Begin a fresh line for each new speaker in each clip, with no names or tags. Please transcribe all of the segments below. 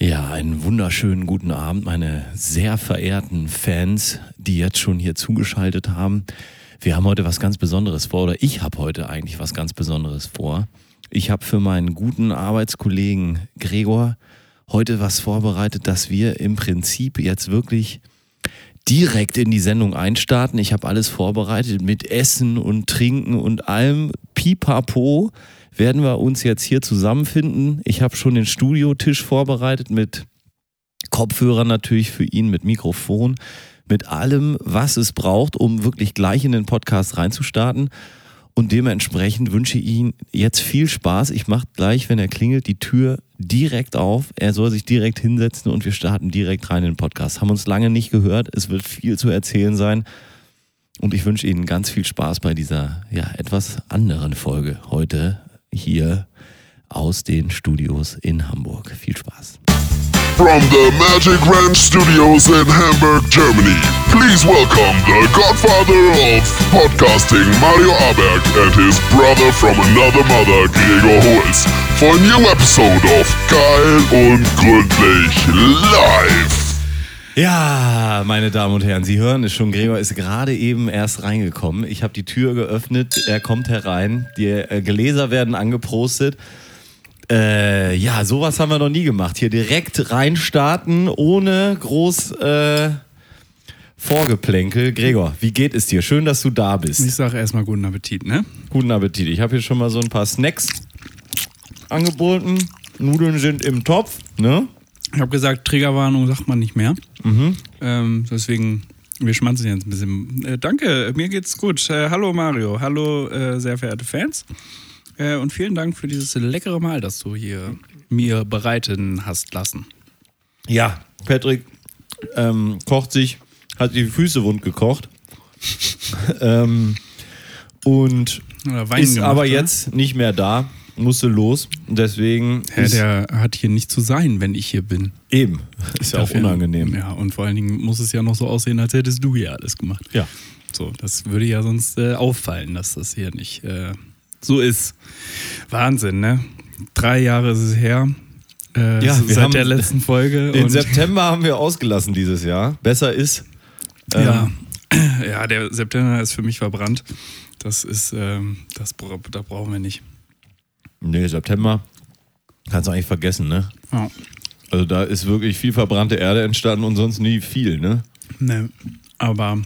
Ja, einen wunderschönen guten Abend, meine sehr verehrten Fans, die jetzt schon hier zugeschaltet haben. Wir haben heute was ganz Besonderes vor, oder ich habe heute eigentlich was ganz Besonderes vor. Ich habe für meinen guten Arbeitskollegen Gregor heute was vorbereitet, dass wir im Prinzip jetzt wirklich direkt in die Sendung einstarten. Ich habe alles vorbereitet mit Essen und Trinken und allem. Pipapo werden wir uns jetzt hier zusammenfinden. Ich habe schon den Studiotisch vorbereitet mit Kopfhörern natürlich für ihn, mit Mikrofon, mit allem, was es braucht, um wirklich gleich in den Podcast reinzustarten. Und dementsprechend wünsche ich Ihnen jetzt viel Spaß. Ich mache gleich, wenn er klingelt, die Tür direkt auf. Er soll sich direkt hinsetzen und wir starten direkt rein in den Podcast. Haben uns lange nicht gehört. Es wird viel zu erzählen sein. Und ich wünsche Ihnen ganz viel Spaß bei dieser ja, etwas anderen Folge heute hier aus den Studios in Hamburg. Viel Spaß.
From the Magic Ranch Studios in Hamburg, Germany, please welcome the godfather of podcasting, Mario Aberg, and his brother from another mother, Gregor Holz, for a new episode of Geil und Gründlich Live.
Ja, meine Damen und Herren, Sie hören es schon, Gregor ist gerade eben erst reingekommen. Ich habe die Tür geöffnet, er kommt herein, die äh, Gläser werden angeprostet. Äh, ja, sowas haben wir noch nie gemacht. Hier direkt reinstarten, ohne groß äh, Vorgeplänkel. Gregor, wie geht es dir? Schön, dass du da bist.
Ich sage erstmal guten Appetit, ne?
Guten Appetit. Ich habe hier schon mal so ein paar Snacks angeboten. Nudeln sind im Topf, ne?
Ich habe gesagt, Triggerwarnung sagt man nicht mehr. Ähm, deswegen, wir schmanzen jetzt ein bisschen. Äh, danke, mir geht's gut. Äh, hallo Mario, hallo äh, sehr verehrte Fans. Äh, und vielen Dank für dieses leckere Mahl, das du hier mir bereiten hast lassen.
Ja, Patrick ähm, kocht sich, hat die Füße wund gekocht. ähm, und
Oder Wein
ist
gemacht,
aber
oder?
jetzt nicht mehr da, musste los. Deswegen
Hä,
ist
der hat hier nicht zu sein, wenn ich hier bin.
eben. Ist ja auch
Dafür-
unangenehm.
Ja, und vor allen Dingen muss es ja noch so aussehen, als hättest du hier alles gemacht.
Ja.
So, das würde ja sonst äh, auffallen, dass das hier nicht äh, so ist. Wahnsinn, ne? Drei Jahre ist es her. Äh,
Ja,
ja,
wir
seit
haben
der letzten Folge.
Den
und,
September haben wir ausgelassen dieses Jahr. Besser ist. ähm,
ja, ja, der September ist für mich verbrannt. Das ist, ähm, das bra- da brauchen wir nicht.
Nee, September kannst du eigentlich vergessen, ne?
Ja.
Also da ist wirklich viel verbrannte Erde entstanden und sonst nie viel, ne?
Ne, aber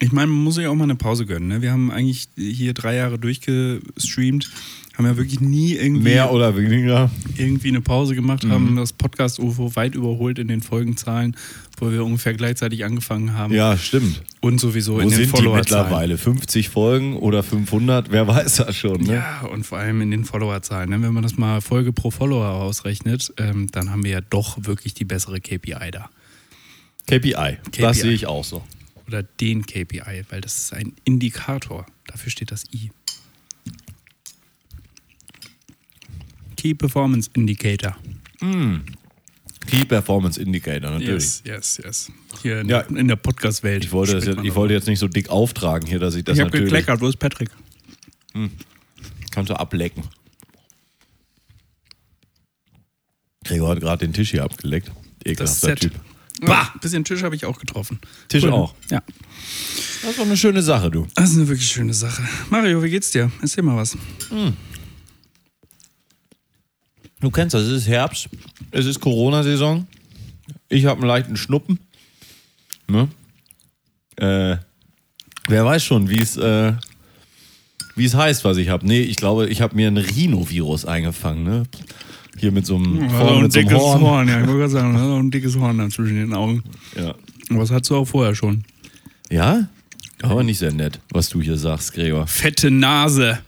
ich meine, man muss sich auch mal eine Pause gönnen. Ne? Wir haben eigentlich hier drei Jahre durchgestreamt, haben ja wirklich nie irgendwie
Mehr oder weniger.
irgendwie eine Pause
Mhm.
gemacht haben, das Podcast-UFO weit überholt in den Folgenzahlen, wo wir ungefähr gleichzeitig angefangen haben.
Ja, stimmt.
Und sowieso
Wo
in den
sind die
Followerzahlen.
mittlerweile? 50 Folgen oder 500? Wer weiß das schon, ne?
Ja, und vor allem in den Followerzahlen. ne? Wenn man das mal Folge pro Follower ausrechnet, ähm, dann haben wir ja doch wirklich die bessere KPI da.
KPI. Das
KPI.
sehe ich auch so.
Oder den KPI, weil das ist ein Indikator. Dafür steht das I. Key Performance Indicator.
Key Performance Indicator, natürlich.
Yes, yes, yes. Hier in,
Ja.
in der Podcast-Welt.
Ich wollte, das
spricht
jetzt,
man
ich
darüber.
wollte jetzt nicht so dick auftragen hier, dass ich das
Ich habe
natürlich
gekleckert, wo ist Patrick?
kannst du ablecken. Gregor hat gerade den Tisch hier abgeleckt. Ekelhafter Typ.
Bah! Ein bisschen Tisch habe ich auch getroffen.
Tisch
Cool, ne?
auch.
Ja.
Das ist doch eine schöne Sache, du.
Das ist eine wirklich schöne Sache. Mario, wie geht's dir? Erzähl mal was.
Du kennst das, es ist Herbst, es ist Corona-Saison. Ich habe einen leichten Schnuppen. Ne? Äh, wer weiß schon, wie es äh, wie es heißt, was ich habe. Nee, ich glaube, ich habe mir ein Rhinovirus eingefangen. Ne? Hier mit so einem, vorne
Also ein
mit so einem
dickes
Horn.
Horn. ja. Ich wollte gerade sagen, also ein dickes Horn da zwischen den Augen.
Ja.
Was hattest du auch vorher schon?
ja? Aber nicht sehr nett, was du hier sagst, Gregor.
Fette Nase.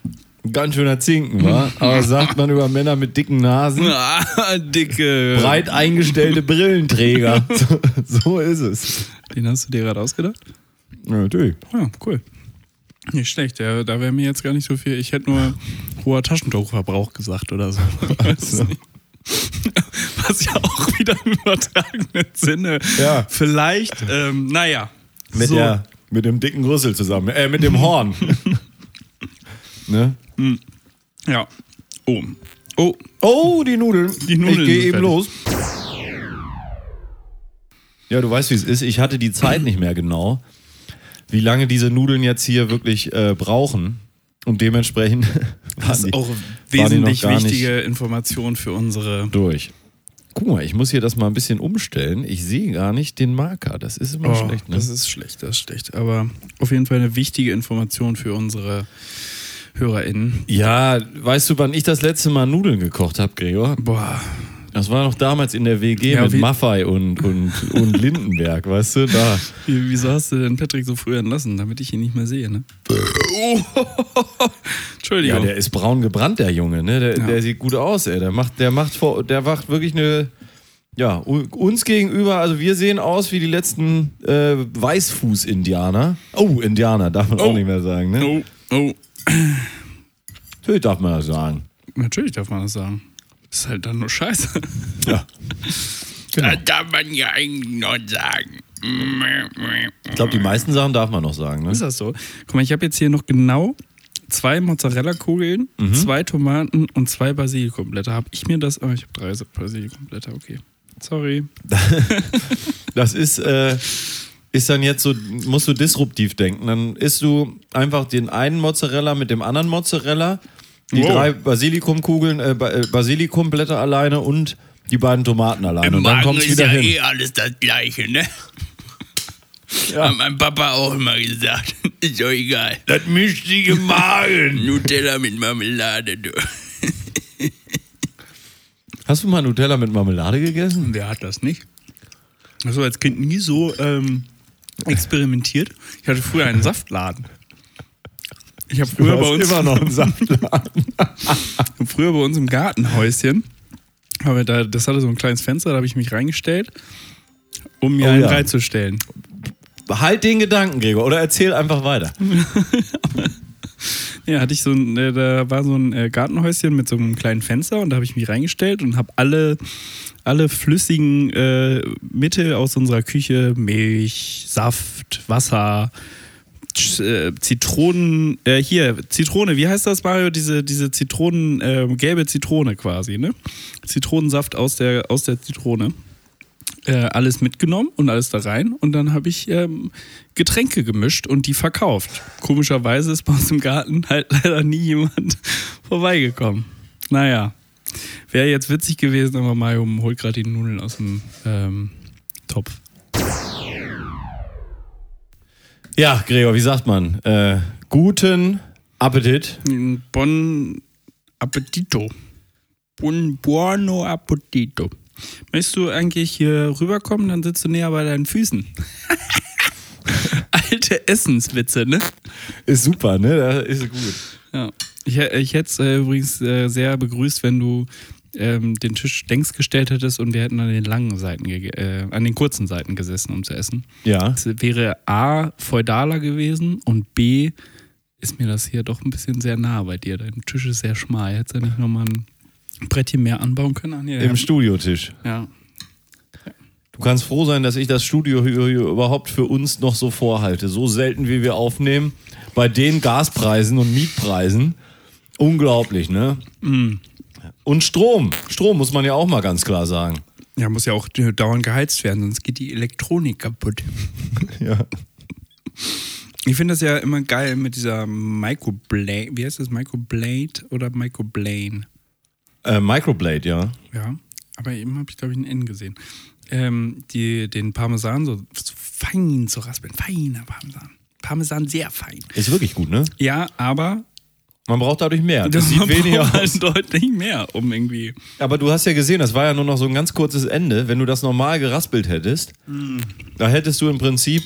Ganz schöner Zinken, wa? Aber sagt man über Männer mit dicken Nasen?
Ah, Dicke.
Breit eingestellte Brillenträger. So, so ist es.
Den hast du dir gerade ausgedacht?
Ja, natürlich.
Ja, Ah, cool. Nicht schlecht, ja, da wäre mir jetzt gar nicht so viel. Ich hätte nur hoher Taschentuchverbrauch gesagt oder so. Ich weiß
Also.
nicht. Was ja auch wieder im übertragenen Sinne.
Ja.
Vielleicht, ähm, naja.
Mit, der, mit dem dicken Rüssel zusammen. Äh, mit dem Horn. ne?
Ja. Oh. Oh,
Oh, die Nudeln.
Die Nudeln
Oh, Ich gehe
sind
eben
fertig.
los. Ja, du weißt, wie es ist. Ich hatte die Zeit nicht mehr genau, wie lange diese Nudeln jetzt hier wirklich äh, brauchen. Und dementsprechend waren
Das
die,
ist auch
waren die noch
wesentlich
gar nicht
wichtige Information für unsere.
durch. Guck mal, ich muss hier das mal ein bisschen umstellen. Ich sehe gar nicht den Marker. Das ist immer
Oh,
schlecht. Ne?
Das ist schlecht, das ist schlecht. Aber auf jeden Fall eine wichtige Information für unsere HörerInnen.
ja, weißt du, wann ich das letzte Mal Nudeln gekocht habe, Gregor?
Boah,
Das war noch damals in der WG
Ja,
mit
wie-
Maffei und, und, und Lindenberg, weißt du? Da.
wie, wieso hast du denn Patrick so früh entlassen, damit ich ihn nicht mehr sehe, ne? Oh,
Ja,
Entschuldigung.
der ist braun gebrannt, der Junge, ne? Der,
Ja.
der sieht gut aus, ey. Der macht, der macht vor, der macht wirklich eine. Ja, u- uns gegenüber, also wir sehen aus wie die letzten äh, Weißfuß-Indianer. Oh, Indianer, darf man auch
Oh.
nicht mehr sagen, ne?
oh, oh.
Natürlich darf man das sagen.
Natürlich darf man das sagen. Das ist halt dann nur Scheiße.
Ja.
Das darf man ja eigentlich nur sagen.
Mhm. Ich glaube, die meisten Sachen darf man noch sagen, ne?
Ist das so? Guck mal, ich habe jetzt hier noch genau zwei Mozzarella-Kugeln,
Mhm.
zwei Tomaten und zwei Basilikumblätter. Habe ich mir das? Oh, ich habe drei Basilikumblätter, okay. Sorry.
Das ist, äh, ist dann jetzt so, musst du disruptiv denken. Dann isst du einfach den einen Mozzarella mit dem anderen Mozzarella, die
Wow.
drei Basilikumkugeln, äh, Ba- äh, Basilikumblätter alleine und die beiden Tomaten alleine. und dann kommst du wieder hin.
eh alles das Gleiche, ne?
Ja. Hat
mein Papa auch immer gesagt. Ist doch egal. Das mischtige Magen. Nutella mit Marmelade, du.
Hast du mal Nutella mit Marmelade gegessen?
Wer hat das nicht? Also als Kind nie so ähm, experimentiert. Ich hatte früher einen Saftladen. Ich habe früher
Du
bei
hast
uns
immer noch einen Saftladen.
früher bei uns im Gartenhäuschen, aber da, das hatte so ein kleines Fenster, da habe ich mich reingestellt, um mir
Oh
einen
ja.
reinzustellen.
Halt den Gedanken, Gregor, oder erzähl einfach weiter.
Ja, hatte ich so ein, äh, da war so ein äh, Gartenhäuschen mit so einem kleinen Fenster und da habe ich mich reingestellt und habe alle, alle flüssigen äh, Mittel aus unserer Küche, Milch, Saft, Wasser, Sch- äh, Zitronen, äh, hier, Zitrone, wie heißt das, Mario? Diese, diese Zitronen, äh, gelbe Zitrone quasi, ne? Zitronensaft aus der, aus der Zitrone. Äh, alles mitgenommen und alles da rein. Und dann habe ich ähm, Getränke gemischt und die verkauft. Komischerweise ist bei uns im Garten halt leider nie jemand vorbeigekommen. Naja, wäre jetzt witzig gewesen, aber Mario holt gerade die Nudeln aus dem ähm, Topf.
Ja, Gregor, wie sagt man? Äh, guten Appetit.
Mm, Bon appetito. Buon buono appetito. Möchtest du eigentlich hier rüberkommen, dann sitzt du näher bei deinen Füßen. Alte Essenswitze, ne?
Ist super, ne? Das ist gut.
Ja. Ich, hä- ich hätte es äh, übrigens äh, sehr begrüßt, wenn du ähm, den Tisch längs gestellt hättest und wir hätten an den langen Seiten, gege- äh, an den kurzen Seiten gesessen, um zu essen.
Ja.
Es wäre A, feudaler gewesen und B, ist mir das hier doch ein bisschen sehr nah bei dir. Dein Tisch ist sehr schmal. Hättest du nicht nochmal ein Brettchen mehr anbauen können? Ah, nee,
Im Studiotisch.
ja.
Du kannst froh sein, dass ich das Studio hier hier überhaupt für uns noch so vorhalte. So selten, wie wir aufnehmen. Bei den Gaspreisen und Mietpreisen. Unglaublich, ne?
Mm.
Und Strom. Strom muss man ja auch mal ganz klar sagen.
ja, muss ja auch äh, dauernd geheizt werden, sonst geht die Elektronik kaputt.
Ja.
Ich finde das ja immer geil mit dieser Microblade. Wie heißt das? Microblade oder Microblane?
Äh, Microblade, ja.
Ja, aber eben habe ich, glaube ich, ein N gesehen. Ähm, die, den Parmesan so, so fein zu raspeln. Feiner Parmesan. Parmesan sehr fein.
Ist wirklich gut, ne?
Ja, aber
Man braucht dadurch mehr. Das
das
sieht
man
weniger
braucht
aus.
halt deutlich mehr, um irgendwie.
Aber du hast ja gesehen, das war ja nur noch so ein ganz kurzes Ende. Wenn du das normal geraspelt hättest, da hättest du im Prinzip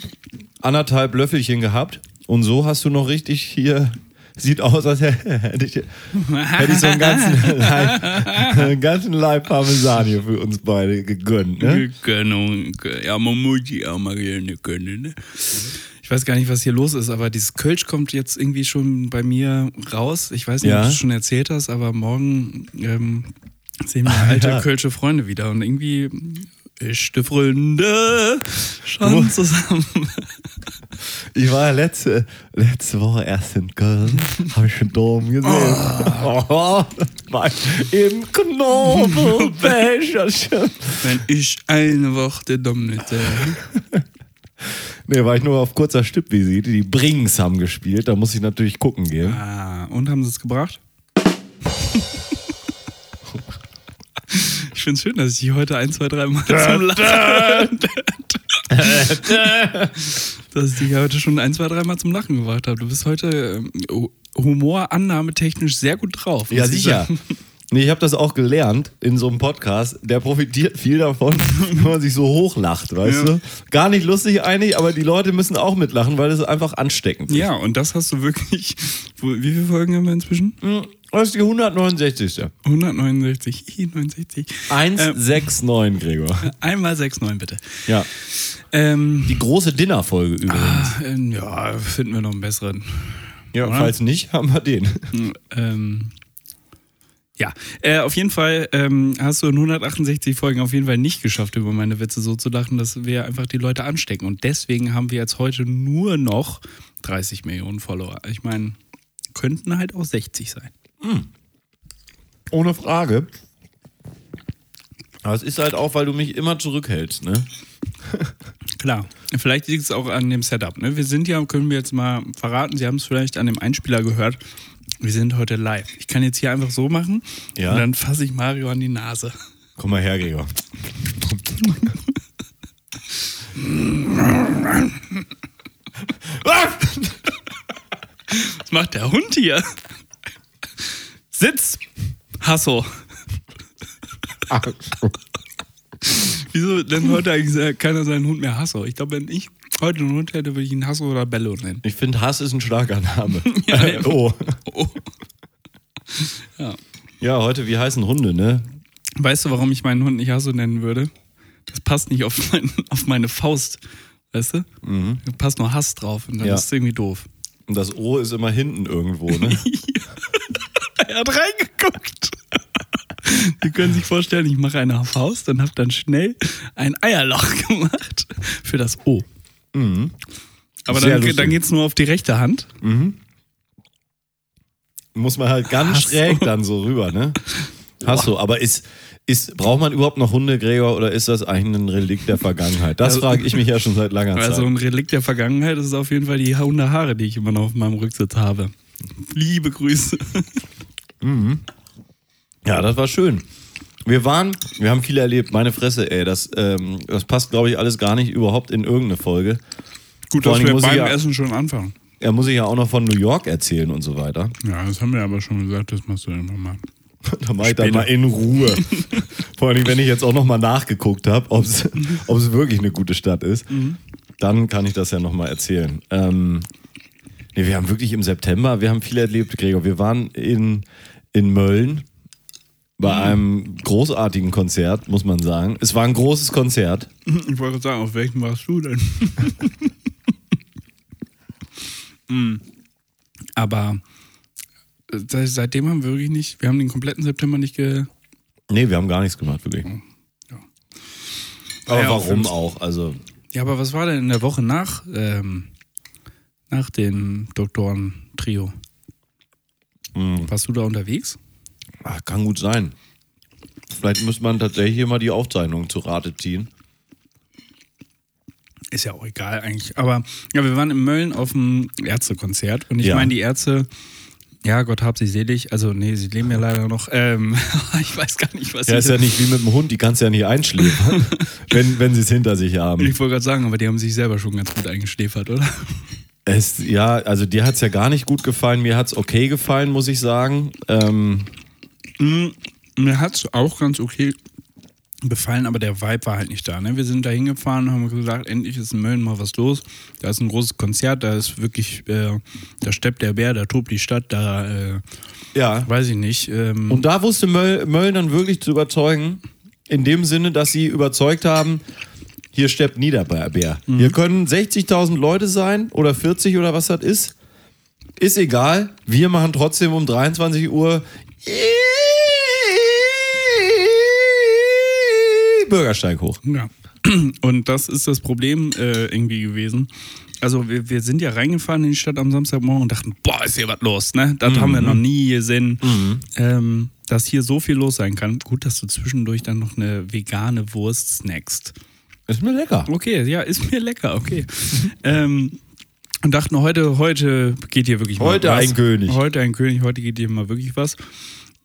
anderthalb Löffelchen gehabt. Und so hast du noch richtig hier. Sieht aus, als hätte ich, hätte ich so einen ganzen Leib, einen ganzen Leib Parmesan hier für uns beide gegönnt. Ne?
Gönnung. Ja, man muss die auch mal gerne gönnen, ne? Ich weiß gar nicht, was hier los ist, aber dieses Kölsch kommt jetzt irgendwie schon bei mir raus. Ich weiß nicht,
Ja.
ob du es schon erzählt hast, aber morgen ähm, sehen wir alte
ja.
Kölsche Freunde wieder und irgendwie äh, Oh. ist die Freunde schon zusammen.
Ich war letzte, letzte Woche erst in Köln, habe ich einen Dom gesehen. Oh. mein, Im Knobelbecherchen.
Wenn ich eine Woche domnete.
Nee, war ich nur auf kurzer Stippvisite. Die Brings haben gespielt, da muss ich natürlich gucken gehen.
Ah, und haben sie es gebracht? ich find's schön, dass ich dich heute ein, zwei, drei Mal zum Lachen. dass ich dich heute schon ein, zwei, drei Mal zum Lachen gebracht habe. Du bist heute ähm, humorannahmetechnisch sehr gut drauf.
Ja,
muss ich
sicher.
sagen.
Nee, ich habe das auch gelernt in so einem Podcast. Der profitiert viel davon, wenn man sich so hochlacht, weißt
Ja.
du? Gar nicht lustig eigentlich, aber die Leute müssen auch mitlachen, weil das einfach ansteckend ist.
Ja, und das hast du wirklich. Wo- Wie viele Folgen haben wir inzwischen?
Hm, Das ist die 169.
169, i, 69.
Ah. 169, Gregor.
Einmal 6,9 bitte.
Ja.
Ähm,
Die große Dinnerfolge übrigens.
ähm, ja, finden wir noch einen besseren.
ja,
Ah, oder?
falls nicht, haben wir den.
Ähm, ja, äh, auf jeden Fall ähm, hast du in 168 Folgen auf jeden Fall nicht geschafft, über meine Witze so zu lachen, dass wir einfach die Leute anstecken. Und deswegen haben wir jetzt heute nur noch 30 Millionen Follower. Ich meine, könnten halt auch 60 sein.
Ohne Frage. Aber es ist halt auch, weil du mich immer zurückhältst, ne?
Klar. Vielleicht liegt es auch an dem Setup. Ne? Wir sind ja, können wir jetzt mal verraten, Sie haben es vielleicht an dem Einspieler gehört. Wir sind heute live. Ich kann jetzt hier einfach so machen
Ja.
und dann fasse ich Mario an die Nase.
Komm mal her, Gregor.
Was macht der Hund hier? Sitz! Hasso. Wieso denn heute eigentlich keiner seinen Hund mehr Hasso? Ich glaube, wenn ich heute einen Hund hätte, würde ich ihn Hasso oder Bello nennen.
Ich finde, Hass ist ein starker Name. Äh, oh.
Oh.
Ja, heute, wie heißen Hunde, ne?
Weißt du, warum ich meinen Hund nicht Hasso nennen würde? Das passt nicht auf, mein, auf meine Faust. Weißt du? Da passt nur Hass drauf und dann
Ja.
ist es irgendwie doof.
Und das O ist immer hinten irgendwo, ne?
Er hat reingeguckt. Die können sich vorstellen, ich mache eine Faust und habe dann schnell ein Eierloch gemacht für das O. Aber
Mhm. Sehr
dann,
lustig.
dann geht es nur auf die rechte Hand.
Muss man halt ganz
Hasso.
schräg dann so rüber, ne? Hasso, aber ist, ist, braucht man überhaupt noch Hunde, Gregor, oder ist das eigentlich ein Relikt der Vergangenheit? Das
Also-
frage ich mich ja schon seit langer Zeit.
Also ein Relikt der Vergangenheit ist auf jeden Fall die Hundehaare, die ich immer noch auf meinem Rücksitz habe. Liebe Grüße.
Ja, das war schön. Wir waren, wir haben viel erlebt, meine Fresse, ey. Das, ähm, das passt, glaube ich, alles gar nicht überhaupt in irgendeine Folge.
Gut,
Vor allem
dass wir
muss ich
beim
ja-
Essen schon anfangen.
Er muss ich ja auch noch von New York erzählen und so weiter.
Ja, das haben wir aber schon gesagt, das machst du immer mal.
Da mach ich dann
Später.
mal in Ruhe. Vor allem, wenn ich jetzt auch noch mal nachgeguckt habe, ob
Mhm.
es wirklich eine gute Stadt ist, dann kann ich das ja noch mal erzählen. Ähm, nee, wir haben wirklich im September, wir haben viel erlebt, Gregor. Wir waren in, in Mölln bei
Mhm.
einem großartigen Konzert, muss man sagen. Es war ein großes Konzert.
Ich wollte gerade sagen, auf welchem warst du denn? Hm. Aber äh, se- seitdem haben wir wirklich nicht, wir haben den kompletten September nicht ge.
Nee, wir haben gar nichts gemacht, wirklich. Aber
Mhm. Ja,
warum
fünf-
auch? Also,
Ja, aber was war denn in der Woche nach, ähm, nach dem Doktoren-Trio?
Mm.
Warst du da unterwegs?
ach, ah, kann gut sein. Vielleicht müsste man tatsächlich hier mal die Aufzeichnung zu Rate ziehen.
Ist ja auch egal eigentlich. Aber ja, wir waren in Mölln auf dem Ärztekonzert. Und ich
Ja.
meine, die Ärzte, ja, Gott hab sie selig. Also, nee, sie leben ja leider noch. Ähm, ich weiß gar nicht, was
Ja,
ich
ist ja nicht wie mit dem Hund, die kannst du ja nicht einschläfern, wenn, wenn sie es hinter sich haben.
Ich wollte gerade sagen, aber die haben sich selber schon ganz gut eingeschläfert, oder?
Es, ja, also dir hat es ja gar nicht gut gefallen, mir hat es okay gefallen, muss ich sagen. Ähm,
Mir hat es auch ganz okay gefallen, aber der Vibe war halt nicht da. Ne? Wir sind da hingefahren, haben gesagt, endlich ist in Mölln mal was los. Da ist ein großes Konzert, da ist wirklich, äh, da steppt der Bär, da tobt die Stadt, da äh,
ja.
weiß ich nicht. Ähm,
Und da wusste Möll, Mölln dann wirklich zu überzeugen, in dem Sinne, dass sie überzeugt haben, hier steppt nieder bei Bär. Hier können 60.000 Leute sein oder 40 oder was das ist. Ist egal, wir machen trotzdem um 23 Uhr Bürgersteig hoch.
Ja. Und das ist das Problem äh, irgendwie gewesen. also wir, wir sind ja reingefahren in die Stadt am Samstagmorgen und dachten, boah, ist hier was los, ne? Das
Mhm.
haben wir noch nie gesehen, ähm, dass hier so viel los sein kann. Gut, dass du zwischendurch dann noch eine vegane Wurst snackst.
Ist mir lecker.
Okay, ja, ist mir lecker, okay. ähm, und dachten, heute, heute geht hier wirklich
Heute
mal was.
ein König.
Heute ein König, heute geht hier mal wirklich was.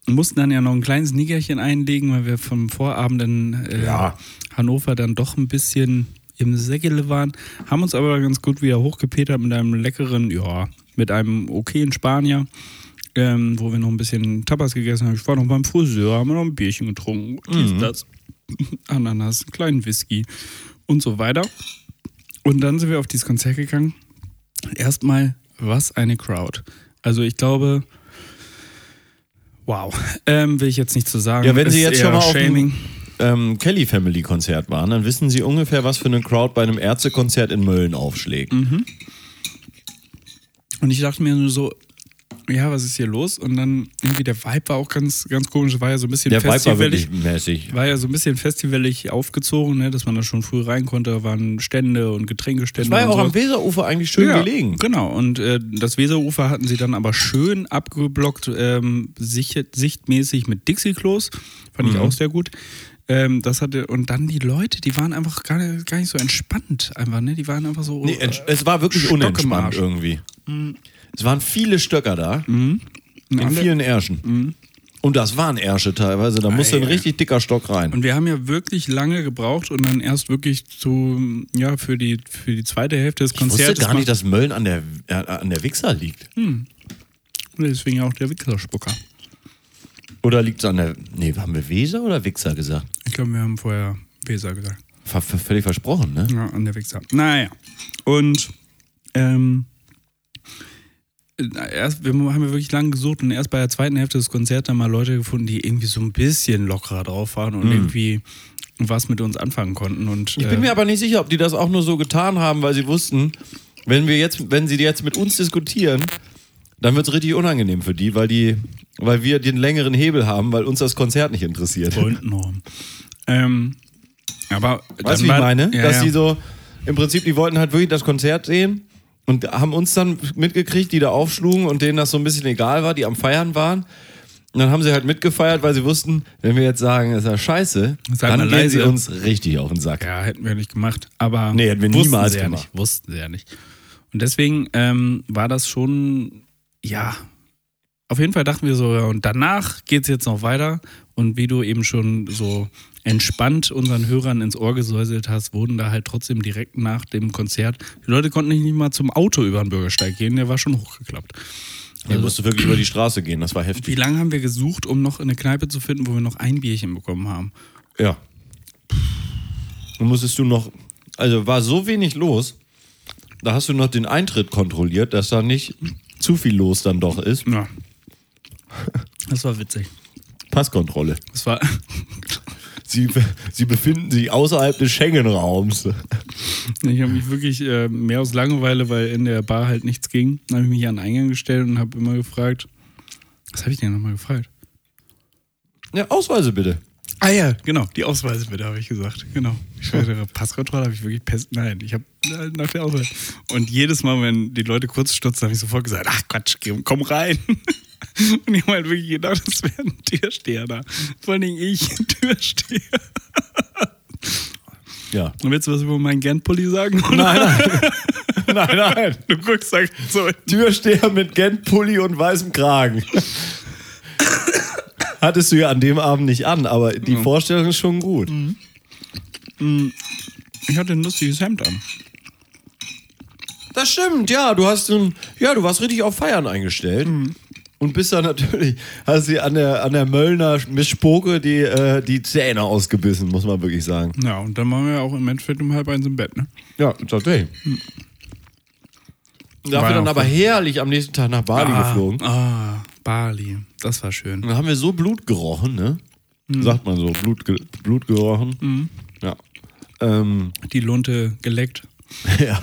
Und mussten dann ja noch ein kleines Nickerchen einlegen, weil wir vom Vorabend in äh,
Ja.
Hannover dann doch ein bisschen im Säckele waren. Haben uns aber ganz gut wieder hochgepetert mit einem leckeren, ja, mit einem okayen Spanier. Ähm, wo wir noch ein bisschen Tapas gegessen haben. Ich war noch beim Friseur, haben wir noch ein Bierchen getrunken. Dies, das. Ananas, einen kleinen Whisky und so weiter. Und dann sind wir auf dieses Konzert gegangen. Erstmal, was eine Crowd. Also ich glaube, wow, ähm, will ich jetzt nicht zu so sagen.
Ja, wenn Sie
Ist
jetzt
eher
schon mal auf
Shaming.
dem ähm, Kelly Family Konzert waren, dann wissen Sie ungefähr, was für eine Crowd bei einem Ärztekonzert in Mölln aufschlägt.
Mhm. Und ich dachte mir nur so, ja, was ist hier los? Und dann irgendwie der Vibe war auch ganz, ganz komisch, war ja so ein bisschen
Der Vibe war
festivalig.
wirklich mäßig.
War ja so ein bisschen festivalig aufgezogen, ne, dass man da schon früh rein konnte, da waren Stände und Getränkestände.
Es war ja
und
auch
sowas.
am Weserufer eigentlich schön
ja,
gelegen.
Genau, und äh, das Weserufer hatten sie dann aber schön abgeblockt, ähm, sich, sichtmäßig mit Dixie-Klos. Fand
Mhm.
ich auch sehr gut. Ähm, das hatte, und dann die Leute, die waren einfach gar nicht, gar nicht so entspannt, einfach, ne? Die waren einfach so.
Nee,
äh,
entsch- es war wirklich
Stock im
unentspannt
Arsch. Mhm.
irgendwie. Es waren viele Stöcker da, in
alle- Mhm.
vielen Ärschen. Und das waren Ärsche teilweise, da musste ein
Ei, ei.
richtig dicker Stock rein.
Und wir haben ja wirklich lange gebraucht und dann erst wirklich zu, ja, für die, für die zweite Hälfte des
Ich
Konzerts.
wusste gar
mal- Hm.
nicht, dass Mölln an der, äh, an der Wichser liegt.
Deswegen ja auch der Wichserspucker.
Oder liegt es an der, nee, haben wir Weser oder Wichser gesagt?
Ich glaube, wir haben vorher Weser gesagt.
Ver ver völlig versprochen, ne?
Ja, an der Wichser. Naja. Und ähm, äh, erst, wir haben wir wirklich lange gesucht und erst bei der zweiten Hälfte des Konzerts haben wir Leute gefunden, die irgendwie so ein bisschen lockerer drauf waren und irgendwie was mit uns anfangen konnten. Und,
Hm.
äh,
Ich bin mir aber nicht sicher, ob die das auch nur so getan haben, weil sie wussten, wenn wir jetzt, wenn sie jetzt mit uns diskutieren, dann wird es richtig unangenehm für die, weil die, weil wir den längeren Hebel haben, weil uns das Konzert nicht interessiert.
äh, Norm. Ähm, aber
Weißt
dann
du, wie ich
war-
meine?
Ja,
Dass
ja.
die so, im Prinzip, die wollten halt wirklich das Konzert sehen und haben uns dann mitgekriegt, die da aufschlugen und denen das so ein bisschen egal war, die am Feiern waren. Und dann haben sie halt mitgefeiert, weil sie wussten, wenn wir jetzt sagen, das ist ja scheiße,
Seid
dann
mal
gehen sie
leise.
uns richtig auf den Sack.
Ja, hätten wir nicht gemacht. Aber
Nee, hätten wir
wussten
niemals
sie
gemacht.
Ja nicht, wussten sie ja nicht. Und deswegen ähm, war das schon, ja, auf jeden Fall dachten wir so, ja, und danach geht es jetzt noch weiter. Und wie du eben schon so entspannt unseren Hörern ins Ohr gesäuselt hast, wurden da halt trotzdem direkt nach dem Konzert, die Leute konnten nicht mal zum Auto über den Bürgersteig gehen, der war schon hochgeklappt.
Also, musste wirklich über die Straße gehen, das war heftig.
Wie lange haben wir gesucht, um noch eine Kneipe zu finden, wo wir noch ein Bierchen bekommen haben?
Ja. Dann musstest du noch, also war so wenig los, da hast du noch den Eintritt kontrolliert, dass da nicht zu viel los dann doch ist.
Ja. Das war witzig.
Passkontrolle.
Das war,
Sie, sie befinden sich außerhalb des Schengen-Raums.
Ich habe mich wirklich äh, mehr aus Langeweile, weil in der Bar halt nichts ging, habe ich mich an den Eingang gestellt und habe immer gefragt, was habe ich denn nochmal gefragt?
Ja, Ausweise bitte.
Ah ja, genau, die Ausweise bitte, habe ich gesagt. Genau. Ich schwöre, Passkontrolle habe ich wirklich Pest. Nein, ich habe äh, nach der Ausweis. Und jedes Mal, wenn die Leute kurz stutzen, habe ich sofort gesagt, ach Quatsch, geh- komm rein. Und ich habe halt wirklich gedacht, das wäre ein Türsteher da. Vor allen Dingen ich, Türsteher.
Ja.
Und willst du was über meinen Gernpulli sagen?
Nein, nein. nein, nein.
Du guckst, sagst so,
Türsteher mit Gent-Pulli und weißem Kragen. Hattest du ja an dem Abend nicht an, aber die Vorstellung ist schon gut.
ich hatte ein lustiges Hemd an.
Das stimmt, ja. Du hast ein, ja, du warst richtig auf Feiern eingestellt. Und bist dann natürlich, hast sie an der, an der Möllner Misspoke die, äh, die Zähne ausgebissen, muss man wirklich sagen.
Ja, und dann waren wir ja auch im Endeffekt um halb eins im Bett, ne?
Ja, tatsächlich.
War
Dafür
ja
dann
auch
aber herrlich am nächsten Tag nach Bali geflogen.
Ah, Bali. Das war schön.
Und da haben wir so Blut gerochen, ne? Sagt man so, Blut, ge Blut gerochen. Ja. Ähm,
Die Lunte geleckt.
ja.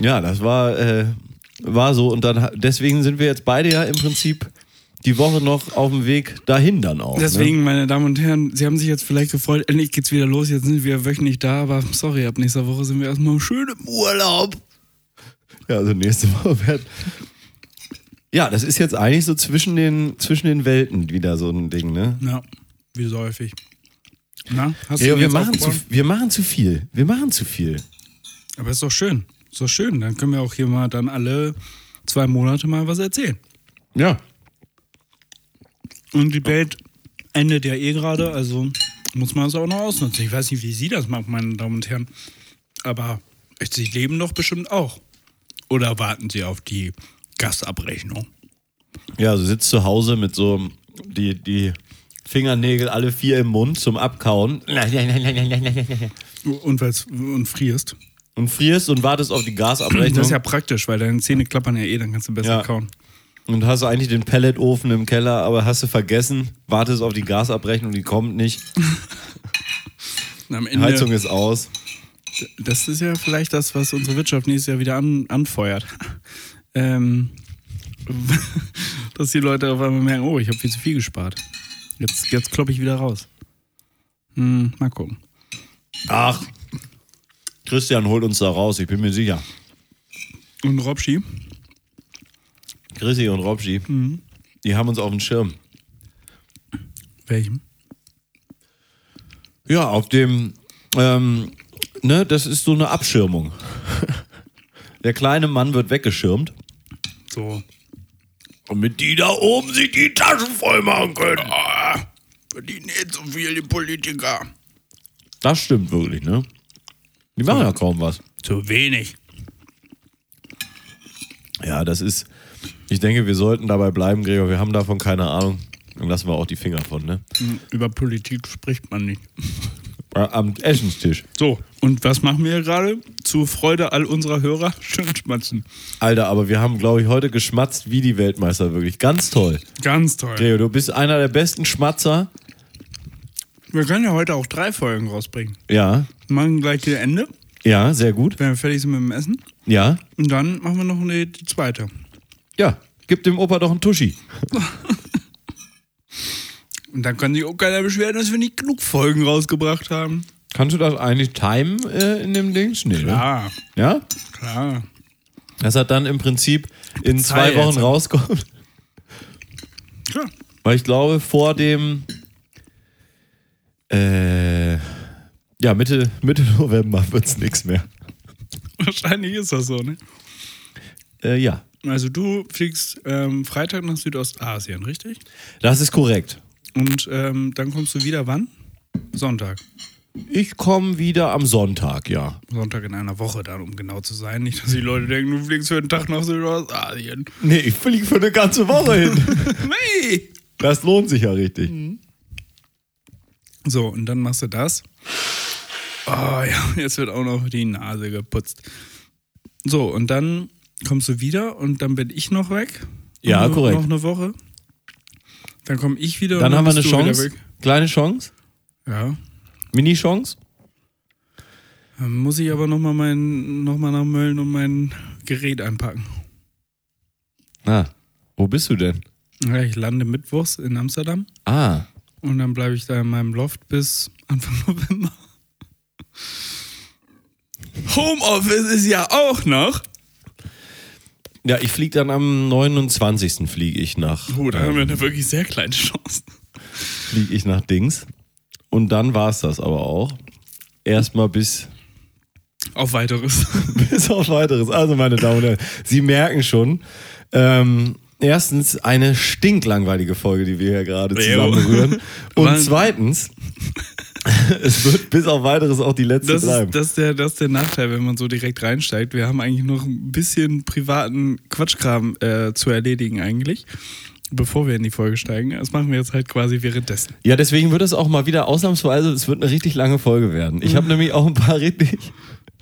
ja, das war, äh, war so. Und dann ha- deswegen sind wir jetzt beide ja im Prinzip die Woche noch auf dem Weg dahin dann auch.
Deswegen,
Ne?
meine Damen und Herren, Sie haben sich jetzt vielleicht gefreut, endlich geht's wieder los, jetzt sind wir wöchentlich da, aber sorry, ab nächster Woche sind wir erstmal schön im Urlaub.
Ja, also nächste Woche wird. Ja, das ist jetzt eigentlich so zwischen den, zwischen den Welten wieder so ein Ding, ne?
Ja, wie so häufig. Na, hast
Ja,
du
wir,
jetzt
machen zu,
aufgebaut?
wir machen zu viel. Wir machen zu viel.
Aber ist doch schön. Ist doch schön. Dann können wir auch hier mal dann alle zwei Monate mal was erzählen.
Ja.
Und die Welt endet ja eh gerade, also muss man es auch noch ausnutzen. Ich weiß nicht, wie Sie das machen, meine Damen und Herren. Aber Sie leben doch bestimmt auch. Oder warten Sie auf die Gastabrechnung?
Ja, also sitzt zu Hause mit so die, die Fingernägel alle vier im Mund zum Abkauen
Und, weil's- und frierst.
und frierst und wartest auf die Gasabrechnung
Das ist ja praktisch, weil deine Zähne klappern ja eh, dann kannst du besser
Ja.
kauen.
und hast eigentlich den Pelletofen im Keller, aber hast du vergessen, wartest auf die Gasabrechnung, die kommt nicht,
Und am Ende,
Heizung ist aus.
das ist ja vielleicht das, was unsere Wirtschaft nächstes Jahr wieder an, anfeuert. Ähm, dass die Leute auf einmal merken, oh, ich habe viel zu viel gespart. Jetzt, jetzt kloppe ich wieder raus. Hm, mal gucken.
Ach, Christian holt uns da raus, ich bin mir sicher.
Und Robschi?
Chrissy und Robschi,
Mhm.
die haben uns auf dem Schirm.
Welchem?
Ja, auf dem, ähm, ne, das ist so eine Abschirmung. Der kleine Mann wird weggeschirmt.
So.
Damit die da oben sich die Taschen voll machen können. Ah.
Verdienen nicht so viel, die Politiker.
Das stimmt wirklich, ne? Die machen ja kaum was.
Zu wenig.
Ja, das ist. Ich denke, wir sollten dabei bleiben, Gregor. Wir haben davon keine Ahnung. Dann lassen wir auch die Finger von, ne?
Hm, Über Politik spricht man nicht.
Äh, Am Essenstisch.
So, und was machen wir gerade? Zur Freude all unserer Hörer schön schmatzen.
Alter, aber wir haben, glaube ich, heute geschmatzt wie die Weltmeister, wirklich. Ganz toll.
Ganz toll.
Gregor, du bist einer der besten Schmatzer.
Wir können ja heute auch drei Folgen rausbringen.
Ja.
Wir machen gleich das Ende,
Ja, sehr gut.
wenn wir fertig sind mit dem Essen.
Ja.
Und dann machen wir noch eine, die zweite.
Ja. Gib dem Opa doch einen Tuschi.
Und dann kann sich auch keiner beschweren, dass wir nicht genug Folgen rausgebracht haben.
Kannst du das eigentlich timen äh, in dem Dings? Nee, ne?
Ja,
Ja?
Ah, klar.
Dass er dann im Prinzip in zwei
Bezahl jetzt.
Wochen rauskommt.
Klar.
Weil ich glaube, vor dem. Äh, ja, Mitte, Mitte November wird es nichts mehr.
Wahrscheinlich ist das so, ne?
Äh, ja,
Also du fliegst ähm, Freitag nach Südostasien, richtig?
das ist korrekt.
Und ähm, dann kommst du wieder wann? Sonntag.
Ich komme wieder am Sonntag, ja.
Sonntag in einer Woche dann, um genau zu sein. Nicht, dass die Leute denken, du fliegst für den Tag nach Südostasien.
Nee, ich fliege für eine ganze Woche hin. Mhm.
Hey!
Das lohnt sich ja richtig.
So, und dann machst du das. Oh ja, jetzt wird auch noch die Nase geputzt. So, und dann kommst du wieder und dann bin ich noch weg.
Ja,
noch,
korrekt.
Noch eine Woche. Dann komme ich wieder.
Dann
und
haben wir eine
bist du wieder
Chance.
weg.
Kleine Chance.
Ja.
Mini-Chance.
Dann muss ich aber nochmal mein, noch mal nach Mölln und mein Gerät einpacken.
Ah, wo bist du denn?
Ja, ich lande mittwochs in Amsterdam
Ah,
und dann bleibe ich da in meinem Loft bis Anfang November. Homeoffice ist ja auch noch.
ja, ich fliege dann am 29. fliege ich nach. ähm,
Oh, da haben wir eine wirklich sehr kleine Chance.
fliege ich nach Dings. Und dann war es das aber auch. Erstmal bis,
Auf weiteres.
bis auf weiteres. Also, meine Damen und Herren, Sie merken schon, ähm, erstens eine stinklangweilige Folge, die wir hier gerade zusammenrühren. Und
Mann.
zweitens, es wird bis auf weiteres auch die letzte
Das
bleiben.
ist, das, ist der, das ist der Nachteil, wenn man so direkt reinsteigt. Wir haben eigentlich noch ein bisschen privaten Quatschkram äh, zu erledigen eigentlich, bevor wir in die Folge steigen. Das machen wir jetzt halt quasi währenddessen.
ja, deswegen wird es auch mal wieder ausnahmsweise, es wird eine richtig lange Folge werden.
Mhm.
Ich habe nämlich auch ein paar richtig,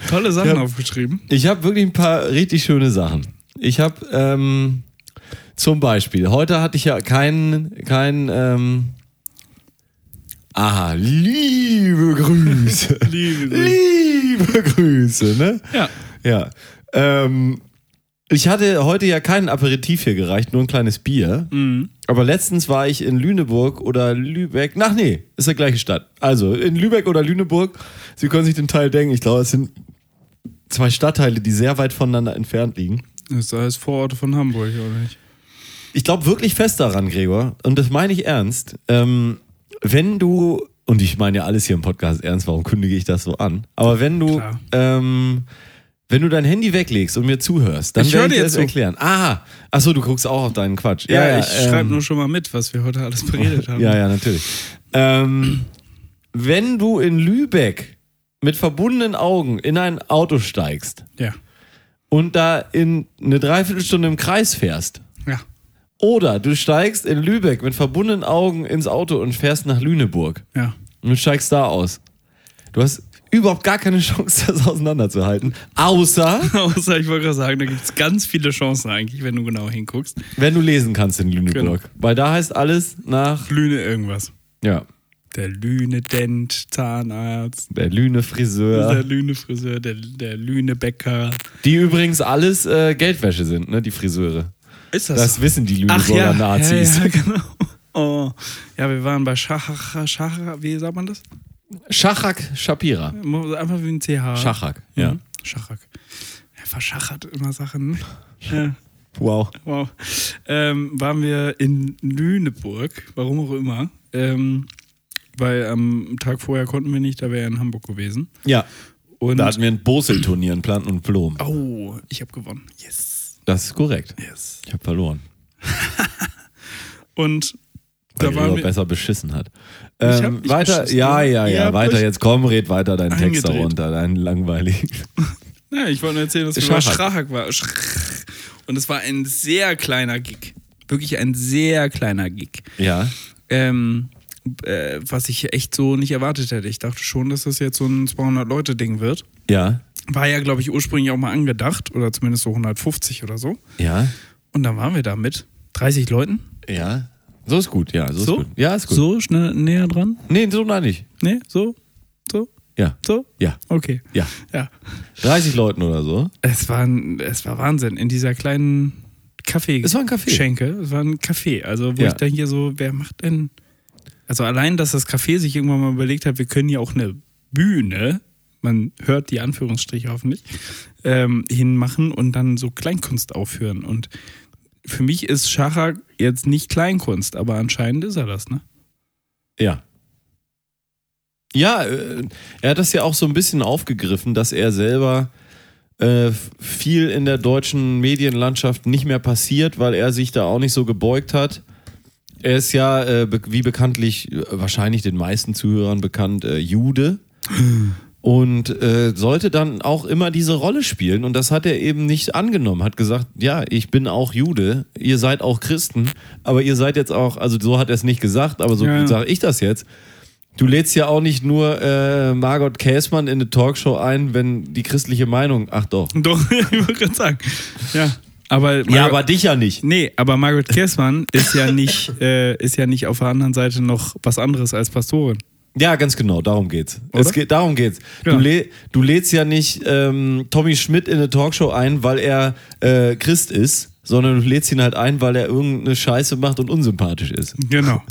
Tolle Sachen
Ja.
aufgeschrieben.
Ich habe wirklich ein paar richtig schöne Sachen. Ich habe ähm, zum Beispiel, heute hatte ich ja keinen, keinen, ähm, aha, liebe Grüße.
Liebe Grüße.
liebe Grüße, ne?
Ja.
Ja. Ähm, ich hatte heute ja keinen Aperitif hier gereicht, nur ein kleines Bier. Aber letztens war ich in Lüneburg oder Lübeck. Nach nee, ist ja gleiche Stadt. Also in Lübeck oder Lüneburg. Sie können sich den Teil denken. Ich glaube, es sind zwei Stadtteile, die sehr weit voneinander entfernt liegen.
Das ist alles Vororte von Hamburg, oder nicht?
Ich glaube wirklich fest daran, Gregor, und das meine ich ernst, ähm, wenn du, und ich meine ja alles hier im Podcast ernst, warum kündige ich das so an? Aber wenn du,
Klar.
ähm, wenn du dein Handy weglegst und mir zuhörst, dann
Ich höre
werde ich
dir
das
zu.
erklären. Ah, achso, du guckst auch auf deinen Quatsch.
Ja, ähm. ich
schreibe
schreibe nur schon mal mit, was wir heute alles beredet haben.
ja, ja, natürlich. Ähm, wenn du in Lübeck mit verbundenen Augen in ein Auto steigst
ja.
und da in eine Dreiviertelstunde im Kreis fährst,
ja.
Oder du steigst in Lübeck mit verbundenen Augen ins Auto und fährst nach Lüneburg
Ja.
und steigst da aus. Du hast überhaupt gar keine Chance, das auseinanderzuhalten. Außer,
Außer ich wollte gerade sagen, da gibt es ganz viele Chancen eigentlich, wenn du genau hinguckst.
wenn du lesen kannst in Lüneburg.
Genau.
Weil da heißt alles nach,
Lüne irgendwas.
ja,
Der Lüne Dent, Zahnarzt,
der Lüne
der
Friseur.
Lüne Friseur, der, der Lüne Bäcker.
Die übrigens alles äh, Geldwäsche sind, ne, die Friseure.
Ist
Das wissen die
Ach
Lüneburger
ja,
Nazis.
Ja, ja, genau. Oh. Ja, wir waren bei Schachach, Schachach, wie sagt man das?
Schachak Shapira.
Einfach wie ein CH.
Schachak,
Mhm.
ja.
Schachak. Er verschachert immer Sachen. ne? Ja,
Wow.
wow. Ähm, waren wir in Lüneburg, warum auch immer. Ähm, weil am Tag vorher konnten wir nicht, da wäre er in Hamburg gewesen.
Ja,
Und
da hatten wir ein Boselturnier in Planten und Blumen.
oh, ich habe gewonnen. Yes.
Das ist korrekt.
Yes.
Ich habe verloren.
Und
weil
da waren
Gregor
wir.
besser beschissen hat.
hab
Ähm,
nicht
weiter,
beschissen,
ja,
oder?
ja,
Ihr
ja,
habt
weiter
euch
jetzt komm, red weiter deinen Text
eingedreht.
darunter, deinen langweiligen.
Ja, ich wollte nur erzählen, dass wir bei
Schachhack.
Schachhack waren. Schrach. Und es war ein sehr kleiner Gig. Wirklich ein sehr kleiner Gig.
Ja,
ähm, äh, was ich echt so nicht erwartet hätte. Ich dachte schon, dass das jetzt so ein 200-Leute-Ding wird.
ja,
War ja, glaube ich, ursprünglich auch mal angedacht oder zumindest so 150 oder so.
ja,
Und dann waren wir da mit 30 Leuten.
ja. So ist gut, ja, so, ist gut. Ja, ist gut.
So schnell näher dran?
Nee, so nein nicht.
Nee, so, so,
Ja,
so.
ja,
Okay.
ja.
Ja.
30 Leuten oder so.
Es war, ein- es war Wahnsinn. In dieser kleinen Kaffee.
Es war ein Café.
Schenke. Es war ein Café. Also, wo
Ja.
ich dann hier so, wer macht denn. Also, allein, dass das Café sich irgendwann mal überlegt hat, wir können hier auch eine Bühne, man hört die Anführungsstriche hoffentlich, ähm, hinmachen und dann so Kleinkunst aufführen. Und für mich ist Schachak jetzt nicht Kleinkunst, aber anscheinend ist er das, ne?
Ja. Ja, äh, er hat das ja auch so ein bisschen aufgegriffen, dass er selber äh, viel in der deutschen Medienlandschaft nicht mehr passiert, weil er sich da auch nicht so gebeugt hat. Er ist ja, äh, be wie bekanntlich, äh, wahrscheinlich den meisten Zuhörern bekannt, äh, Jude. Und äh, sollte dann auch immer diese Rolle spielen. Und das hat er eben nicht angenommen. Hat gesagt, ja, ich bin auch Jude, ihr seid auch Christen, aber ihr seid jetzt auch, also so hat er es nicht gesagt, aber so
Ja, ja.
sage ich das jetzt. Du lädst ja auch nicht nur äh, Margot Käßmann in eine Talkshow ein, wenn die christliche Meinung, ach doch.
Doch, ich wollte gerade sagen. Ja. Aber
Ja, aber dich ja nicht.
Nee, aber Margaret Kessmann ist ja nicht, äh, ist ja nicht auf der anderen Seite noch was anderes als Pastorin.
Ja, ganz genau, darum geht's.
Oder?
Es geht, darum geht's.
Ja.
Du, lä- du lädst ja nicht ähm, Tommy Schmidt in eine Talkshow ein, weil er äh, Christ ist, sondern du lädst ihn halt ein, weil er irgendeine Scheiße macht und unsympathisch ist.
Genau.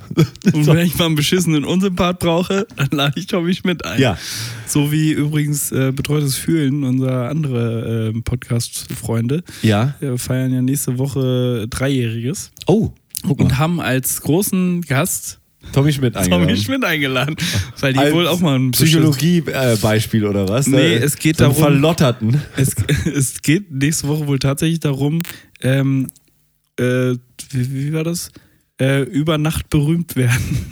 Und wenn ich mal einen beschissenen Unsympath brauche, dann lade ich Tommy Schmidt ein.
Ja.
So wie übrigens äh, Betreutes Fühlen, unsere andere äh, Podcast-Freunde,
Ja.
äh, feiern ja nächste Woche Dreijähriges
Oh, guck
und
mal.
haben als großen Gast
Tommy Schmidt eingeladen.
Tommy Schmidt eingeladen, weil die
Als
wohl auch mal ein bisschen-
Psychologie-Beispiel oder was?
Nee,
Da-
es geht
so einen
darum-
Verlotterten.
Es, es geht nächste Woche wohl tatsächlich darum, ähm, äh, wie, wie war das? Äh, über Nacht berühmt werden.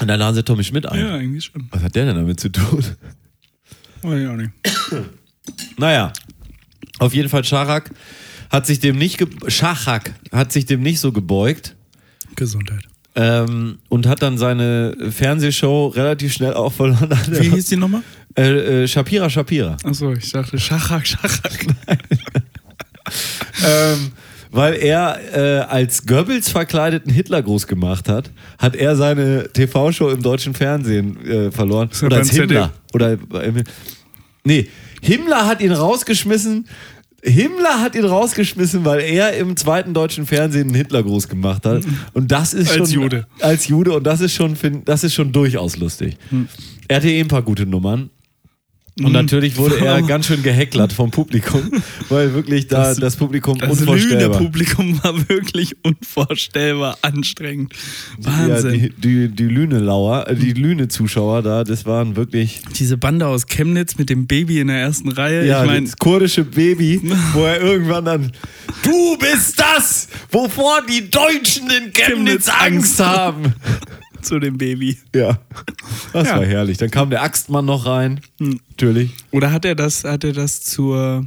Und dann laden sie Tommy Schmidt ein.
eigentlich schon.
Was hat der denn damit zu tun?
Weiß ich auch nicht.
Naja, auf jeden Fall Scharak hat sich dem nicht ge- Schachak hat sich dem nicht so gebeugt
Gesundheit.
ähm, und hat dann seine Fernsehshow relativ schnell auch verloren. an der-
Wie hieß die nochmal?
äh, äh, Shapira Shapira.
Achso, ich dachte Schachak, Schachak.
ähm, weil er äh, als Goebbels verkleideten Hitler groß gemacht hat, hat er seine TV-Show im deutschen Fernsehen äh, verloren.
ja
Oder
beim
als Himmler. Oder, äh, nee, Himmler hat ihn rausgeschmissen. Himmler hat ihn rausgeschmissen, weil er im zweiten deutschen Fernsehen einen Hitler groß gemacht hat. Und das ist
Als
schon.
Jude.
Als Jude. Und das ist schon, find- das ist schon durchaus lustig.
Hm.
Er hatte eh ein paar gute Nummern. Und
Mhm.
natürlich wurde er ganz schön gehäcklert vom Publikum, weil wirklich da das,
Das-
Publikum
Das
unvorstellbar.
Lüne-Publikum war wirklich unvorstellbar anstrengend. Wahnsinn.
Ja, die, die, die Lüne-Lauer, äh, die Lüne-Zuschauer da, das waren wirklich
Diese Bande aus Chemnitz mit dem Baby in der ersten Reihe.
ja,
ich meine,
das kurdische Baby, wo er irgendwann dann Du bist das, wovor die Deutschen in Chemnitz
Chemnitz
Angst
Angst.
haben.
zu dem Baby.
Ja, das
Ja. Hm.
war herrlich. Dann kam der Axtmann noch rein, natürlich.
Oder hat er das, hat er das zur,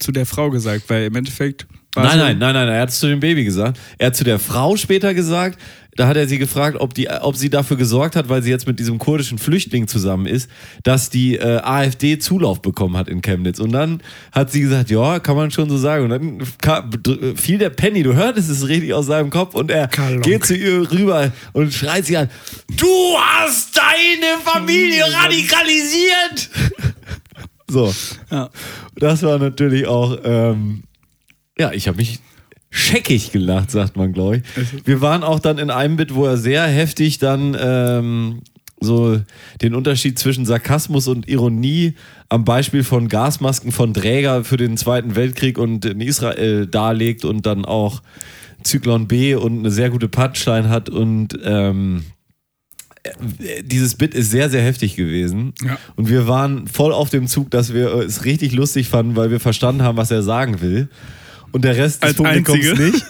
zu der Frau gesagt? Weil im Endeffekt war
Nein,
so-
nein, nein, nein, er hat es zu dem Baby gesagt. Er hat zu der Frau später gesagt, da hat er sie gefragt, ob, die, ob sie dafür gesorgt hat, weil sie jetzt mit diesem kurdischen Flüchtling zusammen ist, dass die äh, AfD Zulauf bekommen hat in Chemnitz. Und dann hat sie gesagt, ja, kann man schon so sagen. Und dann kam, dr- fiel der Penny, du hörtest es richtig aus seinem Kopf und er
Kalonk.
geht zu ihr rüber und schreit sie an, du hast deine Familie radikalisiert. so.
Ja.
Das war natürlich auch, ähm, ja, ich habe mich scheckig gelacht, sagt man, glaube ich. Wir waren auch dann in einem Bit, wo er sehr heftig dann ähm, so den Unterschied zwischen Sarkasmus und Ironie am Beispiel von Gasmasken von Träger für den Zweiten Weltkrieg und in Israel darlegt und dann auch Zyklon B und eine sehr gute Punchline hat und ähm, äh, dieses Bit ist sehr, sehr heftig gewesen.
Ja.
Und wir waren voll auf dem Zug, dass wir äh, es richtig lustig fanden, weil wir verstanden haben, was er sagen will. Und der Rest des
Als
Publikums
Einzige.
nicht.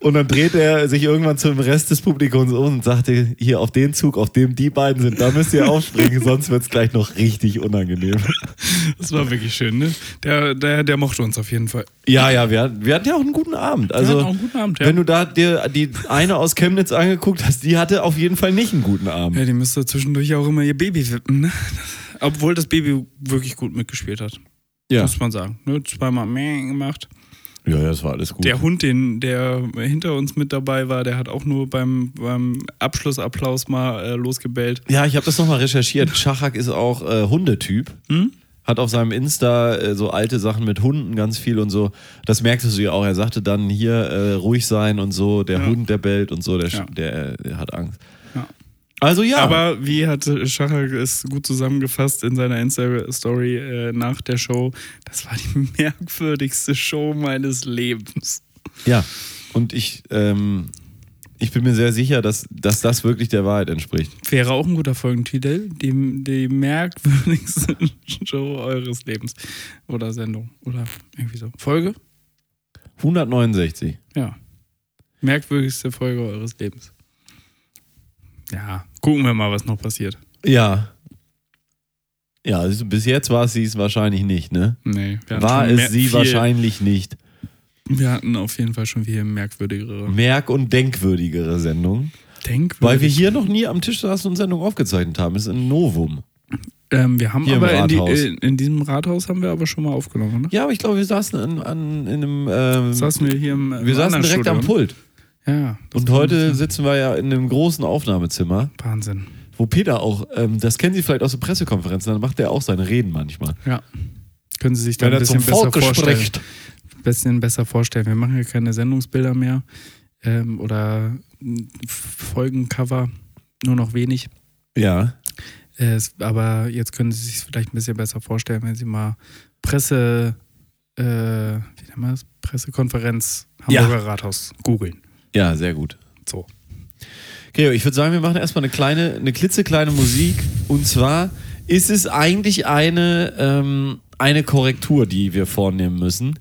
Und dann dreht er sich irgendwann zum Rest des Publikums um und sagte, hier auf den Zug, auf dem die beiden sind, da müsst ihr aufspringen, sonst wird es gleich noch richtig unangenehm.
Das war wirklich schön, ne? Der, der, der mochte uns auf jeden Fall.
Ja, ja, wir, hatten- wir hatten ja auch einen guten Abend. Also,
hatten auch einen guten Abend, ja.
Wenn du da dir die eine aus Chemnitz angeguckt hast, die hatte auf jeden Fall nicht einen guten Abend.
Ja, die müsste zwischendurch auch immer ihr Baby wippen, ne? Obwohl das Baby wirklich gut mitgespielt hat,
Ja,
muss man sagen. Ne? Zweimal meh gemacht.
ja das war alles gut.
Der Hund, den, der hinter uns mit dabei war, der hat auch nur beim, beim Abschlussapplaus mal äh, losgebellt.
Ja, ich habe das nochmal recherchiert. Schachak ist auch äh, Hundetyp.
Hm?
Hat auf seinem Insta äh, so alte Sachen mit Hunden ganz viel und so. Das merktest du ja auch. Er sagte dann hier äh, ruhig sein und so. Der Hund, der bellt und so, der, sch-
Ja.
der, äh, der hat Angst.
Ja.
Also ja.
Aber wie hat Schachak es gut zusammengefasst in seiner Insta-Story äh, nach der Show? Das war die merkwürdigste Show meines Lebens.
ja. Und ich, ähm, ich bin mir sehr sicher, dass, dass das wirklich der Wahrheit entspricht.
Wäre auch ein guter Folgentitel. Die, die merkwürdigste Show eures Lebens. Oder Sendung. Oder irgendwie so. Folge?
169.
Ja. Merkwürdigste Folge eures Lebens. Ja, gucken wir mal, was noch passiert.
Ja. Ja, also bis jetzt war es sie es wahrscheinlich nicht, ne?
Nee, wir hatten
War
schon mehr-
es sie
viel,
wahrscheinlich nicht.
Wir hatten auf jeden Fall schon viel merkwürdigere.
Merk- und denkwürdigere Sendung.
Denkwürdig.
Weil wir hier noch nie am Tisch saßen und Sendung aufgezeichnet haben. Ist ein Novum.
Ähm, wir haben
Hier im
aber in, die,
Rathaus.
in, in diesem Rathaus haben wir aber schon mal aufgenommen, ne?
Ja, aber ich glaube, wir saßen an, an, in einem. Ähm,
Saßen wir hier im ne?
wir saßen direkt am Pult.
Ja. das
Und
kann
heute
sein.
sitzen wir ja in einem großen Aufnahmezimmer,
Wahnsinn.
wo Peter auch, ähm, das kennen Sie vielleicht aus den Pressekonferenzen, dann macht er auch seine Reden manchmal.
Ja. Können Sie sich da ein bisschen besser vorstellen. bisschen besser vorstellen. Wir machen ja keine Sendungsbilder mehr ähm, oder m, F- Folgencover, nur noch wenig.
Ja.
Äh, es, aber jetzt können Sie sich vielleicht ein bisschen besser vorstellen, wenn Sie mal Presse, äh, wie nennt man das? Pressekonferenz
Ja.
Hamburger Rathaus googeln.
Ja, sehr gut.
So.
Gregor, ich würde sagen, wir machen erstmal eine kleine, eine klitzekleine Musik. Und zwar ist es eigentlich eine, ähm, eine Korrektur, die wir vornehmen müssen.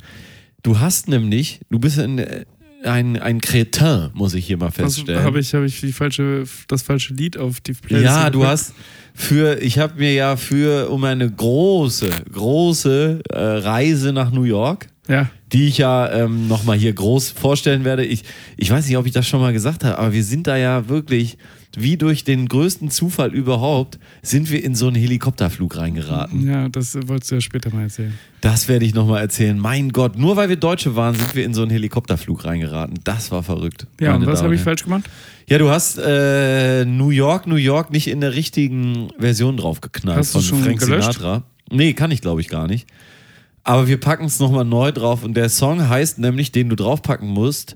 Du hast nämlich, du bist ein, äh, ein, ein Cretin, muss ich hier mal feststellen.
Habe ich, Also, hab ich die falsche, das falsche Lied auf die Playlist?
Ja, du
gepackt?
hast für, ich habe mir ja für, um eine große, große äh, Reise nach New York
Ja.
die ich ja ähm, nochmal hier groß vorstellen werde. Ich, ich weiß nicht, ob ich das schon mal gesagt habe, aber wir sind da ja wirklich, wie durch den größten Zufall überhaupt, sind wir in so einen Helikopterflug reingeraten.
Ja, das äh, wolltest du ja später mal erzählen.
Das werde ich nochmal erzählen. Mein Gott, nur weil wir Deutsche waren, sind wir in so einen Helikopterflug reingeraten. Das war verrückt.
Ja,
meine
und was
Damen
habe ich
Herren.
falsch gemacht?
Ja, du hast äh, New York, New York nicht in der richtigen Version draufgeknallt
Hast du
von
schon
Frank
gelöscht?
Sinatra. Nee, kann ich glaube ich gar nicht. Aber wir packen es nochmal neu drauf. Und der Song heißt nämlich, den du draufpacken musst,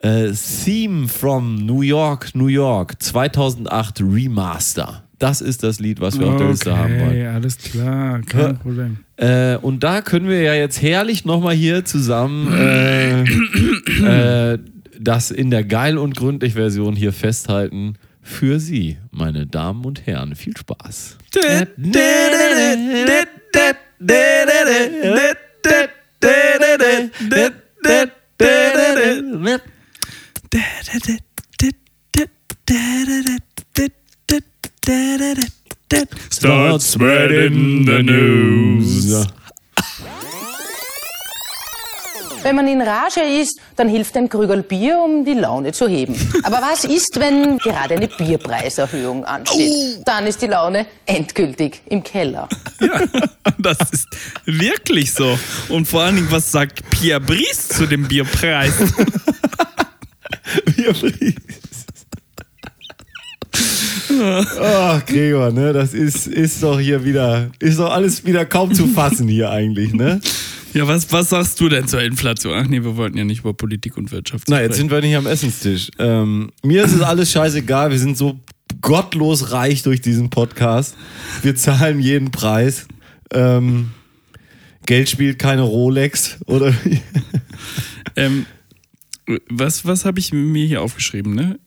äh, Theme from New York, New York 2008 Remaster. Das ist das Lied, was wir auf der Liste haben wollen.
Okay, alles klar, kein
Ja.
Problem.
Äh, und da können wir ja jetzt herrlich nochmal hier zusammen äh, äh, das in der geil und gründlich Version hier festhalten. Für Sie, meine Damen und Herren, viel Spaß.
Start spreading the news.
Wenn man in Rage ist, dann hilft ein Krügerl Bier, um die Laune zu heben. Aber was ist, wenn gerade eine Bierpreiserhöhung ansteht? Dann ist die Laune endgültig im Keller.
Ja, das ist wirklich so. Und vor allen Dingen, was sagt Pierre Brice zu dem Bierpreis?
Ach, Gregor, ne, das ist, ist doch hier wieder, ist doch alles wieder kaum zu fassen hier eigentlich, ne?
Ja, was, was sagst du denn zur Inflation? Ach nee, wir wollten ja nicht über Politik und Wirtschaft
Na, jetzt sind wir nicht am Essenstisch. Ähm, mir ist es alles scheißegal. Wir sind so gottlos reich durch diesen Podcast. Wir zahlen jeden Preis. Ähm, Geld spielt keine Rolex oder
Ähm, was was habe ich mir hier aufgeschrieben, ne?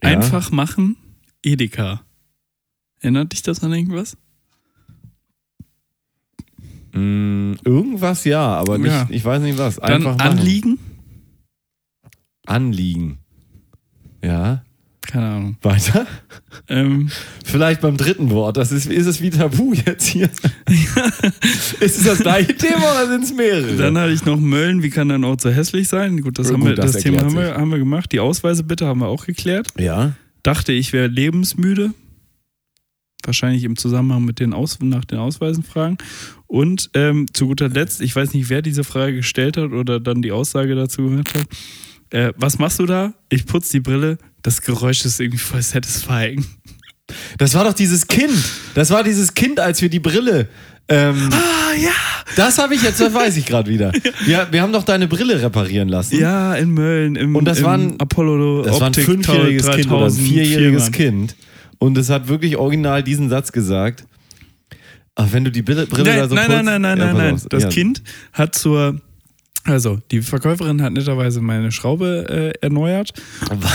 Einfach machen, Edeka. Erinnert dich das an irgendwas?
Mm, irgendwas ja, aber nicht,
Ja.
ich weiß nicht was.
Dann
Einfach machen.
Anliegen?
Anliegen. Ja.
Keine Ahnung.
Weiter?
Ähm,
Vielleicht beim dritten Wort. Das ist, ist es wie Tabu jetzt hier. ist es das gleiche Thema oder sind es mehrere?
dann hatte ich noch Mölln, wie kann ein Ort so hässlich sein? Äh, Gut, das,
Gut,
haben wir,
das
das, Thema
erklärt
haben wir, haben wir gemacht. Die Ausweise bitte haben wir auch geklärt.
ja.
Dachte ich wäre lebensmüde. Wahrscheinlich im Zusammenhang mit den Aus nach den Ausweisen fragen. Und ähm, zu guter Letzt, ich weiß nicht, wer diese Frage gestellt hat oder dann die Aussage dazu gehört hat. Äh, was machst du da? Ich putze die Brille. Das Geräusch ist irgendwie voll satisfying.
Das war doch dieses Kind. Das war dieses Kind, als wir die Brille. Ähm,
Ah, ja.
das habe ich jetzt, das weiß ich gerade wieder. Wir, wir haben doch deine Brille reparieren lassen.
Ja, in Mölln. Im,
Und das
im
war ein-
Apollo.
Das war ein
Optik
fünfjähriges Kind oder ein
3000
vierjähriges
Firma.
Kind. Und es hat wirklich original diesen Satz gesagt. Ach, wenn du die Brille, Brille
Nein,
da so
nein,
putzt,
nein, nein, nein,
Ja,
nein,
pass
nein.
auf.
Das
Ja.
Kind hat zur. Also, die Verkäuferin hat netterweise meine Schraube äh, erneuert.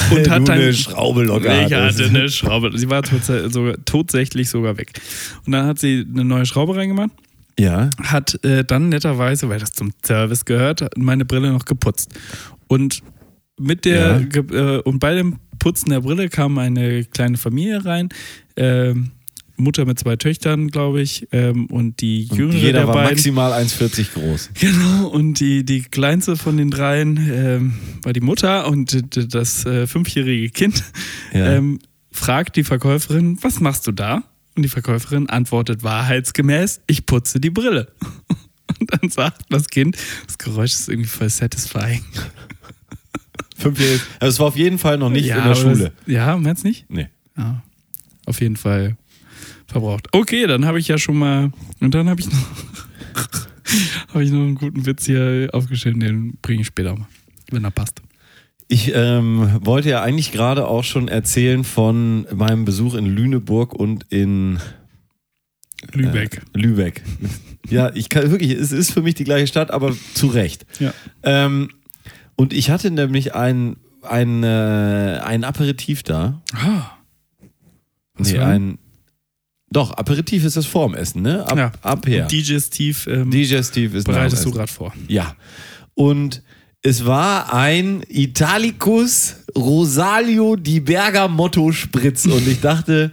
Weil
und hat
du
dann-
eine Schraube locker
Ich
hattest.
hatte eine Schraube. Sie war tats- sogar, tatsächlich sogar weg. Und dann hat sie eine neue Schraube reingemacht,
Ja.
hat äh, dann netterweise, weil das zum Service gehört, meine Brille noch geputzt. Und mit
Ja.
der ge- äh, und bei dem Putzen der Brille kam eine kleine Familie rein. ähm, Mutter mit zwei Töchtern, glaube ich, ähm, und die
Und
jüngere
jeder
der
war
beiden.
maximal 1,40 groß.
Genau, und die, die kleinste von den dreien ähm, war die Mutter und d- d- das äh, fünfjährige Kind
Ja.
ähm, fragt die Verkäuferin, was machst du da? Und die Verkäuferin antwortet wahrheitsgemäß, ich putze die Brille. Und dann sagt das Kind, das Geräusch ist irgendwie voll satisfying.
Fünfjähriges. Also es war auf jeden Fall noch nicht
ja,
in der
aber
Schule.
Das, ja, meinst nicht?
Nee.
Ja, auf jeden Fall verbraucht. Okay, dann habe ich ja schon mal und dann habe ich noch habe ich noch einen guten Witz hier aufgeschrieben, den bringe ich später mal, wenn er passt.
Ich ähm, wollte ja eigentlich gerade auch schon erzählen von meinem Besuch in Lüneburg und in Äh.
Lübeck.
Lübeck. Ja, ich kann wirklich, es ist für mich die gleiche Stadt, aber zu Recht.
Ja.
Ähm, und ich hatte nämlich ein, ein, äh, ein Aperitif da.
Ah,
Nee,
war
ein. Doch, Aperitif ist das vorm Essen, ne? Ab,
Ja.
ab her.
Digestiv ähm,
Digestiv ist nach dem
bereitest du
Essen.
gerade vor.
Ja. Und es war ein Italicus Rosalio di Bergamotto Spritz. Und ich dachte,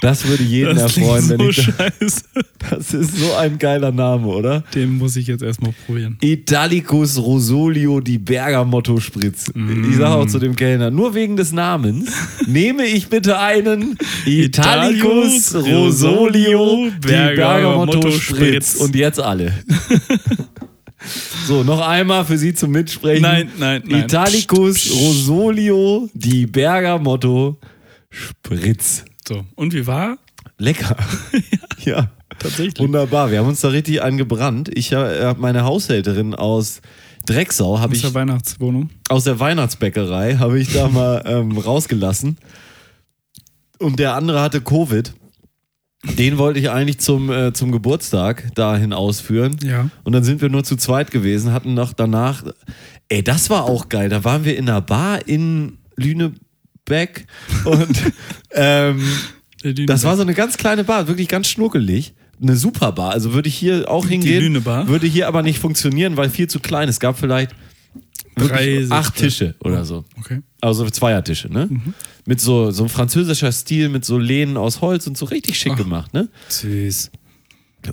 das würde jeden erfreuen, wenn
so
ich. da-
scheiße.
Das ist so ein geiler Name, oder?
Den muss ich jetzt erstmal probieren.
Italicus Rosolio di Bergamotto Spritz. Ich sage auch zu dem Kellner, nur wegen des Namens nehme ich bitte einen Italicus Rosolio di Bergamotto Spritz. Und jetzt alle. so, noch einmal für Sie zum Mitsprechen.
Nein, nein, nein.
Italicus Rosolio di Bergamotto Spritz.
So, und wie war?
Lecker. ja.
Tatsächlich.
Wunderbar, wir haben uns da richtig angebrannt. Ich habe meine Haushälterin aus Drecksau, habe
Aus
ich
der Weihnachtswohnung.
aus der Weihnachtsbäckerei habe ich da mal ähm, rausgelassen. Und der andere hatte Covid. Den wollte ich eigentlich zum, äh, zum Geburtstag dahin ausführen.
Ja.
Und dann sind wir nur zu zweit gewesen, hatten noch danach. Ey, das war auch geil. Da waren wir in einer Bar in Lünebeck. Und ähm, das war so eine ganz kleine Bar, wirklich ganz schnuckelig. Eine super Bar. Also würde ich hier auch hingehen.
Lüne-Bar?
Würde hier aber nicht funktionieren, weil viel zu klein. Es gab vielleicht wirklich
Sitze.
acht Tische oder so.
Okay.
Also Zweiertische, ne? Mit so, so einem französischer Stil, mit so Lehnen aus Holz und so richtig schick gemacht, ne?
Süß.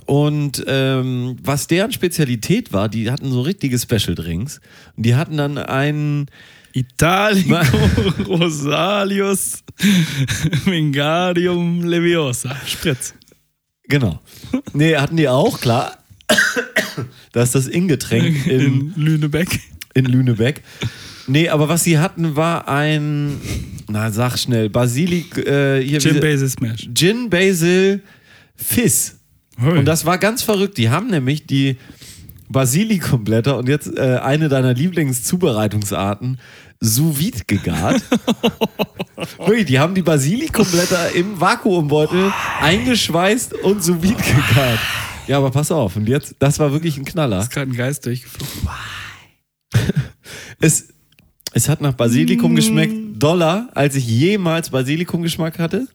Und ähm, was deren Spezialität war, die hatten so richtige Special Drinks. Und die hatten dann einen.
Italico Rosalius Vingarium Leviosa. Spritz.
Genau. Nee, hatten die auch, klar. Das ist das Ingetränk in,
In Lünebeck.
in Lünebeck. Nee, aber was sie hatten, war ein. Na, sag schnell. Basilik. Äh, hier,
Jim
wie-
Basil Smash.
Gin Basil Fizz. Und das war ganz verrückt. Die haben nämlich die Basilikumblätter und jetzt äh, eine deiner Lieblingszubereitungsarten sous vide gegart. Wirklich, die haben die Basilikumblätter im Vakuumbeutel eingeschweißt und sous vide gegart. Ja, aber pass auf. Und jetzt, das war wirklich ein Knaller.
ist gerade ein Geist durchgeflogen.
Es, es hat nach Basilikum geschmeckt, doller, als ich jemals Basilikumgeschmack hatte.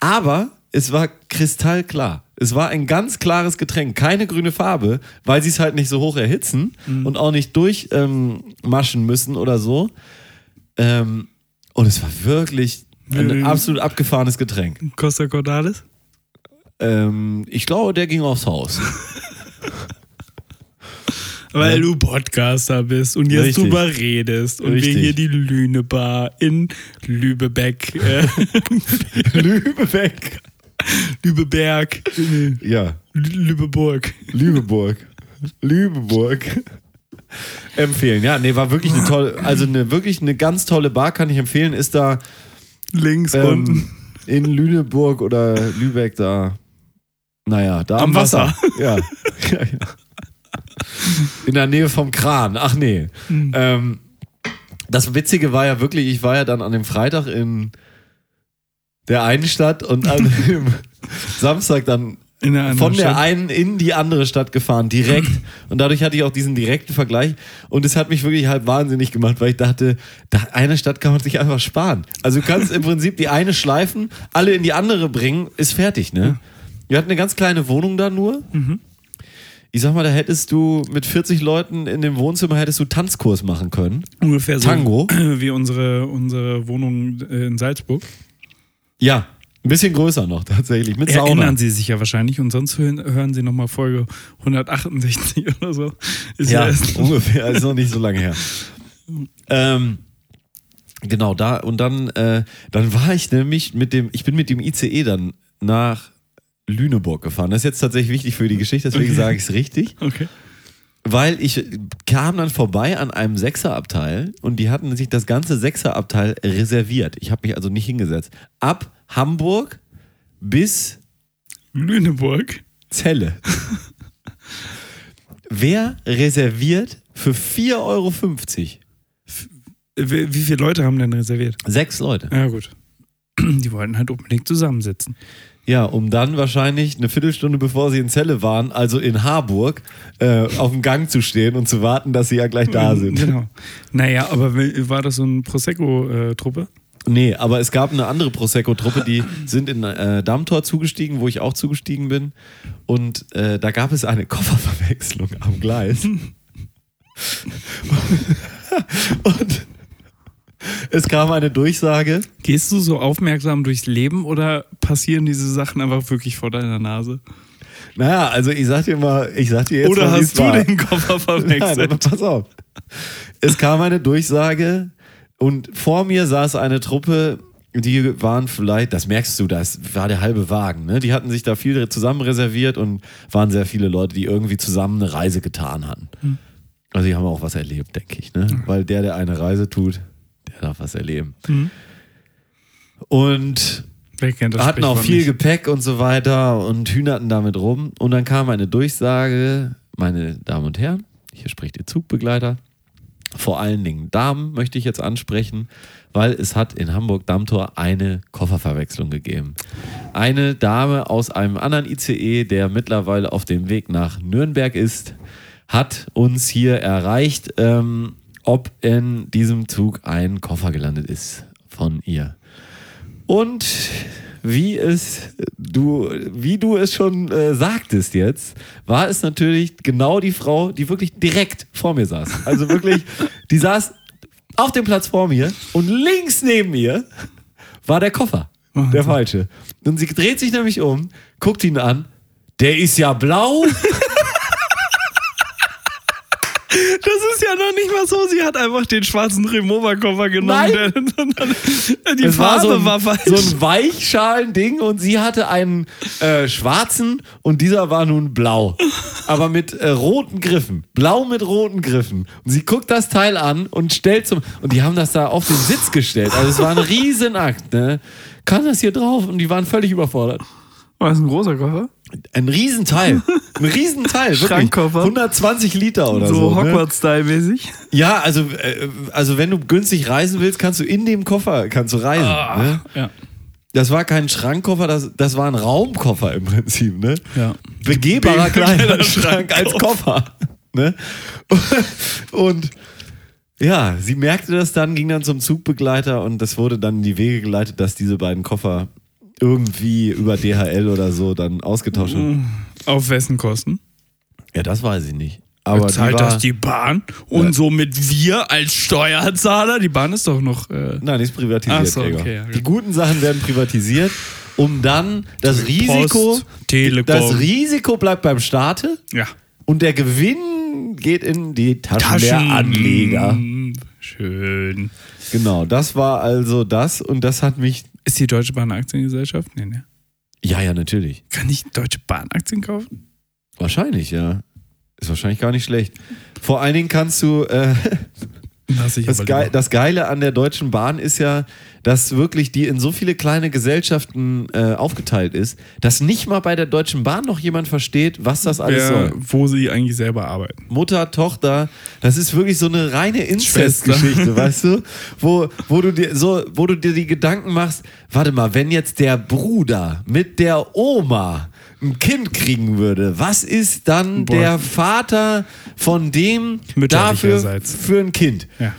Aber es war kristallklar. Es war ein ganz klares Getränk, keine grüne Farbe, weil sie es halt nicht so hoch erhitzen und auch nicht durchmaschen ähm, maschen müssen oder so. Ähm, und es war wirklich ein
Mhm.
absolut abgefahrenes Getränk.
Costa Cordalis?
Ähm, ich glaube, der ging aufs Haus.
Weil du Podcaster bist und jetzt
Richtig.
drüber redest und
Richtig.
wir hier die Lünebar in Lübebeck, äh,
Lübeck.
Lübeberg, Lü-
Ja,
Lübeburg.
Lübeburg. Lübeburg. Empfehlen. Ja, nee, war wirklich eine tolle, also eine, wirklich eine ganz tolle Bar, kann ich empfehlen. Ist da
Links
ähm,
unten.
in Lüneburg oder Lübeck da, naja, da am,
Am
Wasser. Ja. ja, ja. In der Nähe vom Kran. Ach nee. Ähm, das Witzige war ja wirklich, ich war ja dann an dem Freitag in der einen Stadt und an dem Samstag dann
In der anderen
von der
Stadt.
einen in die andere Stadt gefahren, direkt. Und dadurch hatte ich auch diesen direkten Vergleich. Und es hat mich wirklich halt wahnsinnig gemacht, weil ich dachte, da eine Stadt kann man sich einfach sparen. Also du kannst im Prinzip die eine schleifen, alle in die andere bringen, ist fertig, ne? Wir hatten eine ganz kleine Wohnung da nur. Ich sag mal, da hättest du mit 40 Leuten in dem Wohnzimmer hättest du Tanzkurs machen können.
Ungefähr so
Tango.
wie unsere, unsere Wohnung äh, in Salzburg.
Ja, ein bisschen größer noch tatsächlich, mit Sauna.
Erinnern Sie sich ja wahrscheinlich und sonst hören, hören Sie nochmal Folge 168 oder so. Ist
Ja,
erst-
ungefähr, ist noch nicht so lange her. Ähm, genau, da und dann, äh, dann war ich nämlich mit dem, ich bin mit dem ICE dann nach Lüneburg gefahren. Das ist jetzt tatsächlich wichtig für die Geschichte, deswegen sage ich es richtig.
Okay.
Weil ich kam dann vorbei an einem Sechserabteil und die hatten sich das ganze Sechserabteil reserviert. Ich habe mich also nicht hingesetzt. Ab Hamburg bis
Lüneburg.
Zelle. Wer reserviert für 4,50 Euro?
Äh, Wie, wie viele Leute haben denn reserviert?
Sechs Leute.
Ja, gut. Die wollten halt unbedingt zusammensitzen.
Ja, um dann wahrscheinlich eine Viertelstunde bevor sie in Zelle waren, also in Harburg, äh, auf dem Gang zu stehen und zu warten, dass sie ja gleich da sind.
Genau. Naja, aber w- war das so eine Prosecco-Truppe?
Nee, aber es gab eine andere Prosecco-Truppe, die sind in äh, Dammtor zugestiegen, wo ich auch zugestiegen bin. Und äh, da gab es eine Kofferverwechslung am Gleis. und es kam eine Durchsage.
Gehst du so aufmerksam durchs Leben oder passieren diese Sachen einfach wirklich vor deiner Nase?
Naja, also ich sag dir mal, ich sag dir jetzt
Oder
mal, wie's
hast du
war.
den Koffer
Nein, aber
verwechselt?
pass auf. Es kam eine Durchsage und vor mir saß eine Truppe, die waren vielleicht, das merkst du, das war der halbe Wagen, ne? Die hatten sich da viel zusammen reserviert und waren sehr viele Leute, die irgendwie zusammen eine Reise getan hatten. Also die haben auch was erlebt, denke ich, ne? Weil der, der eine Reise tut, der darf was erleben. Und
Wer kennt das
hatten auch
Sprichwort
viel
nicht?
Gepäck und so weiter und hühnerten damit rum. Und dann kam eine Durchsage, meine Damen und Herren, hier spricht Ihr Zugbegleiter. Vor allen Dingen Damen möchte ich jetzt ansprechen, weil es hat in Hamburg Dammtor eine Kofferverwechslung gegeben. Eine Dame aus einem anderen ICE, der mittlerweile auf dem Weg nach Nürnberg ist, hat uns hier erreicht, ähm, ob in diesem Zug ein Koffer gelandet ist von ihr. Und wie es du, wie du es schon äh, sagtest jetzt, war es natürlich genau die Frau, die wirklich direkt vor mir saß. Also wirklich, die saß auf dem Platz vor mir und links neben mir war der Koffer. Der falsche. Und sie dreht sich nämlich um, guckt ihn an. Der ist ja blau.
Das ist ja noch nicht mal so. Sie hat einfach den schwarzen Remover-Koffer genommen.
Nein.
Der, die
es war
Farbe
so ein,
war falsch.
so ein Weichschalen-Ding und sie hatte einen äh, schwarzen und dieser war nun blau. Aber mit äh, roten Griffen. Blau mit roten Griffen. Und sie guckt das Teil an und stellt zum. Und die haben das da auf den Sitz gestellt. Also es war ein Riesenakt, ne? Kann das hier drauf? Und die waren völlig überfordert.
war das ein großer Koffer?
Ein Riesenteil. Ein Riesenteil. wirklich.
Schrankkoffer.
120 Liter oder so.
so
ne?
Hogwarts-Style-mäßig.
Ja, also, äh, also wenn du günstig reisen willst, kannst du in dem Koffer kannst du reisen. Ne?
Ah, Ja.
Das war kein Schrankkoffer, das, das war ein Raumkoffer im Prinzip, ne?
Ja.
Begehbarer
Be-
kleiner Schrank als Koffer, ne? Und ja, sie merkte das dann, ging dann zum Zugbegleiter und das wurde dann in die Wege geleitet, dass diese beiden Koffer irgendwie über DHL oder so dann ausgetauscht
Mhm.
wurden.
Auf wessen Kosten?
Ja, das weiß ich nicht. Aber
Zahlt
die war,
das die Bahn? Und somit wir als Steuerzahler? Die Bahn ist doch noch. Äh,
Nein, die ist privatisiert.
Ach so,
Gregor.
okay, ja, gut.
Die guten Sachen werden privatisiert, um dann das Risiko,
Post, Telekom.
das Risiko bleibt beim Staate
ja.
und der Gewinn geht in die Taschen,
Taschen- Hm,
der Anleger.
Schön.
Genau, das war also das und das hat mich.
Ist die Deutsche Bahn eine Aktiengesellschaft? Nee, nee.
Ja, ja, natürlich.
Kann ich Deutsche Bahn Aktien kaufen?
Wahrscheinlich, ja. Ist wahrscheinlich gar nicht schlecht. Vor allen Dingen kannst du. Äh,
Lass ich
Das,
aber
Geil,
lieber.
das Geile an der Deutschen Bahn ist ja, dass wirklich die in so viele kleine Gesellschaften äh, aufgeteilt ist, dass nicht mal bei der Deutschen Bahn noch jemand versteht, was das alles
Wer,
soll.
wo sie eigentlich selber arbeiten.
Mutter, Tochter, das ist wirklich so eine reine
Schwester.
Inzestgeschichte, weißt du? Wo, wo, du dir, so, wo du dir die Gedanken machst, warte mal, wenn jetzt der Bruder mit der Oma ein Kind kriegen würde, was ist dann
Boah.
der Vater von dem dafür
Mütterlicherseits.
für ein Kind?
Ja.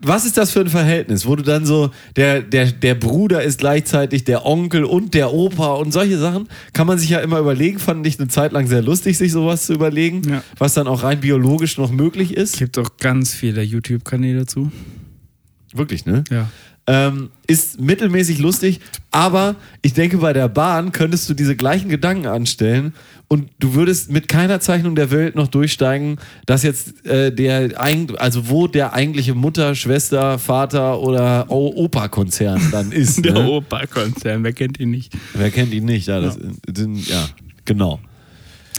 Was ist das für ein Verhältnis, wo du dann so, der, der, der Bruder ist gleichzeitig der Onkel und der Opa und solche Sachen, kann man sich ja immer überlegen, fand ich eine Zeit lang sehr lustig, sich sowas zu überlegen,
Ja.
was dann auch rein biologisch noch möglich ist.
Gibt auch ganz viele YouTube-Kanäle dazu.
Wirklich, ne?
Ja.
Ähm, ist mittelmäßig lustig, aber ich denke, bei der Bahn könntest du diese gleichen Gedanken anstellen und du würdest mit keiner Zeichnung der Welt noch durchsteigen, dass jetzt äh, der, eig- also wo der eigentliche Mutter, Schwester, Vater oder O- Opa-Konzern dann ist.
Der
ne?
Opa-Konzern, wer kennt ihn nicht?
Wer kennt ihn nicht? Ja, das sind, ja, genau.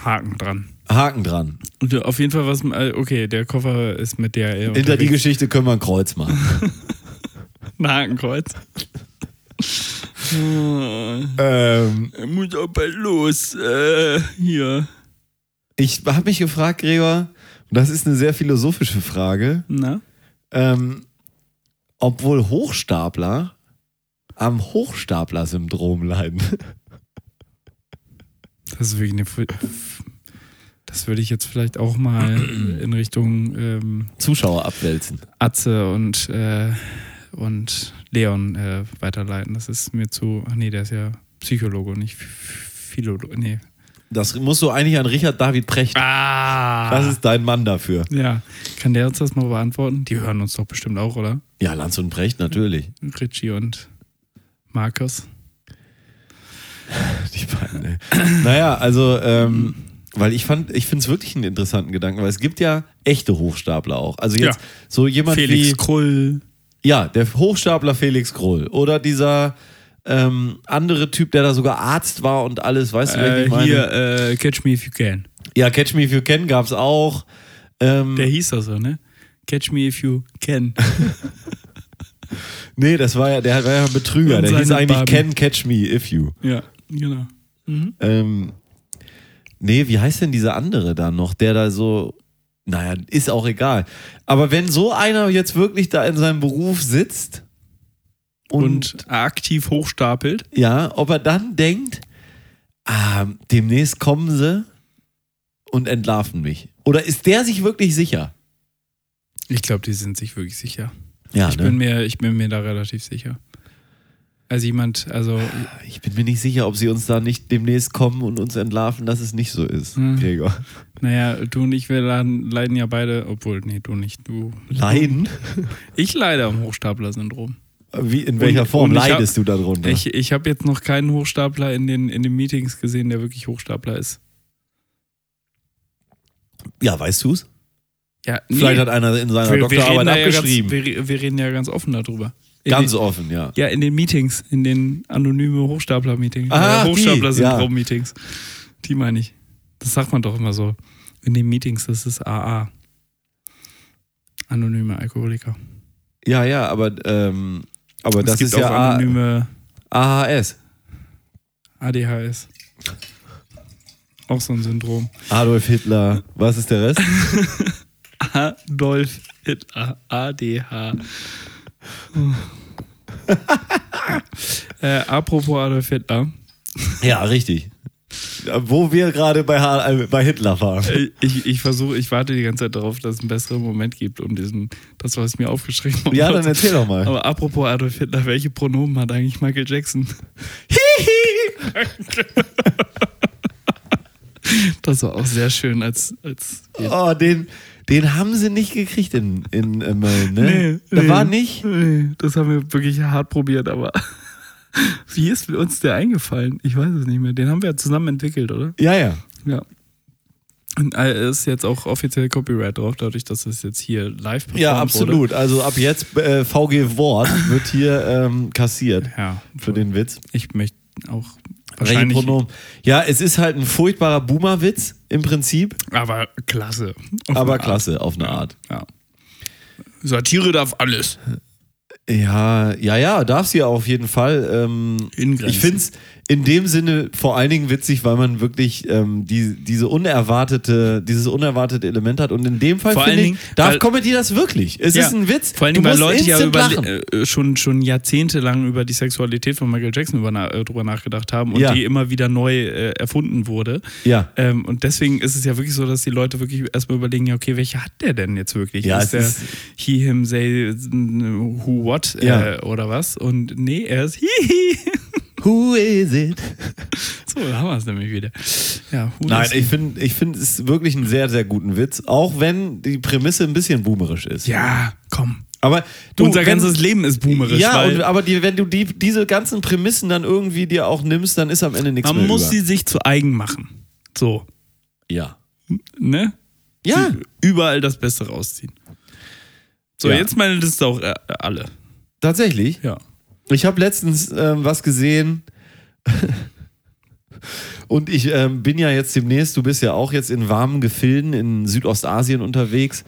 Haken dran.
Haken dran.
Und auf jeden Fall was. äh, Okay, der Koffer ist mit DHL.
Hinter die
unterwegs.
Geschichte können wir ein Kreuz machen.
Ein Hakenkreuz.
ähm,
Muss aber los. Äh, hier.
ich habe mich gefragt, Gregor, und das ist eine sehr philosophische Frage.
Na?
ähm, obwohl Hochstapler am Hochstapler-Syndrom leiden.
Das ist wirklich eine. Fu- Das würde ich jetzt vielleicht auch mal in Richtung ähm,
Zuschauer abwälzen.
Atze und, äh, und Leon äh, weiterleiten. Das ist mir zu. Ach nee, der ist ja Psychologe und nicht Philologe. Nee.
Das musst du eigentlich an Richard David Precht.
Ah!
Das ist dein Mann dafür.
ja. Kann der uns das mal beantworten? Die hören uns doch bestimmt auch, oder?
Ja, Lanz und Precht natürlich.
Richie und Markus.
Die beiden, ey. Naja, also, ähm, weil ich fand, ich finde es wirklich einen interessanten Gedanken, weil es gibt ja echte Hochstapler auch. Also jetzt
Ja.
so jemand wie.
Krull.
Ja, der Hochstapler Felix Krull. Oder dieser ähm, andere Typ, der da sogar Arzt war und alles, weißt du, wen
Äh,
ich meine?
hier, äh, Catch Me If You Can.
Ja, Catch Me If You Can gab's auch. Ähm,
Der hieß das so, ne? Catch Me If You Can.
Nee, das war ja, der war ja ein Betrüger.
Und
Der hieß
seine
eigentlich
Barbie.
Can Catch Me If You.
Ja, genau.
Ähm, nee, wie heißt denn dieser andere dann noch, der da so. Naja, ist auch egal. Aber wenn so einer jetzt wirklich da in seinem Beruf sitzt und,
Und aktiv hochstapelt.
ja, ob er dann denkt, ah, demnächst kommen sie und entlarven mich. Oder ist der sich wirklich sicher?
Ich glaube, die sind sich wirklich sicher.
Ja,
ich, bin mir, ich bin mir da relativ sicher. Also jemand, also
ich bin mir nicht sicher, ob sie uns da nicht demnächst kommen und uns entlarven, dass es nicht so ist,
Hm.
Gregor.
Naja, du und ich, wir leiden, leiden ja beide, obwohl, nee, du nicht, du.
Leiden?
Ich leide am Hochstapler-Syndrom.
Wie, in welcher Form
und ich hab-
leidest du darunter?
Ich, ich habe jetzt noch keinen Hochstapler in den, in den Meetings gesehen, der wirklich Hochstapler ist.
ja, weißt du's?
Ja, nee,
Vielleicht hat einer in
Äh,
seiner Doktorarbeit
da ja
abgeschrieben.
Ganz, wir, wir reden ja ganz offen darüber. In
ganz
den,
offen, ja.
Ja, in den Meetings, in den anonymen Hochstapler-Meetings.
Ah,
äh,
die,
Hochstapler-Syndrom-Meetings. Die meine ich. Das sagt man doch immer so. In den Meetings, das ist AA. Anonyme Alkoholiker.
Ja, ja, aber, ähm, aber
es
das
gibt
ist ja
auch
A-
anonyme
AHS.
ADHS. Auch so ein Syndrom.
Adolf Hitler. Was ist der Rest?
Adolf Hitler. ADH. äh, apropos Adolf Hitler.
ja, richtig. Wo wir gerade bei, H- äh, bei Hitler waren.
Äh, Ich, ich versuche, ich warte die ganze Zeit darauf, dass es einen besseren Moment gibt, um diesen, das, was ich mir aufgeschrieben habe.
Ja, dann erzähl doch mal.
Aber apropos Adolf Hitler, welche Pronomen hat eigentlich Michael Jackson? Das war auch sehr schön als, als
Oh, den, den haben sie nicht gekriegt in, in, in Mölln, ne?
Nee,
da
nee.
war nicht.
Nee, das haben wir wirklich hart probiert, aber wie ist uns der eingefallen? Ich weiß es nicht mehr. Den haben wir ja zusammen entwickelt, oder?
Ja, ja.
Ja. Und äh, ist jetzt auch offiziell Copyright drauf, dadurch, dass es jetzt hier live performt
Ja,
Wurde.
absolut. Also ab jetzt äh, VG Wort wird hier ähm, kassiert.
Ja,
Für den Witz.
Ich möchte auch
Welche
wahrscheinlich,
Pronomen? Ja, es ist halt ein furchtbarer Boomer-Witz im Prinzip,
aber klasse. Auf
aber
eine Art.
klasse auf eine Art.
Ja. Satire darf alles.
Ja, ja, ja, darf sie ja auf jeden Fall. Ähm,
In Grenzen.
ich finde es in dem Sinne vor allen Dingen witzig, weil man wirklich ähm, die, diese unerwartete, dieses unerwartete Element hat. Und in dem Fall
Vor allen
finde ich,
Dingen,
darf
weil-
Comedy das wirklich. Es ist ein Witz.
Vor allen
Du
Dingen, weil
musst
Leute ja
instant
über,
lachen.
äh, schon, schon jahrzehntelang über die Sexualität von Michael Jackson über, na- äh, drüber nachgedacht haben und
Ja.
die immer wieder neu äh, erfunden wurde.
Ja.
Ähm, und deswegen ist es ja wirklich so, dass die Leute wirklich erstmal überlegen, ja, okay, welche hat der denn jetzt wirklich?
Ja,
ist der
es
he, him, they, who, what äh,
Ja.
oder was? Und nee, er ist hihi. äh,
Who is it?
so, da haben wir es nämlich wieder. Ja, who
Nein,
is-
ich finde, ich finde es ist wirklich einen sehr, sehr guten Witz, auch wenn die Prämisse ein bisschen boomerisch ist.
ja, komm.
Aber du,
Unser
wenn-
ganzes Leben ist boomerisch.
Ja,
weil
und, aber die, wenn du die, diese ganzen Prämissen dann irgendwie dir auch nimmst, dann ist am Ende nichts
man
mehr
muss
über.
sie sich zu eigen machen. So,
ja.
ne?
Ja.
überall das Beste rausziehen. So,
Ja.
jetzt meine Liste auch äh, alle.
Tatsächlich.
Ja.
Ich habe letztens ähm, was gesehen. Und ich ähm, bin ja jetzt demnächst, du bist ja auch jetzt in warmen Gefilden in Südostasien unterwegs.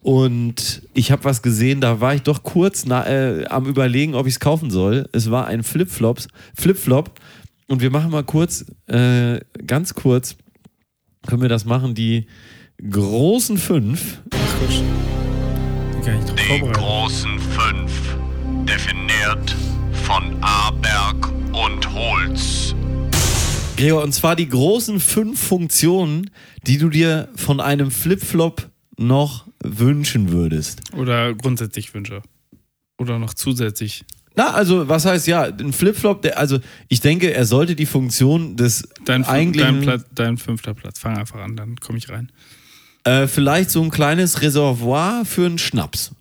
Und ich habe was gesehen, da war ich doch kurz na, äh, am Überlegen, ob ich es kaufen soll. Es war ein Flipflops, Flipflop. Und wir machen mal kurz, äh, ganz kurz, können wir das machen, die großen fünf.
Kann ich doch
Die
vorbereiten.
großen fünf, definiert von Aberg und Holz.
Gregor, und zwar die großen fünf Funktionen, die du dir von einem Flipflop noch wünschen würdest.
Oder grundsätzlich Wünsche. Oder noch zusätzlich.
Na, also, was heißt ja, ein Flipflop, der, also ich denke, er sollte die Funktion des
Dein, fün- dein,
eigentlichen,
Platz, dein fünfter Platz. Fang einfach an, dann komme ich rein.
äh, vielleicht so ein kleines Reservoir für einen Schnaps,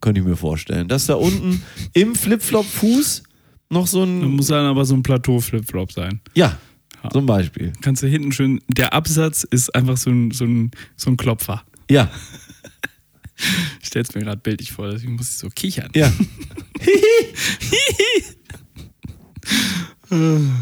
könnte ich mir vorstellen. Dass da unten im Flipflop-Fuß noch so
Dann
ein,
muss dann aber so ein Plateau-Flip-Flop sein.
ja, zum Beispiel.
Kannst du hinten schön. Der Absatz ist einfach so ein, so ein, so ein Klopfer.
Ja,
Ich stelle es mir gerade bildlich vor, deswegen muss ich so kichern.
ja.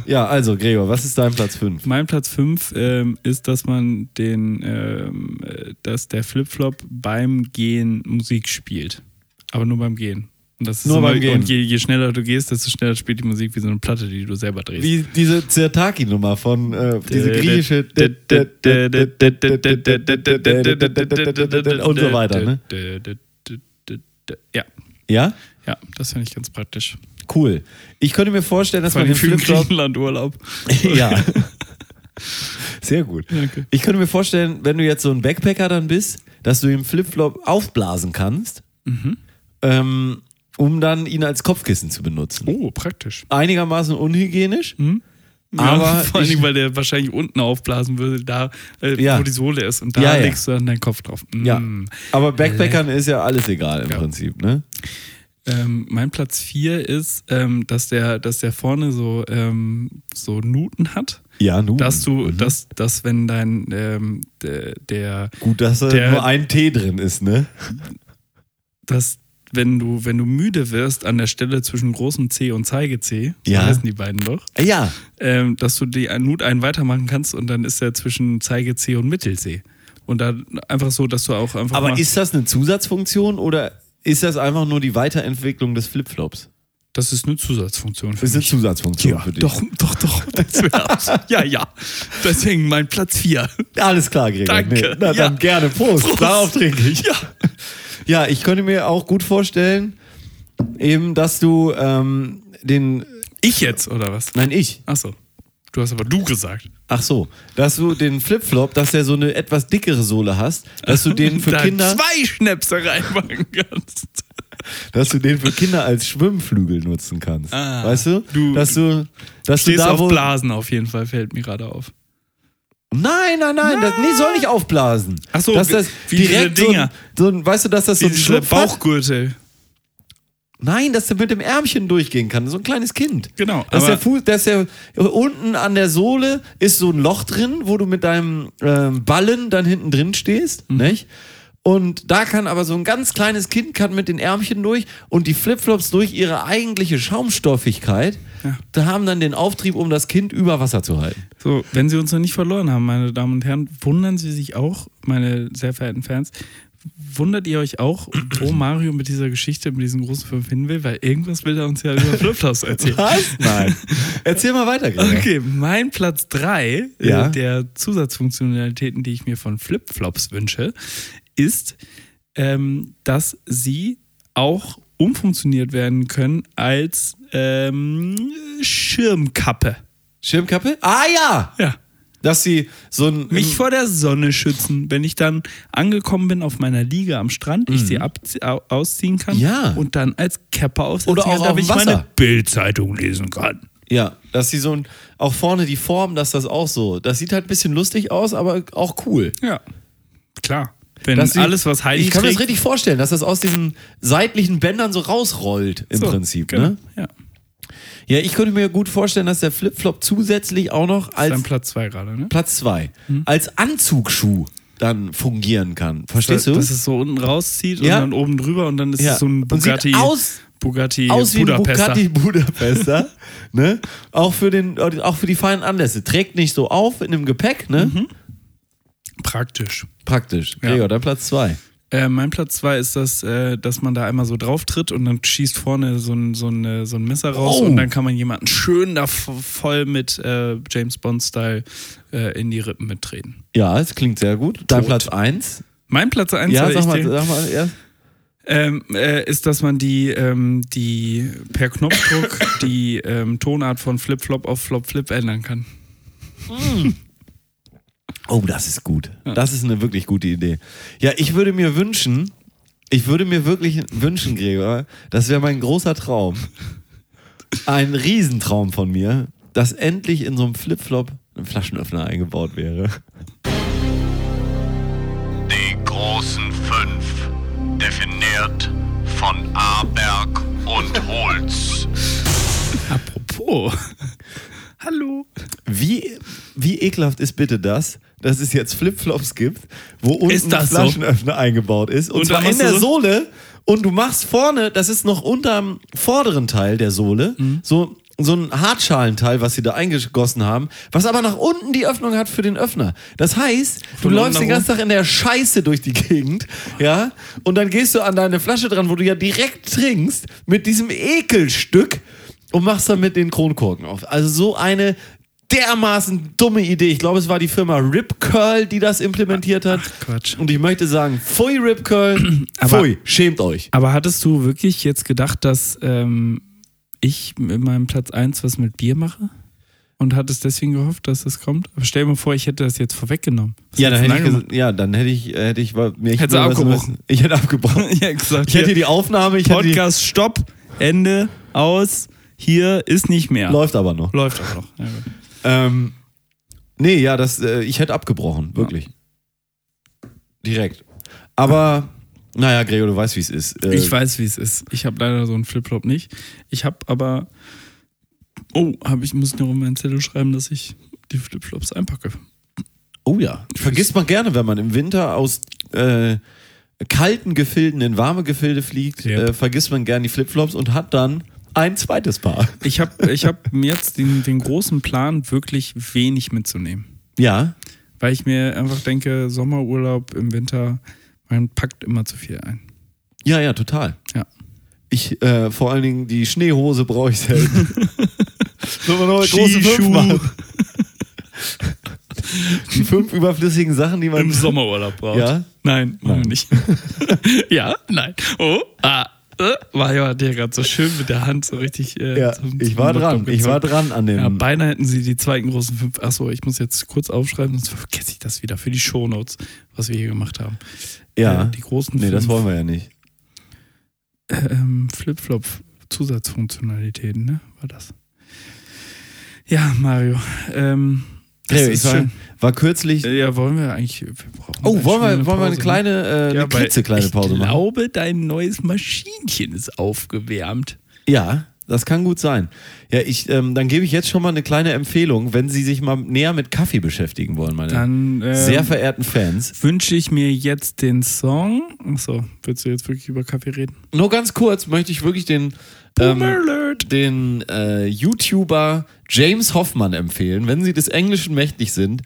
ja, also Gregor, was ist dein Platz fünf?
Mein Platz 5 ähm, ist, dass man den, ähm, äh, dass der Flipflop beim Gehen Musik spielt. Aber nur beim Gehen. Und das ist
Nur
immer,
beim Gehen.
Und je, je schneller du gehst, desto schneller spielt die Musik wie so eine Platte, die du selber drehst.
Wie diese Zertaki-Nummer von äh, diese griechische und so weiter, ne?
Ja,
Ja?
ja, das finde ich ganz praktisch.
Cool. Ich könnte mir vorstellen, dass
Vor
man
allem
den
für den
Flipflop
Griechenland-Urlaub.
ja. Sehr gut.
Danke.
Ich könnte mir vorstellen, wenn du jetzt so ein Backpacker dann bist, dass du den Flipflop aufblasen kannst,
Mhm.
ähm, um dann ihn als Kopfkissen zu benutzen.
Oh, praktisch.
Einigermaßen unhygienisch,
Mhm. ja,
aber
vor allen
ich,
Dingen, weil der wahrscheinlich unten aufblasen würde, da, äh,
Ja.
wo die Sohle ist. Und da
Ja, ja.
legst du dann deinen Kopf drauf. Mm.
ja, aber Backpackern
Äh.
ist ja alles egal im Prinzip, ne?
Ähm, mein Platz 4 ist, ähm, dass, der, dass der vorne so, ähm, so Nuten hat.
Ja, nun.
Dass du, dass, dass wenn dein ähm, der, der
gut, dass da
der-
nur ein Tee drin ist, ne?
dass wenn du, wenn du müde wirst an der Stelle zwischen großem C und Zeige-C,
Ja.
so heißen die beiden doch,
Ja,
ähm, dass du die Nut einen weitermachen kannst und dann ist er zwischen Zeige-C und Mittel-C. Und dann einfach so, dass du auch einfach
aber
mal,
ist das eine Zusatzfunktion oder ist das einfach nur die Weiterentwicklung des Flipflops?
das ist eine Zusatzfunktion für
Das ist eine
mich.
Zusatzfunktion für dich.
Doch, doch, doch. Das wär's. ja, ja. Deswegen mein Platz 4.
Alles klar, Gregor.
Danke.
Nee. Na,
Ja.
Dann gerne. Prost.
Prost.
Darauf trinke ich.
Ja.
Ja, ich könnte mir auch gut vorstellen, eben, dass du ähm, den.
Ich jetzt, oder was?
Nein, ich.
Achso. Du hast aber du gesagt.
Ach so. Dass du den Flipflop, dass der so eine etwas dickere Sohle hast, dass du den für
da
Kinder,
zwei Schnäpse reinmachen kannst.
dass du den für Kinder als Schwimmflügel nutzen kannst.
Ah.
weißt du?
Du
Dass du, dass du
Stehst
da
auf
wo.
Blasen auf jeden Fall, fällt mir gerade auf.
Nein, nein, nein, das nee, soll nicht aufblasen.
Ach so,
dass
wie-
das
wie diese
direkt
Dinger.
So ein, so ein, weißt du, dass das so ein
Diese
Schlupf hat?
Bauchgürtel.
Nein, dass der mit dem Ärmchen durchgehen kann. So ein kleines Kind.
Genau,
Dass
aber-
der Fuß, dass der unten an der Sohle ist so ein Loch drin, wo du mit deinem ähm, Ballen dann hinten drin stehst,
Mhm.
nicht? Und da kann aber so ein ganz kleines Kind kann mit den Ärmchen durch und die Flipflops durch ihre eigentliche Schaumstoffigkeit, da haben dann den Auftrieb, um das Kind über Wasser zu halten.
So, wenn Sie uns noch nicht verloren haben, meine Damen und Herren, wundern Sie sich auch, meine sehr verehrten Fans, wundert ihr euch auch, wo Mario mit dieser Geschichte, mit diesen großen fünf hin will, weil irgendwas will er uns ja über Flipflops erzählen.
Was? Nein. Erzähl mal weiter, Gregor.
Okay, mein Platz 3
Ja.
äh, der Zusatzfunktionalitäten, die ich mir von Flipflops wünsche, ist, ähm, dass sie auch umfunktioniert werden können als ähm, Schirmkappe.
Schirmkappe? Ah ja! Also
Ja.
Dass sie so ein.
Mich vor der Sonne schützen, wenn ich dann angekommen bin auf meiner Liege am Strand, ich sie abzie- au- ausziehen kann
Mhm. Ja.
und dann als Kappa aufsetzen
Oder auch
kann,
auf
damit ich
dem
meine
Wasser.
Bildzeitung lesen kann.
Ja, dass sie so ein, auch vorne die Form, dass das auch so, das sieht halt ein bisschen lustig aus, aber auch cool.
Ja, klar. Wenn
Dass sie,
alles, was heilig
Ich kann mir das
trägt,
richtig vorstellen, dass das aus diesen seitlichen Bändern so rausrollt im
So,
Prinzip.
genau,
Ne?
Ja.
Ja, ich könnte mir gut vorstellen, dass der Flipflop zusätzlich auch noch
Als
als
Dann Platz 2 gerade, ne?
Platz zwei als Anzugsschuh dann fungieren kann. Verstehst du?
Dass es so unten rauszieht
Ja.
und dann oben drüber und dann ist
Ja.
es so ein
Und sieht
Bugatti.
aus-
Bugatti
aus wie
Budapester.
ein Bugatti Budapester. ne? auch, für den, auch für die feinen Anlässe. Trägt nicht so auf in einem Gepäck, ne?
Praktisch.
Praktisch.
Ja.
Ja. dann Platz zwei.
Äh, mein Platz 2 ist, das, äh, dass man da einmal so drauf tritt und dann schießt vorne so ein, so ein, äh, so ein Messer raus
Oh.
und dann kann man jemanden schön da vo- voll mit äh, James Bond-Style äh, in die Rippen mittreten.
Ja, es klingt sehr gut. Dein
Tot.
Platz 1.
Mein Platz 1
Ja, sag mal, sag mal erst.
ähm, äh, ist, dass man die, ähm, die per Knopfdruck die ähm, Tonart von Flip-Flop auf Flop-Flip ändern kann.
Oh, das ist gut. Das ist eine wirklich gute Idee. Ja, ich würde mir wünschen, ich würde mir wirklich wünschen, Gregor, das wäre mein großer Traum. Ein Riesentraum von mir, dass endlich in so einem Flipflop ein Flaschenöffner eingebaut wäre.
Die großen fünf, definiert von Aberg und Holz.
Apropos. Hallo.
Wie, wie ekelhaft ist bitte das, dass es jetzt Flipflops gibt, wo unten ein
das so?
Flaschenöffner eingebaut ist und,
Und dann
zwar in
machst du
der
so- Mhm.
Sohle und du machst vorne, das ist noch unterm vorderen Teil der Sohle, so so ein Hartschalenteil, was sie da eingegossen haben, was aber nach unten die Öffnung hat für den Öffner. Das heißt, du
unten
läufst
nach
den ganzen Tag in der Scheiße durch die Gegend, ja, und dann gehst du an deine Flasche dran, wo du ja direkt trinkst, mit diesem Ekelstück und machst damit den Kronkorken auf. Also so eine dermaßen dumme Idee. Ich glaube, es war die Firma Rip Curl, die das implementiert hat.
Ach, Quatsch.
Und ich möchte sagen, pfui Rip Curl,
Aber-
pfui, schämt euch.
Aber hattest du wirklich jetzt gedacht, dass ähm, ich mit meinem Platz 1 was mit Bier mache? Und hattest deswegen gehofft, dass das kommt? Aber stell dir mal vor, ich hätte das jetzt vorweggenommen. Was
Ja, dann
hättest
hätte ich,
du
ges- ja, dann hätte ich, hätte ich, war- mir echt
Hättest du
mal was-
abgebrochen.
Ich hätte abgebrochen.
gemacht? ja, gesagt.
Ich hätte
hier,
die Aufnahme, ich hätte die,
Podcast, Stopp, Ende, aus, hier ist nicht mehr.
läuft aber noch.
Läuft auch noch. Ja, gut.
Ähm, nee, ja, das, äh, ich hätte abgebrochen, wirklich. Direkt. Aber, naja, Gregor, du weißt, wie es ist. Äh,
Ich weiß, wie es ist. Ich habe leider so einen Flipflop nicht. Ich habe aber. Oh, hab ich muss nur auf meinen Zettel schreiben, dass ich die Flipflops einpacke.
Oh ja. Vergisst man gerne, wenn man im Winter aus äh, kalten Gefilden in warme Gefilde fliegt,
Yep.
äh, vergisst man gerne die Flipflops und hat dann ein zweites Paar.
Ich habe ich hab mir jetzt den, den großen Plan, wirklich wenig mitzunehmen.
Ja.
Weil ich mir einfach denke, Sommerurlaub im Winter, man packt immer zu viel ein.
Ja, ja, total.
Ja.
Ich, äh, vor allen Dingen die Schneehose brauche ich selten. Sollen wir noch eine große
Skischuh.
Fünf machen? Die fünf überflüssigen Sachen, die man...
Im Sommerurlaub braucht.
Ja?
Nein, machen wir nicht. ja, nein. Oh, ah. äh, Mario hat ja gerade so schön mit der Hand so richtig. Äh,
Ja,
zum-
ich
zum
war dran.
Laptop
Ich war
gezogen.
dran an dem...
Ja, beinahe hätten sie die zweiten großen fünf. Achso, ich muss jetzt kurz aufschreiben, sonst vergesse ich das wieder für die Shownotes, was wir hier gemacht haben.
ja.
Äh, die großen
nee, das
fünf
wollen wir ja nicht.
ähm, Flipflop Zusatzfunktionalitäten, ne? War das? Ja, Mario. Ähm, das
Nee, ich
ist
war,
schön.
war kürzlich...
Äh, Ja, wollen wir eigentlich. Wir brauchen
Oh,
eine
wollen wir,
schöne
wollen wir eine
Pause, ne?
kleine, äh,
Ja,
eine
weil
klitzekleine Pause
ich
machen?
glaube, dein neues Maschinchen ist aufgewärmt.
Ja, das kann gut sein. Ja, ich, ähm, dann gebe ich jetzt schon mal eine kleine Empfehlung, wenn Sie sich mal näher mit Kaffee beschäftigen wollen, meine
Dann ähm,
sehr verehrten Fans.
wünsche ich mir jetzt den Song. Achso, willst du jetzt wirklich über Kaffee reden?
Nur ganz kurz möchte ich wirklich den, ähm, den äh, YouTuber James Hoffmann empfehlen, wenn Sie des Englischen mächtig sind.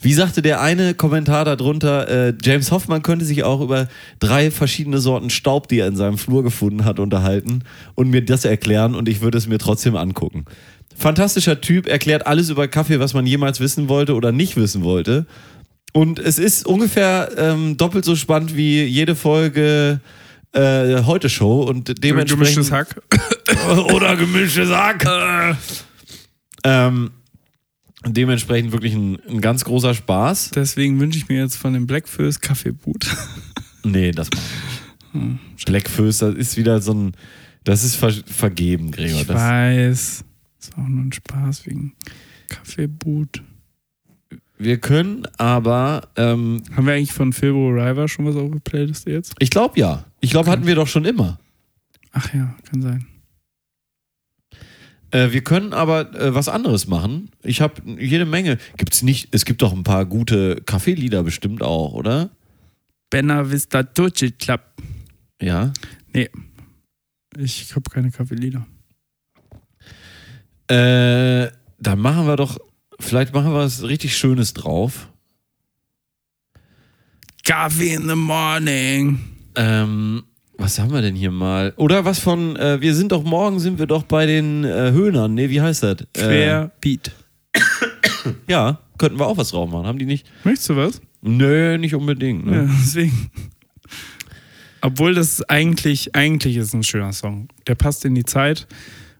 Wie sagte der eine Kommentar darunter, äh, James Hoffmann könnte sich auch über drei verschiedene Sorten Staub, die er in seinem Flur gefunden hat, unterhalten und mir das erklären und ich würde es mir trotzdem angucken. Fantastischer Typ, erklärt alles über Kaffee, was man jemals wissen wollte oder nicht wissen wollte. Und es ist ungefähr ähm, doppelt so spannend wie jede Folge äh, Heute Show und dementsprechend.
Gemischtes Hack. Äh.
Oder gemischtes Hack. ähm, dementsprechend wirklich ein, ein ganz großer Spaß.
Deswegen wünsche ich mir jetzt von dem Blackfills Kaffeeboot.
Nee, das machen
Hm.
wir nicht. Blackföß, das ist wieder so ein. Das ist ver vergeben, Gregor.
Ich
Das,
weiß. Ist auch nur ein Spaß wegen Kaffeeboot.
wir können aber. Ähm,
Haben wir eigentlich von Philbo River schon was auf der Playlist jetzt?
ich glaube ja. Ich glaube, hatten wir doch schon immer.
Ach ja, kann sein.
Äh, wir können aber äh, was anderes machen. Ich habe jede Menge. Gibt's nicht, es gibt doch ein paar gute Kaffeelieder bestimmt auch, oder?
Benna Vista Dolce Club.
Ja.
Ich habe keine Kaffeelieder.
Äh, dann machen wir doch, vielleicht machen wir was richtig Schönes drauf.
Kaffee in the morning.
Ähm, was haben wir denn hier mal? Oder was von, äh, wir sind doch morgen, sind wir doch bei den äh, Höhnern. Nee, wie heißt das? Äh,
Quer Beat.
ja, könnten wir auch was drauf machen. Haben die nicht?
Möchtest du was?
Nö, nicht unbedingt.
Ja,
Ne?
deswegen. Obwohl das eigentlich, eigentlich ist ein schöner Song. Der passt in die Zeit.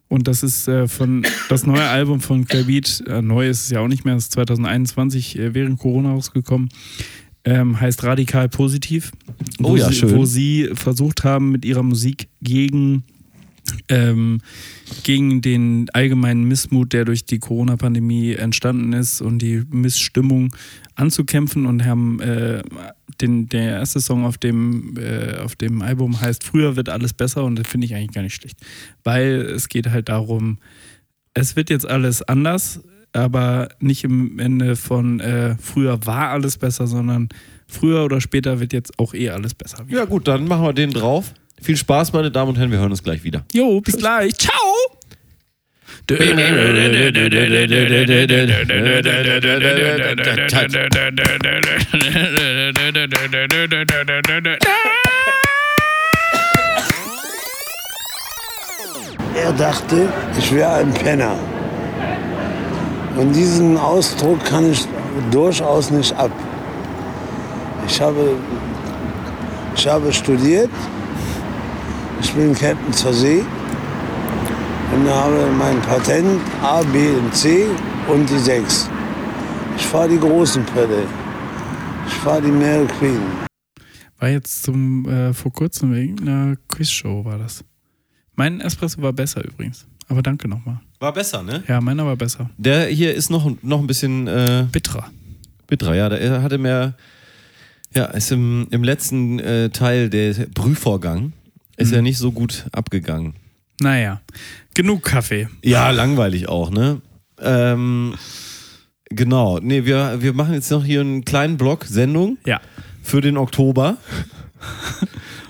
Und das ist äh, von das neue Album von Klavit, äh, neu ist es ja auch nicht mehr, das ist 2021 äh, während Corona rausgekommen, ähm, heißt Radikal Positiv. Wo
Oh ja,
sie,
schön.
Wo sie versucht haben, mit ihrer Musik gegen, ähm, gegen den allgemeinen Missmut, der durch die Corona-Pandemie entstanden ist und die Missstimmung anzukämpfen und haben äh, den, der erste Song auf dem, äh, auf dem Album heißt Früher wird alles besser und das finde ich eigentlich gar nicht schlecht. Weil es geht halt darum, es wird jetzt alles anders, aber nicht im Ende von äh, früher war alles besser, sondern früher oder später wird jetzt auch eh alles besser.
ja, gut, dann machen wir den drauf. Viel Spaß, meine Damen und Herren. Wir hören uns gleich wieder.
Jo, bis gleich. Ciao!
Er dachte, ich wäre ein Penner. Und diesen Ausdruck kann ich durchaus nicht ab. Ich habe, ich habe studiert, ich bin Captain zur See und habe mein Patent A, B und C und die 6. Ich fahre die großen Pferde. Ich fahre die Mary Queen.
War jetzt zum, äh, vor kurzem wegen einer Quizshow war das. Mein Espresso war besser übrigens. Aber danke nochmal.
War besser, ne?
Ja, meiner war besser.
Der hier ist noch, noch ein bisschen äh,
Bitterer.
bitterer, ja. Der hatte mehr. Ja, ist im, im letzten äh, Teil der Prüfvorgang ist er nicht so gut abgegangen.
Naja, genug Kaffee.
Ja, langweilig auch, ne? Ähm, genau. Nee, wir, wir machen jetzt noch hier einen kleinen Block Sendung
Ja.
für den Oktober.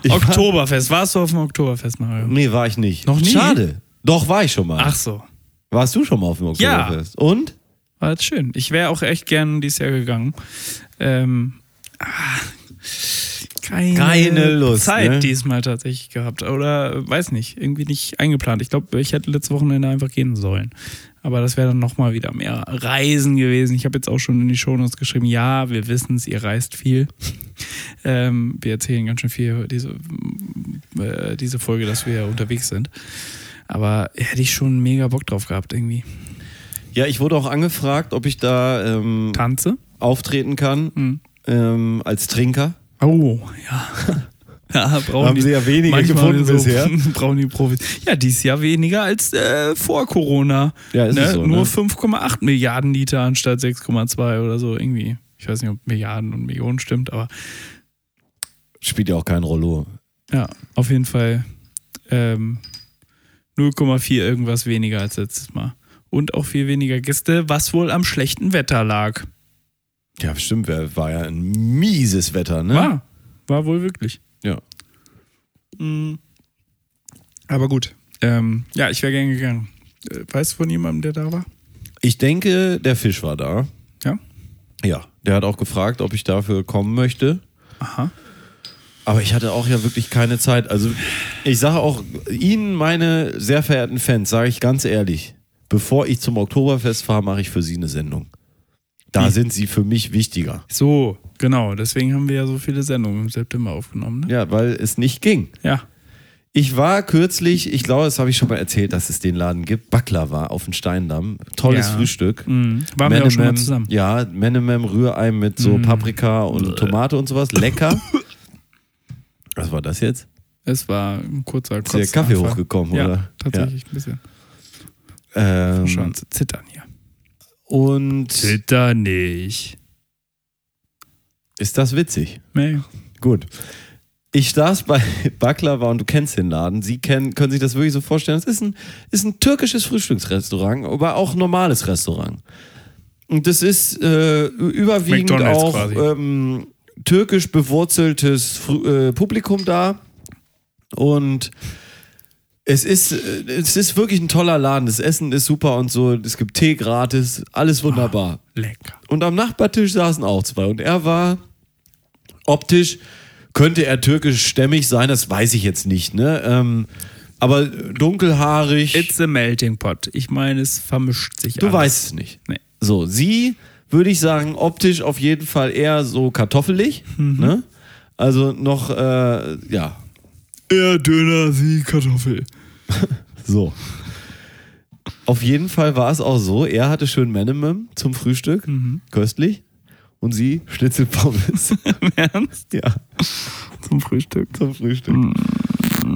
Ich War,
Oktoberfest. Warst du auf dem Oktoberfest, Mario?
nee, war ich nicht.
Noch nie?
Schade. Doch, war ich schon mal.
Ach so.
Warst du schon mal auf dem
Ja.
Oktoberfest? Und?
War jetzt schön. Ich wäre auch echt gern dieses Jahr gegangen. Ähm, ah, keine,
Keine Lust,
Zeit
ne?
diesmal tatsächlich gehabt. Oder äh, weiß nicht, irgendwie nicht eingeplant. Ich glaube, ich hätte letztes Wochenende einfach gehen sollen. Aber das wäre dann nochmal wieder mehr Reisen gewesen. Ich habe jetzt auch schon in die Shownotes geschrieben, ja, wir wissen es, ihr reist viel. ähm, wir erzählen ganz schön viel diese, äh, diese Folge, dass wir unterwegs sind. Aber hätte ich schon mega Bock drauf gehabt irgendwie.
Ja, ich wurde auch angefragt, ob ich da ähm,
Tanze?
auftreten kann
Mhm.
ähm, als Trinker.
Oh, ja. ja brauchen
Haben
die-
sie ja wenige
manchmal
gefunden bisher.
brauchen die Profis. Ja, dies Jahr weniger als äh, vor Corona.
Ja, ist es so,
Nur
ne?
5,8 Milliarden Liter anstatt 6,2 oder so irgendwie. Ich weiß nicht, ob Milliarden und Millionen stimmt, aber
Spielt ja auch kein Rollo.
ja, auf jeden Fall ähm, 0,4 irgendwas weniger als letztes Mal. Und auch viel weniger Gäste, was wohl am schlechten Wetter lag.
Ja, stimmt, wär- war ja ein mieses Wetter, ne?
War, war wohl wirklich.
Ja.
Hm. Aber gut. Ähm, ja, ich wäre gerne gegangen. Äh, Weißt du von jemandem, der da war?
Ich denke, der Fisch war da.
Ja.
Ja, der hat auch gefragt, ob ich dafür kommen möchte.
Aha.
Aber ich hatte auch ja wirklich keine Zeit. Also ich sage auch Ihnen, meine sehr verehrten Fans, sage ich ganz ehrlich, bevor ich zum Oktoberfest fahre, mache ich für Sie eine Sendung. Da sind Sie für mich wichtiger.
So, genau. Deswegen haben wir ja so viele Sendungen im September aufgenommen. Ne?
Ja, weil es nicht ging.
Ja.
Ich war kürzlich, ich glaube, das habe ich schon mal erzählt, dass es den Laden gibt, Baklava auf dem Steindamm. Tolles
Ja.
Frühstück.
Mhm. Waren wir auch schon mal
Menemem-
zusammen. Mm. Äh.
Ja, Menemem Rührei mit so Paprika und Tomate und sowas. Lecker. Was war das jetzt?
Es war ein kurzer
Ist der Kaffee
Kotzanfall.
hochgekommen,
ja, Hm.
oder?
Tatsächlich ein bisschen.
Ja. Ähm,
Schon zu zittern hier.
Und
Zitter nicht.
ist das witzig?
Nee.
Gut. Ich saß bei Baklava und du kennst den Laden. Sie kennen, können sich das wirklich so vorstellen. Es ist ein, ist ein türkisches Frühstücksrestaurant, aber auch ein normales Restaurant. Und das ist äh, überwiegend
McDonald's
auch
quasi.
ähm, türkisch bewurzeltes Frü äh, Publikum da. Und es ist, äh, es ist wirklich ein toller Laden. Das Essen ist super und so. Es gibt Tee gratis. Alles wunderbar.
Lecker.
Und am Nachbartisch saßen auch zwei. Und er war optisch, könnte er türkisch stämmig sein, das weiß ich jetzt nicht, ne? Ähm, aber dunkelhaarig.
It's a melting pot. Ich meine, es vermischt sich
du
alles.
weißt es nicht.
Nee.
So, sie würde ich sagen, optisch auf jeden Fall eher so kartoffelig. Ne? Also noch, äh, ja,
Eher Döner, sie Kartoffel.
So. Auf jeden Fall war es auch so, er hatte schön Menemem zum Frühstück,
Mhm.
köstlich, und sie Schnitzelpommes. Ernst? Ja,
Zum Frühstück. Mm.
zum Frühstück.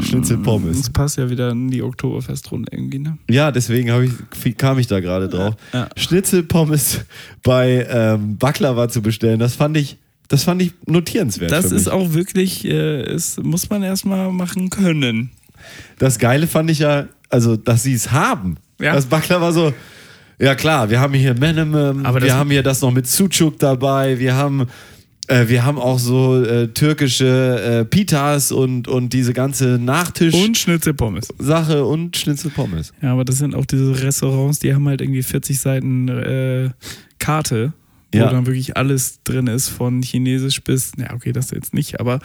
Schnitzelpommes.
Das passt ja wieder in die Oktoberfestrunde irgendwie, ne?
Ja, deswegen hab ich, kam ich da gerade drauf.
Ja.
Schnitzelpommes bei ähm, Baklava zu bestellen, das fand ich, das fand ich notierenswert.
Das
für
ist
mich.
auch wirklich, äh, es muss man erstmal machen können.
Das Geile fand ich ja, also, dass sie es haben.
Ja.
Das Baklava so, ja klar, wir haben hier Menemem,
Aber
wir
das-
haben hier das noch mit Sucuk dabei, wir haben äh, Äh, wir haben auch so äh, türkische äh, Pitas und, und diese ganze
Und Schnitzelpommes.
Nachtisch-Sache und Schnitzelpommes.
Ja, aber das sind auch diese Restaurants, die haben halt irgendwie 40 Seiten äh, Karte, wo
Ja.
dann wirklich alles drin ist, von Chinesisch bis, na okay, das jetzt nicht, aber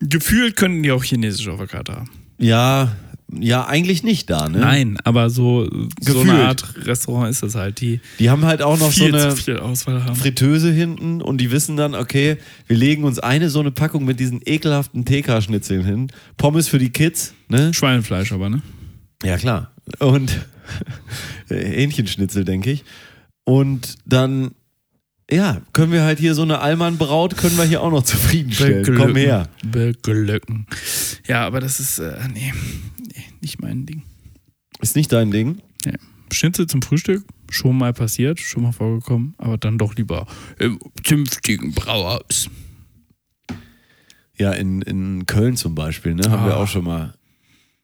gefühlt könnten die auch Chinesisch auf der Karte haben.
Ja, ja, eigentlich nicht da, ne?
Nein, aber so, so
Gefühlt.
eine Art Restaurant ist das halt, die
Die haben halt auch noch
viel
so eine
zu viel Auswahl haben.
Fritteuse hinten und die wissen dann, okay, wir legen uns eine so eine Packung mit diesen ekelhaften TK-Schnitzeln hin. Pommes für die Kids, ne?
Schweinefleisch aber, ne?
Ja, klar. Und Hähnchenschnitzel, denke ich. Und dann, ja, können wir halt hier so eine Allmann-Braut, können wir hier auch noch zufriedenstellen. Komm her.
Beglücken. Ja, aber das ist, äh, nee, nee, nicht mein Ding.
Ist nicht dein Ding?
Nee. Schnitzel zum Frühstück, schon mal passiert, schon mal vorgekommen, aber dann doch lieber im zünftigen Brauhaus.
Ja, in, in Köln zum Beispiel, ne? Haben wir
Ah.
auch schon mal.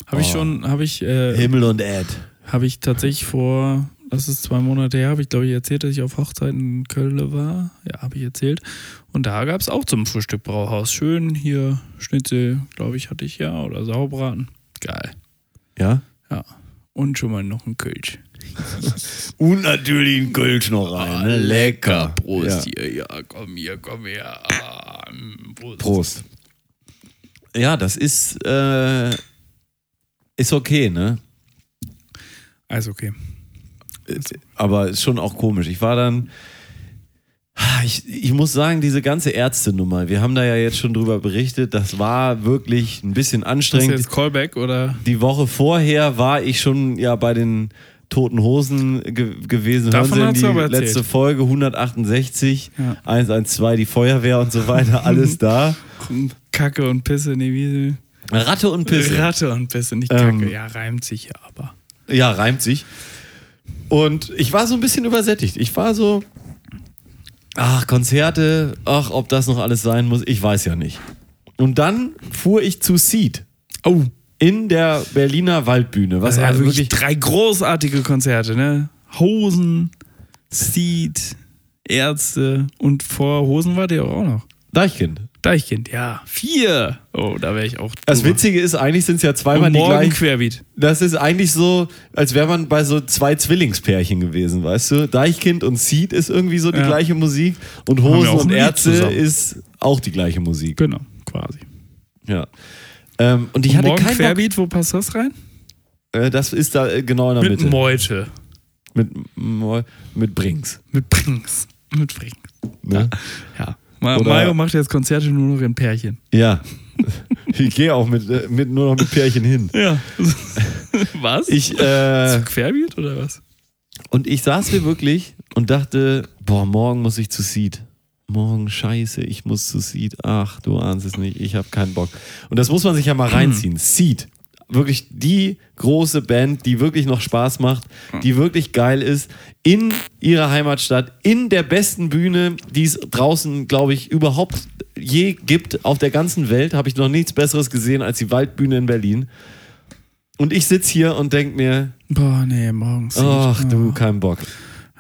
Habe ich schon, habe ich, äh,
Himmel und Erd.
habe ich tatsächlich vor, das ist zwei Monate her, habe ich glaube ich erzählt, dass ich auf Hochzeiten in Köln war. Ja, habe ich erzählt. Und da gab es auch zum Frühstück Brauhaus. Schön hier Schnitzel, glaube ich, hatte ich ja, oder Sauerbraten. Geil.
Ja?
Ja. Und schon mal noch ein Kölsch.
Und natürlich ein Kölsch noch rein, ne? Lecker.
Ah, Prost
Ja.
hier, ja, komm hier, komm her. Ah, mm, Prost.
Prost. Ja, das ist, äh, ist okay, ne?
Also okay.
aber ist schon auch komisch. Ich war dann, ich, ich muss sagen, diese ganze Ärztenummer, wir haben da ja jetzt schon drüber berichtet, das war wirklich ein bisschen
Ist
anstrengend.
jetzt Callback oder?
Die Woche vorher war ich schon ja bei den Toten Hosen ge gewesen.
Davon
Hören
hast
Sie
du
in die
aber erzählt.
letzte Folge 168,
Ja.
112, die Feuerwehr und so weiter, alles da.
Kacke und Pisse, nee, wie
Ratte und Pisse.
Ratte und Pisse, nicht Kacke.
Ähm.
Ja, reimt sich ja, aber.
Ja, reimt sich. Und ich war so ein bisschen übersättigt. Ich war so, ach, Konzerte, ach, ob das noch alles sein muss, ich weiß ja nicht. Und dann fuhr ich zu Seed
Oh,
in der Berliner Waldbühne, was
das waren
also
wirklich
wirklich
drei großartige Konzerte, ne? Hosen, Seed, Ärzte und vor Hosen war der auch noch.
Deichkind.
Deichkind, ja. Vier. Oh, da wäre ich auch.
Das
drüber.
Witzige ist, eigentlich sind es ja zweimal
Und
die
morgen
gleichen.
Querbeat.
Das ist eigentlich so, als wäre man bei so zwei Zwillingspärchen gewesen, weißt du? Deichkind und Seed ist irgendwie so die
Ja.
gleiche Musik und
wir
Hosen
auch
und
ein Lied
Ärzte
zusammen.
ist auch die gleiche Musik.
Genau, quasi.
Ja. Ähm, und ich
Und
hatte
morgen
keinen Bock,
Querbeat, wo passt das rein?
Äh, das ist da äh, genau in der
Mit
Mitte.
Meute.
mit, Mo- mit Brings.
Mit Brings. Mit Brings.
Ne?
Ja. Ma-
Oder-
Mario macht jetzt Konzerte nur noch in Pärchen.
Ja. ich gehe auch mit, äh, mit, nur noch mit Pärchen hin.
Ja. was?
Ich, äh,
Querbeat oder was?
und ich saß hier wirklich und dachte, boah, morgen muss ich zu Seed. Morgen, scheiße, ich muss zu Seed. Ach, du ahnst es nicht, ich habe keinen Bock. Und das muss man sich ja
Hm.
mal reinziehen. Seed. Wirklich die große Band, die wirklich noch Spaß macht,
Hm.
die wirklich geil ist, in ihrer Heimatstadt, in der besten Bühne, die es draußen, glaube ich, überhaupt je gibt auf der ganzen Welt, habe ich noch nichts Besseres gesehen als die Waldbühne in Berlin. Und ich sitze hier und denke mir,
Boah, nee, morgens.
ach
nicht.
du, kein Bock.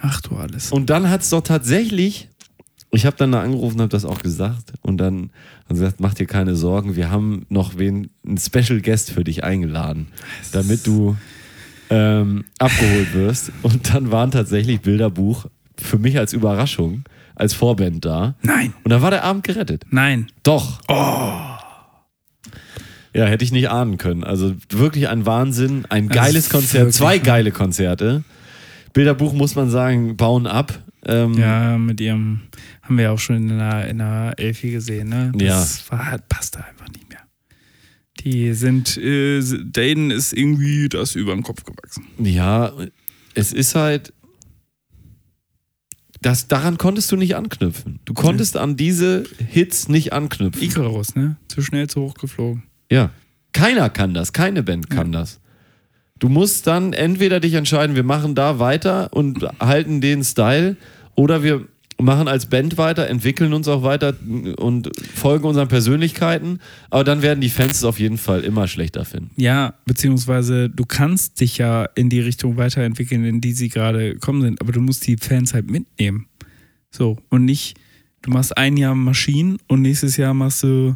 Ach du alles.
Und dann hat es doch tatsächlich, ich habe dann da angerufen, habe das auch gesagt und dann haben sie gesagt, mach dir keine Sorgen, wir haben noch wen, einen Special Guest für dich eingeladen, damit du ähm, abgeholt wirst. Und dann waren tatsächlich Bilderbuch für mich als Überraschung, als Vorband da.
Nein.
Und dann war der Abend gerettet.
Nein.
Doch. Oh. Ja, hätte ich nicht ahnen können. Also wirklich ein Wahnsinn, ein
Also
geiles Konzert,
wirklich,
zwei
ja.
geile Konzerte. Bilderbuch muss man sagen, bauen ab. Ähm,
Ja, mit ihrem haben wir ja auch schon in einer, in einer Elfi gesehen, ne? Das
Ja.
war, passt da einfach nicht mehr. Die sind, äh, Dayton ist irgendwie das über den Kopf gewachsen.
Ja, es ist halt. Das, daran konntest du nicht anknüpfen. Du konntest an diese Hits nicht anknüpfen.
Icarus, ne? Zu schnell, zu hoch geflogen.
Ja. Keiner kann das, keine Band kann das. Du musst dann entweder dich entscheiden, wir machen da weiter und halten den Style, oder wir machen als Band weiter, entwickeln uns auch weiter und folgen unseren Persönlichkeiten, aber dann werden die Fans es auf jeden Fall immer schlechter finden.
Ja, beziehungsweise du kannst dich ja in die Richtung weiterentwickeln, in die sie gerade gekommen sind, aber du musst die Fans halt mitnehmen. So, und nicht du machst ein Jahr Maschinen und nächstes Jahr machst du,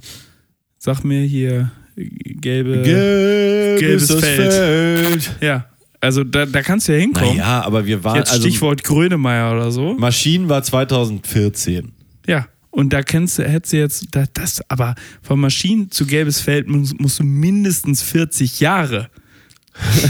sag mir hier, gelbe.
Gelb
Gelbes
ist das
Feld.
Äh, Feld.
ja, also da, da kannst du ja hinkommen.
Naja, aber wir waren.
Jetzt
Also,
Stichwort Grönemeyer oder so.
Maschinen war 2014.
Ja. Und da kennst du, hättest du jetzt, da, das, aber von Maschinen zu gelbes Feld musst, musst du mindestens 40 Jahre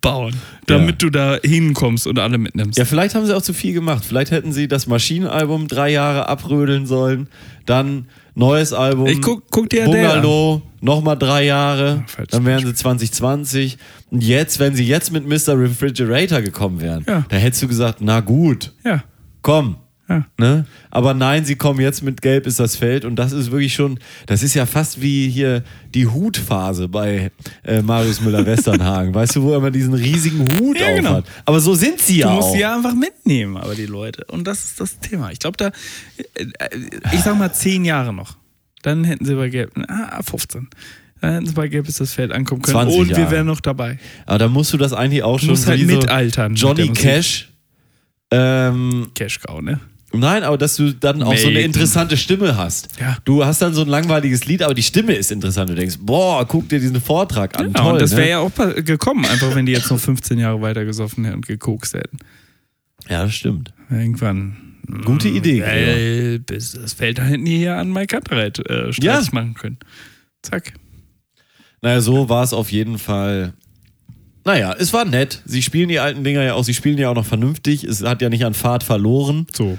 bauen, damit du da hinkommst und alle mitnimmst.
Ja, vielleicht haben sie auch zu viel gemacht. Vielleicht hätten sie das Maschinenalbum drei Jahre abrödeln sollen, dann neues Album.
Ich guck- guck dir Adele
Bungalow, nochmal drei Jahre,
falsches
dann wären sie 2020. Und jetzt, wenn sie jetzt mit Mr. Refrigerator gekommen wären,
Ja.
da hättest du gesagt, na gut,
ja.
komm.
Ja.
Ne? Aber nein, sie kommen jetzt mit Gelb ist das Feld und das ist wirklich schon, das ist ja fast wie hier die Hutphase bei äh, Marius Müller-Westernhagen. weißt du, wo er immer diesen riesigen Hut
Ja,
auf
genau.
hat. Aber so sind sie ja
Du
auch.
musst sie ja einfach mitnehmen, aber die Leute. Und das ist das Thema. Ich glaube, da, äh, ich sag mal, zehn Jahre noch. Dann hätten sie bei Gelb, ah, 15. Dann hätten sie bei Gelb ist das Feld ankommen können.
20
Und wir
Jahre.
wären noch dabei.
Aber da musst du das eigentlich auch schon
musst halt
wie so
mitaltern mit der
Johnny
Musik.
Cash. Ähm,
Cashcow, ne?
nein, aber dass du dann auch so eine
Maiden.
interessante Stimme hast.
Ja.
Du hast dann so ein langweiliges Lied, aber die Stimme ist interessant. Du denkst, boah, guck dir diesen Vortrag an. Toll,
Ja, Genau, und das wäre
ne?
ja auch pa- gekommen, einfach wenn die jetzt noch 15 Jahre weiter gesoffen hätten und gekokst hätten.
ja, stimmt.
Irgendwann.
Gute Idee. Gregor.
Äh, bis das Feld da hinten hier an Mike Kattereit äh, streitig
Ja.
machen können. Zack.
Naja, so war es auf jeden Fall. Naja, es war nett. Sie spielen die alten Dinger ja auch, sie spielen ja auch noch vernünftig. Es hat ja nicht an Fahrt verloren,
So.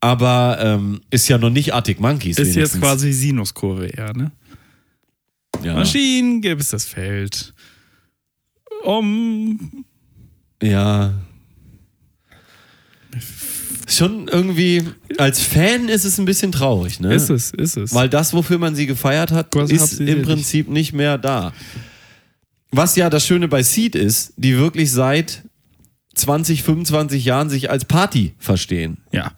aber ähm, ist ja noch nicht Arctic Monkeys.
Ist jetzt
wenigstens.
quasi Ah, Sinuskurve, ja, ne?
ja.
Maschinen, gäbe es das Feld. Um.
Ja. Schon irgendwie, als Fan ist es ein bisschen traurig, ne?
Ist es, ist es.
Weil das, wofür man sie gefeiert hat,
Was habt
ist
ihr
im
nicht?
Prinzip nicht mehr da. Was ja das Schöne bei Seed ist, die wirklich seit 20, 25 Jahren sich als Party verstehen.
ja.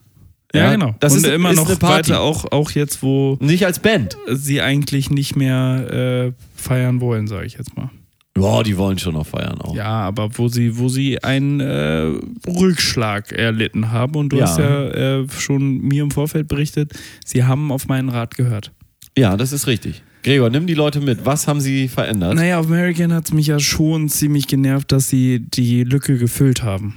Ja,
Ja,
genau.
das ist-
Und immer
ist
noch
eine Party.
weiter, auch, auch jetzt, wo
Nicht als Band.
sie eigentlich nicht mehr äh, feiern wollen, sage ich jetzt mal.
Ja, die wollen schon noch feiern auch.
Ja, aber wo sie, wo sie einen äh, Rückschlag erlitten haben. Und du
Ja.
hast ja äh, schon mir im Vorfeld berichtet, sie haben auf meinen Rat gehört.
Ja, das ist richtig. Gregor, nimm die Leute mit. Was haben sie verändert?
Naja, auf American hat es mich ja schon ziemlich genervt, dass sie die Lücke gefüllt haben.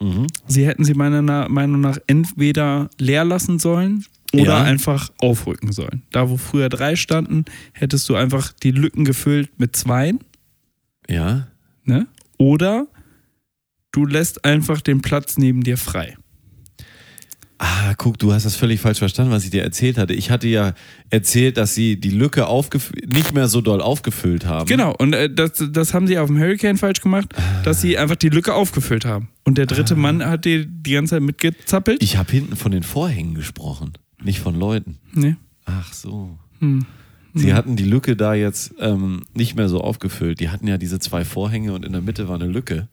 Mhm.
Sie hätten sie meiner Na- Meinung nach entweder leer lassen sollen oder
Ja.
einfach aufrücken sollen. Da, wo früher drei standen, hättest du einfach die Lücken gefüllt mit zweien.
Ja.
Ne? Oder du lässt einfach den Platz neben dir frei.
Ah, guck, du hast das völlig falsch verstanden, was ich dir erzählt hatte. Ich hatte ja erzählt, dass sie die Lücke aufgef- nicht mehr so doll aufgefüllt haben.
Genau, und äh, das, das haben sie auf dem Hurricane falsch gemacht, dass sie einfach die Lücke aufgefüllt haben. Und der dritte Mann hat die die ganze Zeit mitgezappelt.
Ah. Ich habe hinten von den Vorhängen gesprochen, nicht von Leuten.
nee.
Ach so.
Hm.
Sie hatten die Lücke da jetzt ähm, nicht mehr so aufgefüllt. Die hatten ja diese zwei Vorhänge und in der Mitte war eine Lücke.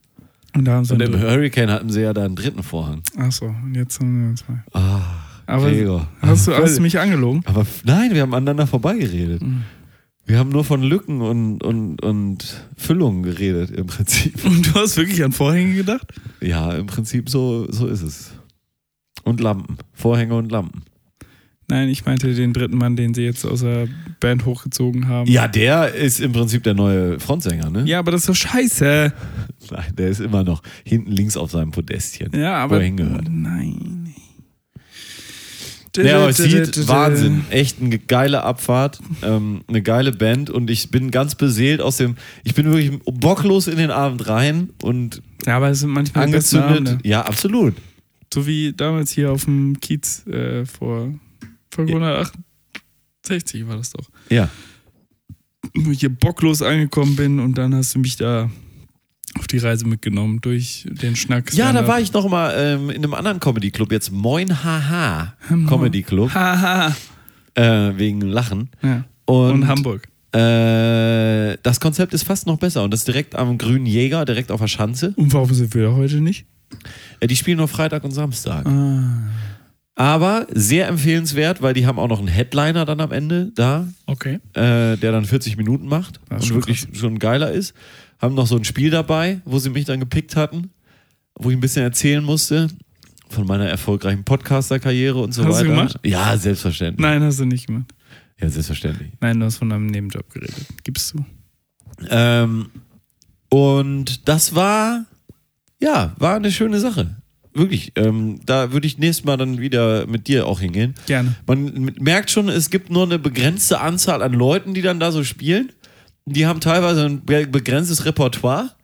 Und äh, da haben sie
Und
einen
im
dritten.
Hurricane hatten sie ja da einen dritten Vorhang.
Achso, und jetzt haben wir zwei. Aber
Ah, Gregor. Ah,
hast du, hast du mich angelogen?
Aber f- nein, wir haben aneinander vorbeigeredet.
Hm.
Wir haben nur von Lücken und, und, und Füllungen geredet im Prinzip.
Und du hast wirklich an Vorhänge gedacht?
Ja, im Prinzip so, so ist es. Und Lampen. Vorhänge und Lampen.
Nein, ich meinte den dritten Mann, den sie jetzt aus der Band hochgezogen haben.
Ja, der ist im Prinzip der neue Frontsänger, ne?
Ja, aber das ist doch scheiße.
Nein, der ist immer noch hinten links auf seinem Podestchen.
Ja, aber.
Wo er hingehört.
Nein.
Ja, aber es sieht Wahnsinn. Echt eine geile Abfahrt, ähm, eine geile Band und ich bin ganz beseelt aus dem. Ich bin wirklich bocklos in den Abend rein und
Ja, aber es sind manchmal die besten Abende.
angezündet. Ja, absolut.
So wie damals hier auf dem Kiez äh, vor 568 war das doch.
Ja.
Wo ich hier bocklos angekommen bin und dann hast du mich da auf die Reise mitgenommen durch den Schnack.
Ja, ne? da war ich noch mal ähm, in einem anderen Comedy Club jetzt Hm, Moin Haha Comedy Club
Haha.
äh, wegen Lachen
Ja.
und,
Und Hamburg.
Äh, das Konzept ist fast noch besser und das ist direkt am Grünen Jäger, direkt auf der Schanze.
Und warum sind wir da heute nicht?
Äh, Die spielen nur Freitag und Samstag.
Ah.
Aber sehr empfehlenswert, weil die haben auch noch einen Headliner dann am Ende da,
Okay.
äh, der dann 40 Minuten macht
Das
und
ist schon
wirklich schon geiler ist. Haben noch so ein Spiel dabei, wo sie mich dann gepickt hatten, wo ich ein bisschen erzählen musste, von meiner erfolgreichen Podcaster-Karriere und so
Hast du
weiter.
gemacht?
Ja, selbstverständlich.
Nein, hast du nicht gemacht.
Ja, selbstverständlich.
Nein, du hast von einem Nebenjob geredet. Gibst du.
Ähm, und das war, ja, war eine schöne Sache. Wirklich. Ähm, da würde ich nächstes Mal dann wieder mit dir auch hingehen.
Gerne.
Man merkt schon, es gibt nur eine begrenzte Anzahl an Leuten, die dann da so spielen. Die haben teilweise ein be- begrenztes Repertoire.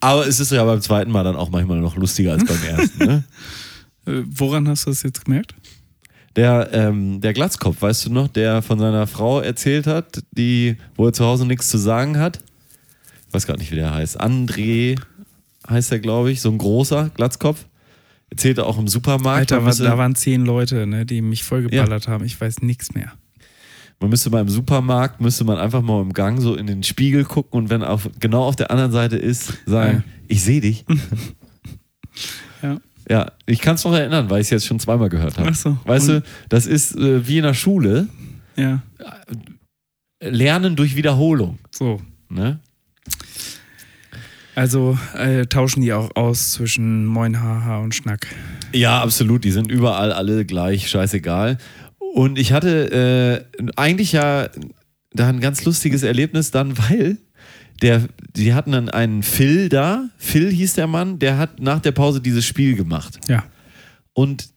Aber es ist ja beim zweiten Mal dann auch manchmal noch lustiger als beim ersten. Ne?
Äh, woran hast du das jetzt gemerkt?
Der, ähm, der Glatzkopf, weißt du noch, der von seiner Frau erzählt hat, die, wo er zu Hause nichts zu sagen hat. Ich weiß gar nicht, wie der heißt. André heißt er, glaube ich. So ein großer Glatzkopf. Erzählte auch im Supermarkt.
Alter,
man,
wa-
müsste,
da waren zehn Leute, ne, die mich vollgeballert haben. Ich weiß nichts mehr.
man müsste mal im Supermarkt, müsste man einfach mal im Gang so in den Spiegel gucken und wenn auf, genau auf der anderen Seite ist, sagen, ich sehe dich.
Ja.
Ja, ich kann es noch erinnern, weil ich es jetzt schon zweimal gehört habe.
Ach so.
Weißt du, das ist äh, wie in der Schule,
Ja,
Lernen durch Wiederholung.
so.
Ne?
Also äh, tauschen die auch aus zwischen Moin, Haha und Schnack.
Ja, absolut. Die sind überall alle gleich, scheißegal. Und ich hatte äh, eigentlich ja da ein ganz lustiges Erlebnis dann, weil der, die hatten dann einen Phil da. Phil hieß der Mann, der hat nach der Pause dieses Spiel gemacht.
Ja.
Und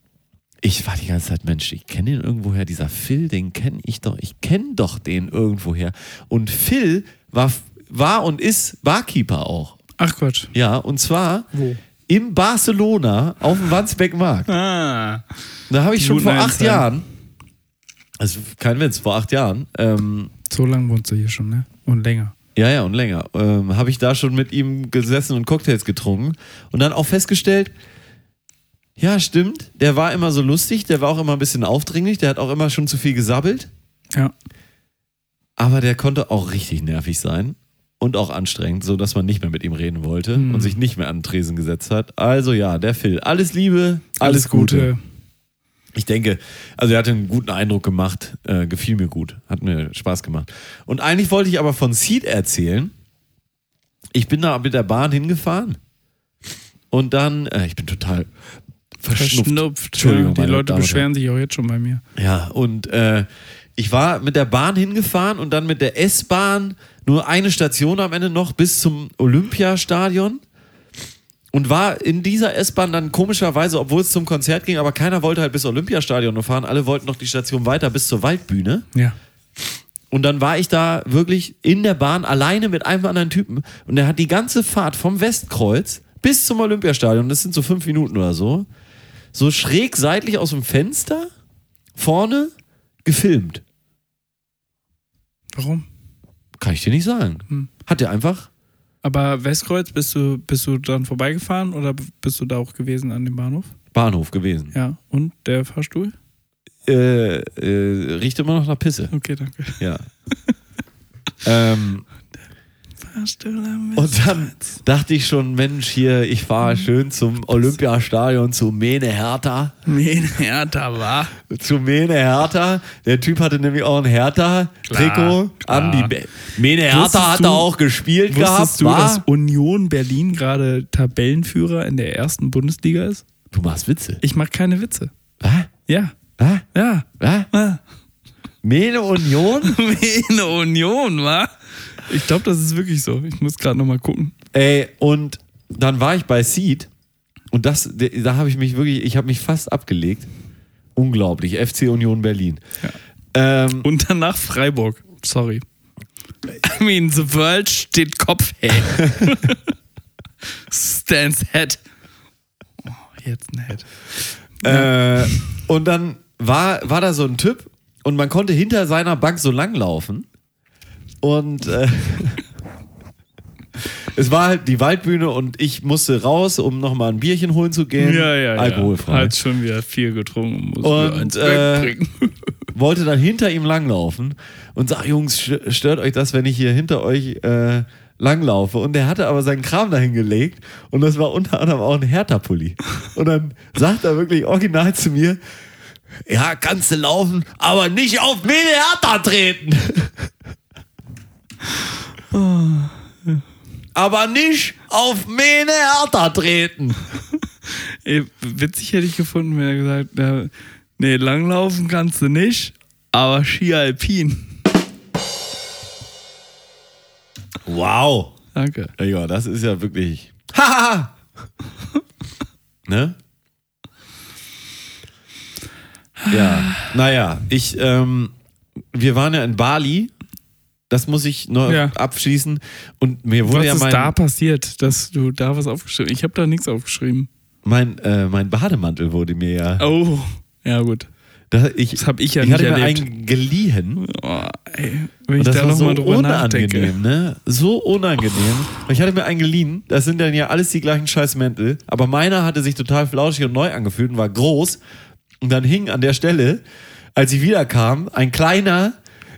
ich war die ganze Zeit, Mensch, ich kenne den irgendwoher, dieser Phil, den kenne ich doch, ich kenne doch den irgendwoher. Und Phil war, war und ist Barkeeper auch.
Ach Gott.
Ja, und zwar
Wo?
im Barcelona auf dem Wandsbeckmarkt.
Ah.
Da habe ich schon
Guten
vor
Abend,
acht
Sam.
Jahren, also kein Witz, vor acht Jahren, ähm,
So lange wohnst du hier schon, ne? Und länger.
ja, ja, und länger, ähm, habe ich da schon mit ihm gesessen und Cocktails getrunken und dann auch festgestellt, ja, stimmt, der war immer so lustig, der war auch immer ein bisschen aufdringlich, der hat auch immer schon zu viel gesabbelt,
Ja.
aber der konnte auch richtig nervig sein und auch anstrengend, so dass man nicht mehr mit ihm reden wollte und sich nicht mehr an den Tresen gesetzt hat. Also ja, der Phil, alles Liebe, alles, Gute. Ich denke, also er hat einen guten Eindruck gemacht, äh, gefiel mir gut, hat mir Spaß gemacht. Und eigentlich wollte ich aber von Seed erzählen. Ich bin da mit der Bahn hingefahren und dann, äh, ich bin total verschnupft.
Verschnupft.
Entschuldigung,
ja, die
meine
Leute
Damen und
beschweren sich auch jetzt schon bei mir.
Ja, und äh, ich war mit der Bahn hingefahren und dann mit der S-Bahn nur eine Station am Ende noch bis zum Olympiastadion. Und war in dieser S-Bahn dann komischerweise, obwohl es zum Konzert ging, aber keiner wollte halt bis Olympiastadion nur fahren. Alle wollten noch die Station weiter bis zur Waldbühne.
Ja.
Und dann war ich da wirklich in der Bahn alleine mit einem anderen Typen. Und der hat die ganze Fahrt vom Westkreuz bis zum Olympiastadion, das sind so fünf Minuten oder so, so schräg seitlich aus dem Fenster vorne gefilmt.
Warum?
Kann ich dir nicht sagen. Hat der einfach.
Aber Westkreuz, bist du, bist du dann vorbeigefahren oder b- bist du da auch gewesen an dem Bahnhof?
Bahnhof gewesen.
Ja. Und der Fahrstuhl?
Äh, äh, riecht immer noch nach Pisse.
Okay, danke.
Ja. ähm,
Fahrstuhl am
Und dann dachte ich schon, Mensch, hier, ich fahre schön zum Olympiastadion, zu Mene Hertha.
Nee, ja, da war.
zu Mene Hertha. Der Typ hatte nämlich auch ein Hertha-Trikot
Klar,
an.
klar.
Die Be- Mene
Wusstest
Hertha hat
du-
da auch gespielt
Wusstest
gehabt.
du, dass
war?
Union Berlin gerade Tabellenführer in der ersten Bundesliga ist?
Du machst Witze.
Ich mache keine Witze.
Was?
Ja.
Was?
Ja.
Was?
Ah.
Mene Union?
Mene Union, wa? Ich glaube, das ist wirklich so. Ich muss gerade nochmal gucken.
Ey, und dann war ich bei Seed und das, da habe ich mich wirklich, ich habe mich fast abgelegt. Unglaublich, FC Union Berlin. Ähm,
Und danach Freiburg. Sorry. I mean, the world steht Kopf, hey. Stands head. Oh, jetzt ein Head.
Äh, und dann war, war da so ein Typ und man konnte hinter seiner Bank so langlaufen. Und äh, es war halt die Waldbühne und ich musste raus, um nochmal ein Bierchen holen zu gehen. Alkoholfrei.
Hat schon wieder viel getrunken. Muss
Und,
mir eins
äh,
wegbringen.
Wollte dann hinter ihm langlaufen und sag, Jungs, sch- stört euch das, wenn ich hier hinter euch äh, langlaufe? Und er hatte aber seinen Kram dahin gelegt und das war unter anderem auch ein Hertha-Pulli. Und dann sagt er wirklich original zu mir, Ja, kannst du laufen, aber nicht auf Mene Hertha treten. aber nicht auf Mene Hertha treten.
Ey, witzig hätte ich gefunden, wenn er gesagt hätte, nee, langlaufen kannst du nicht, aber Ski Alpin.
Wow.
Danke.
Ja, das ist ja wirklich. Haha! ne? Ja, naja, ich, ähm, wir waren ja in Bali. Das muss ich noch
Ja.
abschließen. Und mir wurde
Was
ja
ist
mein,
da passiert, dass du da was aufgeschrieben hast? Ich habe da nichts aufgeschrieben.
mein, äh, mein Bademantel wurde mir ja.
Oh, ja gut.
Da, ich,
Das habe ich ja
ich
nicht
hatte mir
erlebt.
einen geliehen.
Oh, ey, wenn
Und
ich
das
da
war so
nochmal mal drüber nachdenke.
unangenehm, ne? So unangenehm. Ich hatte mir einen geliehen, das sind dann ja alles die gleichen Scheißmäntel, aber meiner hatte sich total flauschig und neu angefühlt und war groß. Und dann hing an der Stelle, als ich wiederkam, ein kleiner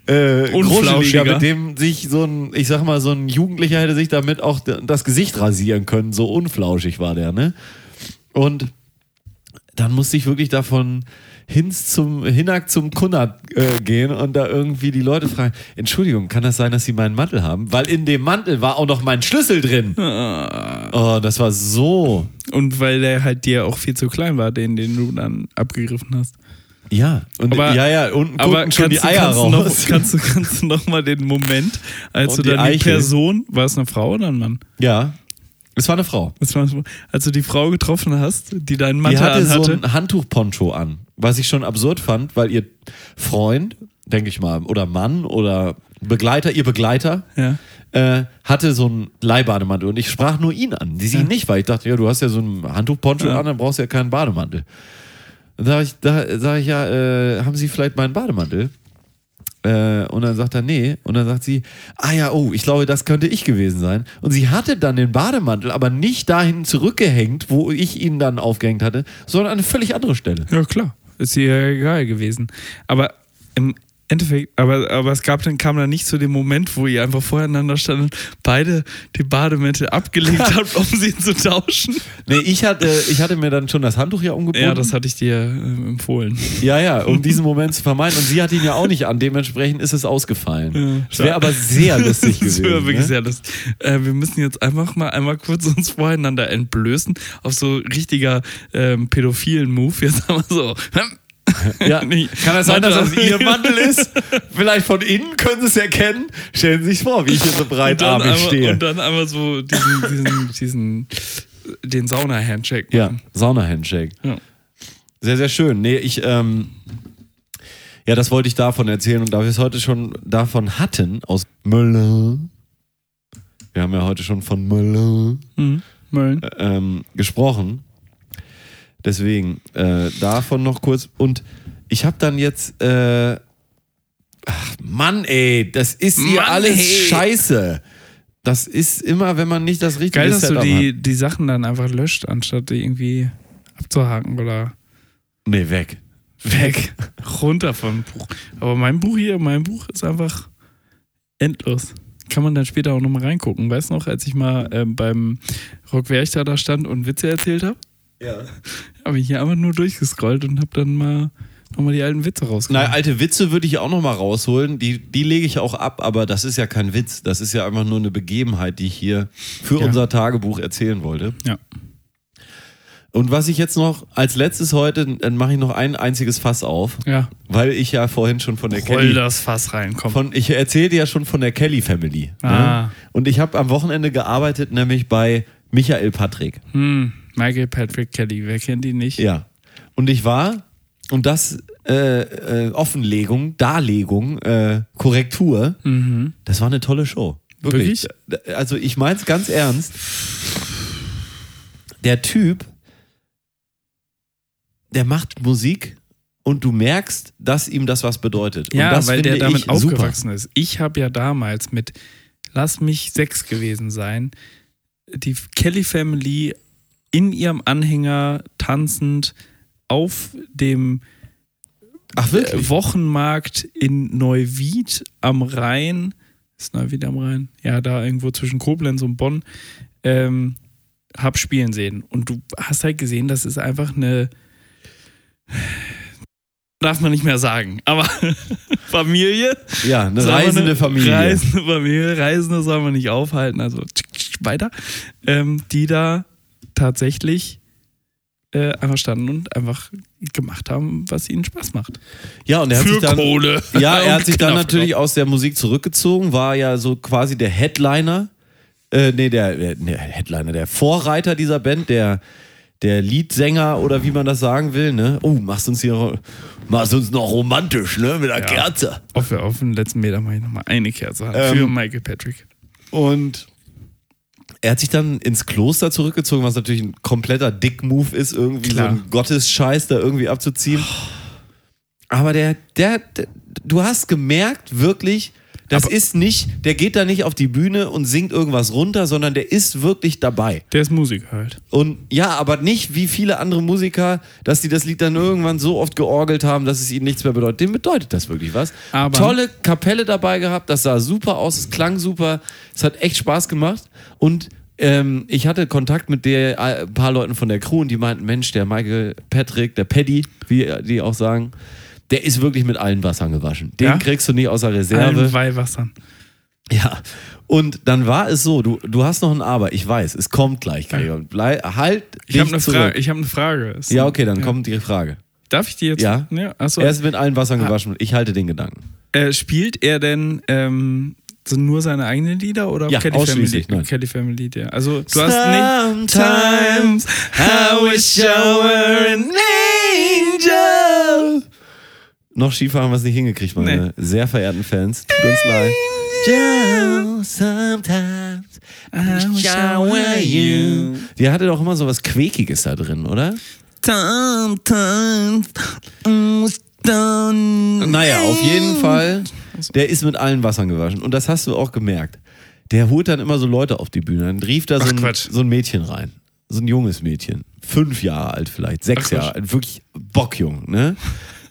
äh,
Unflauschiger.
Gruscheliger, mit dem sich so ein, ich sag mal, so ein Jugendlicher hätte sich damit auch d- das Gesicht rasieren können. So unflauschig war der, ne? Und dann musste ich wirklich davon hins zum Hinak zum Kunnert äh, gehen und da irgendwie die Leute fragen: Entschuldigung, kann das sein, dass Sie meinen Mantel haben? Weil in dem Mantel war auch noch mein Schlüssel drin.
Ah.
Oh, das war so.
Und weil der halt dir auch viel zu klein war, den, den du dann abgegriffen hast.
Ja, und
Aber-
ja, ja, unten guckten
Aber kannst,
schon die
du-
Eier
kannst, du
raus.
noch, kannst du kannst du noch mal den Moment, als
Und
du
die
dann die,
Eichel.
Person, war es eine Frau oder ein Mann?
ja, es war eine Frau.
Was war das? Als du die Frau getroffen hast, die deinen
Die
Mantel
hatte so
anhatte.
ein Handtuchponcho an, was ich schon absurd fand, weil ihr Freund, denke ich mal, oder Mann oder Begleiter, ihr Begleiter,
Ja.
äh, hatte so einen Leihbademantel und ich sprach nur ihn an, die sie nicht, weil ich dachte, ja, du hast ja so einen Handtuchponcho an, dann brauchst du ja keinen Bademantel. Dann sage ich, da, sag ich, ja, äh, haben Sie vielleicht meinen Bademantel? Äh, und dann sagt er, nee. Und dann sagt sie, ah ja, oh, ich glaube, das könnte ich gewesen sein. Und sie hatte dann den Bademantel, aber nicht dahin zurückgehängt, wo ich ihn dann aufgehängt hatte, sondern an eine völlig andere Stelle.
Ja, klar. Ist ihr egal gewesen. Aber im Endeffekt, aber, aber es gab dann, kam dann nicht zu dem Moment, wo ihr einfach voreinander standen, beide die Bademäntel abgelegt habt, um sie zu tauschen.
Nee, ich hatte, äh, ich hatte mir dann schon das Handtuch ja umgebunden.
Ja, das hatte ich dir ähm, empfohlen.
Ja, ja, um diesen Moment zu vermeiden. Und sie hat ihn ja auch nicht an. Dementsprechend ist es ausgefallen. es wäre aber sehr lustig
Das
gewesen.
wäre wirklich
ne?
sehr lustig. Äh, wir müssen jetzt einfach mal einmal kurz uns voreinander entblößen auf so richtiger ähm, pädophilen Move. Jetzt einmal so. hm.
ja.
Nee.
Kann das sein, dass das
Mantel-
ihr Mantel ist? Vielleicht von innen können sie es erkennen. Stellen Sie sich vor, wie ich hier so
Und dann,
breitarmig
einmal, und
stehe.
dann einmal so diesen, diesen, diesen den Sauna-Handshake.
Ja,
machen.
Sauna-Handshake.
Ja.
Sehr, sehr schön. Nee, ich, ähm, ja, das wollte ich davon erzählen. Und da wir es heute schon davon hatten, aus Mölln. Wir haben ja heute schon von Mölln
Mhm. Mölln.
ähm, gesprochen. Deswegen äh, davon noch kurz. Und ich habe dann jetzt. Äh, ach Mann, ey, das ist hier
Mann,
alles
ey.
Scheiße. Das ist immer, wenn man nicht das richtige
Geil, dass du
Setup
die, die Sachen dann einfach löscht, anstatt die irgendwie abzuhaken oder
hat. Nee, weg.
weg, runter vom Buch. Aber mein Buch hier, mein Buch ist einfach endlos. Kann man dann später auch nochmal reingucken. Weißt du noch, als ich mal ähm, beim Rock Werchter da stand und Witze erzählt habe? Ja. Habe ich hier einfach nur durchgescrollt und habe dann mal nochmal die alten Witze
Na,
rausgenommen.
alte Witze würde ich auch noch mal rausholen. Die, die lege ich auch ab, aber das ist ja kein Witz. Das ist ja einfach nur eine Begebenheit, die ich hier für
Ja.
unser Tagebuch erzählen wollte.
Ja.
Und was ich jetzt noch als letztes heute, dann mache ich noch ein einziges Fass auf.
Ja.
Weil ich ja vorhin schon von der
Roll
Kelly.
das Fass rein, komm.
Von, ich erzählte ja schon von der Kelly Family.
Ah.
Ne? Und ich habe am Wochenende gearbeitet, nämlich bei Michael Patrick.
hm, Michael Patrick Kelly, wer kennt ihn nicht?
Ja. Und ich war, und das äh, äh, Offenlegung, Darlegung, äh, Korrektur,
Mhm.
das war eine tolle Show. Wirklich. Also ich meine es ganz ernst. Der Typ, der macht Musik und du merkst, dass ihm das was bedeutet.
Ja,
und das
weil der
finde
damit
ich super.
aufgewachsen ist. Ich habe ja damals mit, lass mich sechs gewesen sein, die Kelly Family in ihrem Anhänger tanzend auf dem
Ach
äh,
wirklich?
Wochenmarkt in Neuwied am Rhein. Ist Neuwied am Rhein? Ja, da irgendwo zwischen Koblenz und Bonn. Ähm, hab spielen sehen. Und du hast halt gesehen, das ist einfach eine. Darf man nicht mehr sagen. Aber Familie.
Ja, eine
Sagen wir
reisende Familie.
Reisende Familie, Reisende soll man nicht aufhalten, also tsch, tsch, weiter. Ähm, die da tatsächlich
äh, einfach standen und einfach gemacht haben, was ihnen Spaß macht.
Ja, und er hat
Für
sich dann,
Kohle. Genau.
Ja, er
Und
um
hat sich dann
Knopf
natürlich aus der Musik zurückgezogen, war ja so quasi der Headliner, äh, nee, der, der, der Headliner, der Vorreiter dieser Band, der, der Leadsänger oder wie man das sagen will, ne? Oh, machst uns hier, machst uns noch romantisch, ne? Mit einer Kerze.
Auf, auf den letzten Meter mache ich nochmal eine Kerze an
Ähm,
für Michael Patrick.
Und er hat sich dann ins Kloster zurückgezogen, was natürlich ein kompletter Dick-Move ist, irgendwie
Klar.
so einen Gottesscheiß da irgendwie abzuziehen. Aber der, der, der, du hast gemerkt, wirklich, das
Aber-
ist nicht, der geht da nicht auf die Bühne und singt irgendwas runter, sondern der ist wirklich dabei.
Der ist Musiker halt.
Und ja, aber nicht wie viele andere Musiker, dass die das Lied dann irgendwann so oft georgelt haben, dass es ihnen nichts mehr bedeutet. Dem bedeutet das wirklich was.
Aber-
Tolle Kapelle dabei gehabt, das sah super aus, es klang super, es hat echt Spaß gemacht. Und ähm, ich hatte Kontakt mit der, äh, ein paar Leuten von der Crew und die meinten, Mensch, der Michael Patrick, der Paddy, wie die auch sagen, der ist wirklich mit allen Wassern gewaschen. Den
Ja?
kriegst du nicht außer Reserve.
Allen Weihwassern.
Ja, und dann war es so, du, du hast noch ein Aber, ich weiß, es kommt gleich, Gregor. Blei, halt
Ich habe
dich
eine
zurück.
Frage. Ich hab eine Frage. Ist-
Ja, okay, dann kommt die Frage.
Darf ich die jetzt?
Ja.
achso.
Er ist mit allen Wassern gewaschen. Ich halte den Gedanken.
Äh, spielt er denn ähm, so nur seine eigenen Lieder oder
Ja,
Kelly Family?
ausschließlich, nein.
Kelly Family, der. Also du hast nicht.
Sometimes I wish I were an angel. Noch Skifahren haben wir es nicht hingekriegt, meine sehr verehrten Fans. Tut uns leid. Sometimes I wish I were you. Die hatte doch immer so was Quäkiges da drin, oder?
Sometimes
Hm.
Naja, auf jeden Fall. Der ist mit allen Wassern gewaschen. Und das hast du auch gemerkt. Der holt dann immer so Leute auf die Bühne. Dann rief da so
Ach,
ein,
Quatsch.
so ein Mädchen rein. So ein junges Mädchen. Fünf Jahre alt vielleicht, sechs
Ach, Quatsch.
Jahre alt. Wirklich bockjung, ne?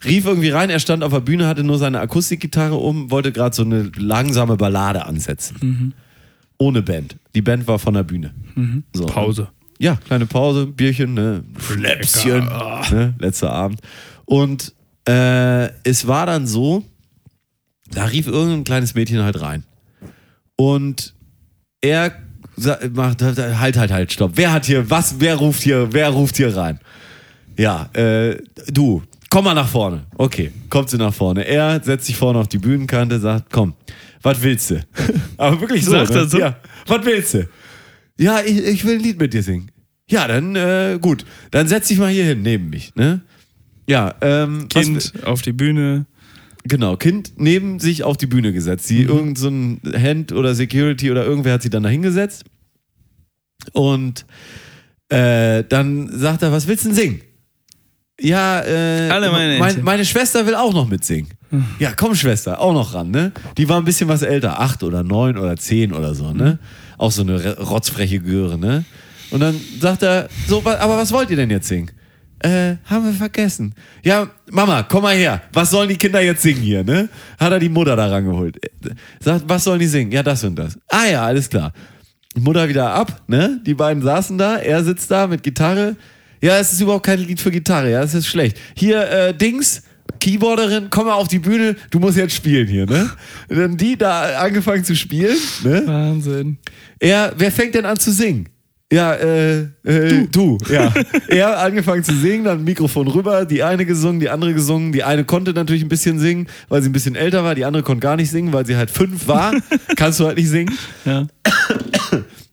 Rief irgendwie rein, er stand auf der Bühne, hatte nur seine Akustikgitarre um, wollte gerade so eine langsame Ballade ansetzen. Ohne Band. Die Band war von der Bühne. So.
Pause.
Ja, kleine Pause, Bierchen, ne? Schnäpschen, ne? letzter Abend. Und äh, es war dann so, da rief irgendein kleines Mädchen halt rein. Und er sa- macht halt, halt, halt, stopp. Wer hat hier, was, wer ruft hier, wer ruft hier rein? Ja, äh, du, komm mal nach vorne. Okay, kommt sie nach vorne. Er setzt sich vorne auf die Bühnenkante, sagt, komm, was willst du? Aber wirklich so.
Sagt
ne?
er so?
Ja, was willst du? Ja, ich, ich will ein Lied mit dir singen. Ja, dann, äh, gut. Dann setz dich mal hier hin, neben mich, ne? Ja, ähm, was-
Kind auf die Bühne.
Genau, Kind neben sich auf die Bühne gesetzt. Sie, irgend so ein Hand oder Security oder irgendwer hat sie dann da hingesetzt. Und äh, dann sagt er, was willst du denn singen? Ja, äh,
Alle meine Hm.
mein,
Entchen.
meine Schwester will auch noch mitsingen. Ja, komm Schwester, auch noch ran, ne? Die war ein bisschen was älter, acht oder neun oder zehn oder so,
Hm.
ne? Auch so eine re- rotzfreche Göre, ne? Und dann sagt er, so, wa- aber was wollt ihr denn jetzt singen? Äh, haben wir vergessen. Ja, Mama, komm mal her. Was sollen die Kinder jetzt singen hier, ne? Hat er die Mutter da rangeholt. Äh, Sagt, was sollen die singen? Ja, das und das. Ah ja, alles klar. Die Mutter wieder ab, ne? Die beiden saßen da, er sitzt da mit Gitarre. Ja, es ist überhaupt kein Lied für Gitarre, ja, es ist schlecht. Hier, äh, Dings, Keyboarderin, komm mal auf die Bühne, du musst jetzt spielen hier, ne? Und dann die da angefangen zu spielen, ne?
Wahnsinn.
Er, wer fängt denn an zu singen? Ja, äh, äh du. ja. er angefangen zu singen, dann Mikrofon rüber, die eine gesungen, die andere gesungen, die eine konnte natürlich ein bisschen singen, weil sie ein bisschen älter war, die andere konnte gar nicht singen, weil sie halt fünf war, kannst du halt nicht singen.
Ja.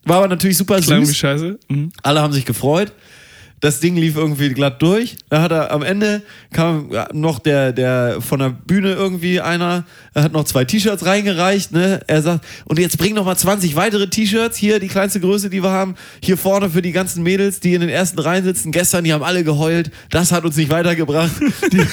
War aber natürlich super
Klang wie
süß.
Scheiße. Mhm.
Alle haben sich gefreut. Das Ding lief irgendwie glatt durch. Da hat er am Ende kam noch der, der von der Bühne irgendwie einer, er hat noch zwei T-Shirts reingereicht, ne? Er sagt, und jetzt bring noch mal 20 weitere T-Shirts, hier die kleinste Größe, die wir haben, hier vorne für die ganzen Mädels, die in den ersten Reihen sitzen. Gestern, die haben alle geheult, das hat uns nicht weitergebracht. Die,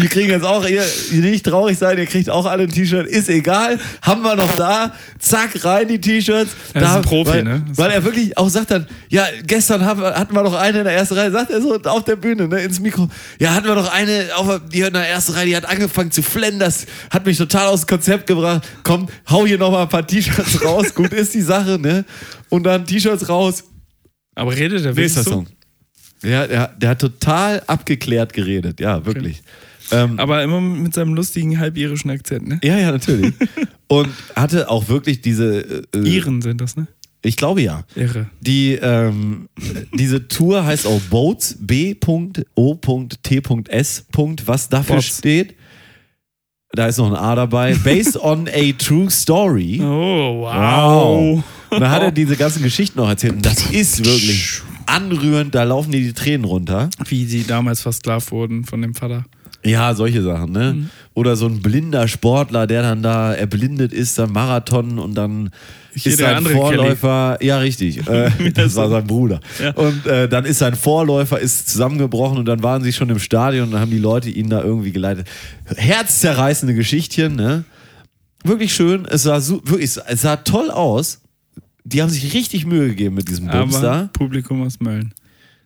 die kriegen jetzt auch, ihr, ihr nicht traurig sein, ihr kriegt auch alle ein T-Shirt, ist egal, haben wir noch da, zack, rein die T-Shirts.
Er ist
Da-
ein Profi,
weil,
ne?
Weil er wirklich auch sagt dann, ja, gestern haben, wir- hatten wir doch eine in der ersten Reihe, sagt er so auf der Bühne, ne, ins Mikro. Ja, hatten wir doch eine auf, der- die in der ersten Reihe, die hat angefangen zu flennen, das hat mich total aus dem Konzept gebracht. Komm, hau hier nochmal ein paar T-Shirts raus, gut ist die Sache, ne? Und dann T-Shirts raus,
Aber redet er
nächster
wirklich so?
Song. Ja, der, der hat total abgeklärt geredet, ja, wirklich. Ähm,
Aber immer mit seinem lustigen halbirischen Akzent, ne?
ja, ja, natürlich. Und hatte auch wirklich diese äh,
Iren sind das, ne?
Ich glaube ja.
Irre.
Die, ähm, diese Tour heißt auch Boats, B.O.T.S. Was dafür
Bots.
steht, da ist noch ein A dabei, based on a true story.
Oh, wow.
Wow. Und dann hat er diese ganzen Geschichten noch erzählt. Und das ist wirklich anrührend. Da laufen dir die Tränen runter.
Wie sie damals versklavt wurden von dem Vater.
Ja, solche Sachen, ne?
Mhm.
Oder so ein blinder Sportler, der dann da erblindet ist, dann Marathon und dann
Hier
ist
der
sein
andere
Vorläufer, ja richtig, äh, das war sein Bruder. Und äh, dann ist sein Vorläufer ist zusammengebrochen und dann waren sie schon im Stadion und dann haben die Leute ihn da irgendwie geleitet. Herzzerreißende Geschichtchen, ne? Wirklich schön, es sah su- wirklich, es sah toll aus. Die haben sich richtig Mühe gegeben mit diesem
Aber
Bums da.
Publikum aus Mölln.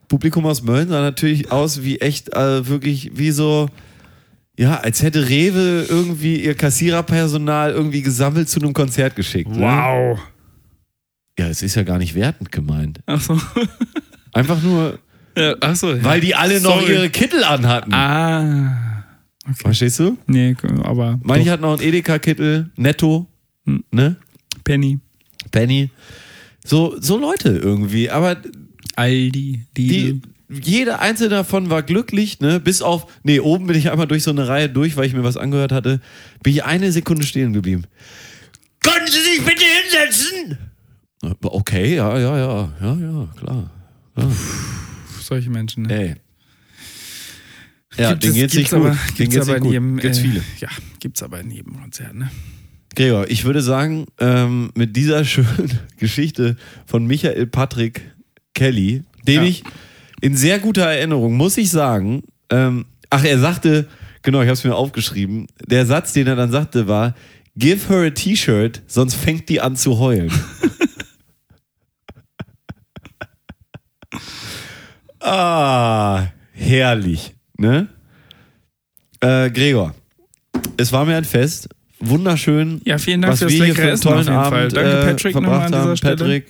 Publikum aus Mölln sah natürlich aus wie echt, äh, wirklich wie so, ja, als hätte Rewe irgendwie ihr Kassiererpersonal irgendwie gesammelt zu einem Konzert geschickt. Ne?
Wow.
Ja, es ist ja gar nicht wertend gemeint.
Achso.
Einfach nur,
Achso. Ja.
weil die alle noch
Sorry.
ihre Kittel anhatten.
Ah.
Verstehst du?
Nee, aber.
Manche hatten noch einen Edeka-Kittel, netto,
Hm.
ne?
Doch. Penny.
Penny. So, so Leute irgendwie, aber
Aldi.
die,
Lidl.
jede einzelne davon war glücklich, ne? Bis auf, nee, oben bin ich einmal durch so eine Reihe durch, weil ich mir was angehört hatte, bin ich eine Sekunde stehen geblieben. Können Sie sich bitte hinsetzen? Okay, ja, ja, ja, ja, ja, klar.
Solche Menschen. Ne?
Ey. Ja,
Gibt
denen
es-
geht's
gibt's
nicht gut.
Aber,
denen
gibt's
geht's
aber
nicht
in
gut.
jedem,
Gibt's
äh,
viele.
Ja, gibt's aber in jedem Konzert, ne?
Gregor, ich würde sagen, ähm, mit dieser schönen Geschichte von Michael Patrick Kelly, den
Ja.
ich in sehr guter Erinnerung, muss ich sagen, ähm, ach, er sagte, genau, ich habe es mir aufgeschrieben, der Satz, den er dann sagte, war, give her a T-Shirt, sonst fängt die an zu heulen. ah, herrlich, ne? Äh, Gregor, es war mir ein Fest, wunderschön,
Ja, vielen Dank
was
fürs
wir hier für
leckere
einen
Essen
tollen
auf jeden Fall.
Abend
Danke,
äh,
Patrick, nochmal an
verbracht
dieser
haben.
Stelle.
Patrick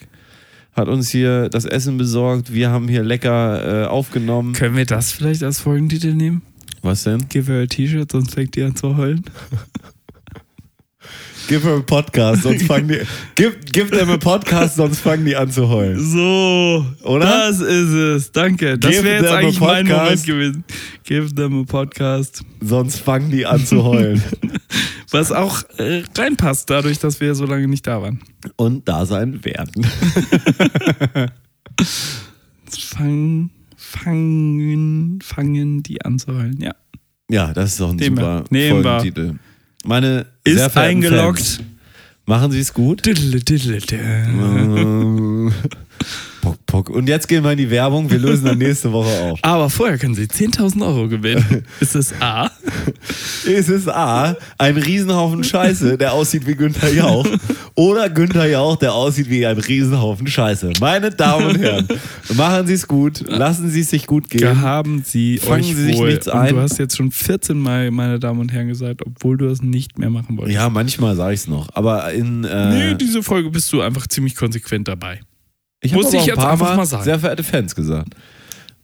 hat uns hier das Essen besorgt. Wir haben hier lecker äh, aufgenommen.
Können wir das vielleicht als Folgentitel nehmen?
Was denn?
Give her a T-Shirt, sonst fängt die an zu heulen.
Give her a podcast, sonst fangen die. Give, give them a podcast, sonst fangen die an zu heulen.
So,
Oder?
Das ist es. Danke. Das
Give
wäre jetzt
them a
eigentlich mein Moment
podcast.
gewesen. Give them a podcast.
Sonst fangen die an zu heulen.
Was auch äh, reinpasst, dadurch, dass wir so lange nicht da waren.
Und da sein werden.
Fangen, fangen, fangen die an zu heulen. Ja.
Ja, das ist doch ein
Nehmen wir.
super
Nehmen wir.
Folgentitel. Meine sehr
Ist
verehrten
eingeloggt.
Fans, machen Sie es gut.
Diddle, diddle, diddle.
Ähm, pock, pock. Und jetzt gehen wir in die Werbung. Wir lösen dann nächste Woche auf.
Aber vorher können sie 10.000 Euro gewinnen. Ist es A?
Es ist A, ein Riesenhaufen Scheiße, der aussieht wie Günther Jauch. Oder Günther Jauch, der aussieht wie ein Riesenhaufen Scheiße. Meine Damen und Herren, machen Sie es gut, lassen Sie es sich gut gehen.
Gehaben Sie
Fangen
euch
Sie sich
wohl.
nichts
Und
ein.
du hast jetzt schon 14 Mal, meine Damen und Herren, gesagt, obwohl du das nicht mehr machen wolltest.
Ja, manchmal sage ich es noch. Aber in.
Nee,
Äh,
diese Folge bist du einfach ziemlich konsequent dabei.
ich hab
muss
aber
ich
auch ein
jetzt
paar
einfach mal sagen.
Sehr verehrte Fans gesagt.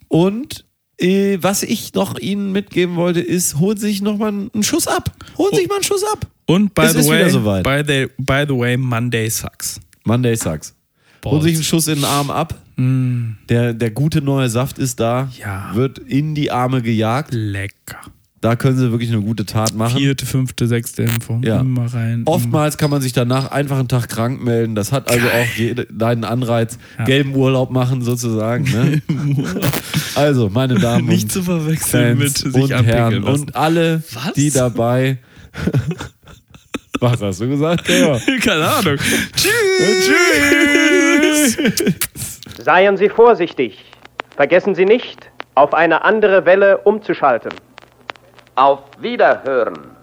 Und. äh, Was ich noch Ihnen mitgeben wollte, ist, holen Sie sich nochmal einen Schuss ab. Holen
Oh.
Sie sich mal einen Schuss ab.
Und by
Es
the
ist wieder
way,
soweit.
by the, by the way, Monday sucks.
Monday sucks. Holen sich einen Schuss in den Arm ab. Der, der gute neue Saft ist da.
Mm. Ja.
Wird in die Arme gejagt.
Lecker.
Da können sie wirklich eine gute Tat machen.
Vierte, fünfte, sechste Impfung.
Ja.
Immer rein.
Oftmals kann man sich danach einfach einen Tag krank melden. Das hat also auch jede, deinen Anreiz, gelben Urlaub machen sozusagen. Ne? also, meine Damen
Nicht
und
zu verwechseln
Fans
mit sich
und Herren
anpinkeln lassen.
und alle,
Was?
die dabei... Was hast du gesagt? Genau. Ja.
Keine Ahnung. Tschüss.
Tschüss!
Seien Sie vorsichtig. Vergessen Sie nicht, auf eine andere Welle umzuschalten.
Auf Wiederhören.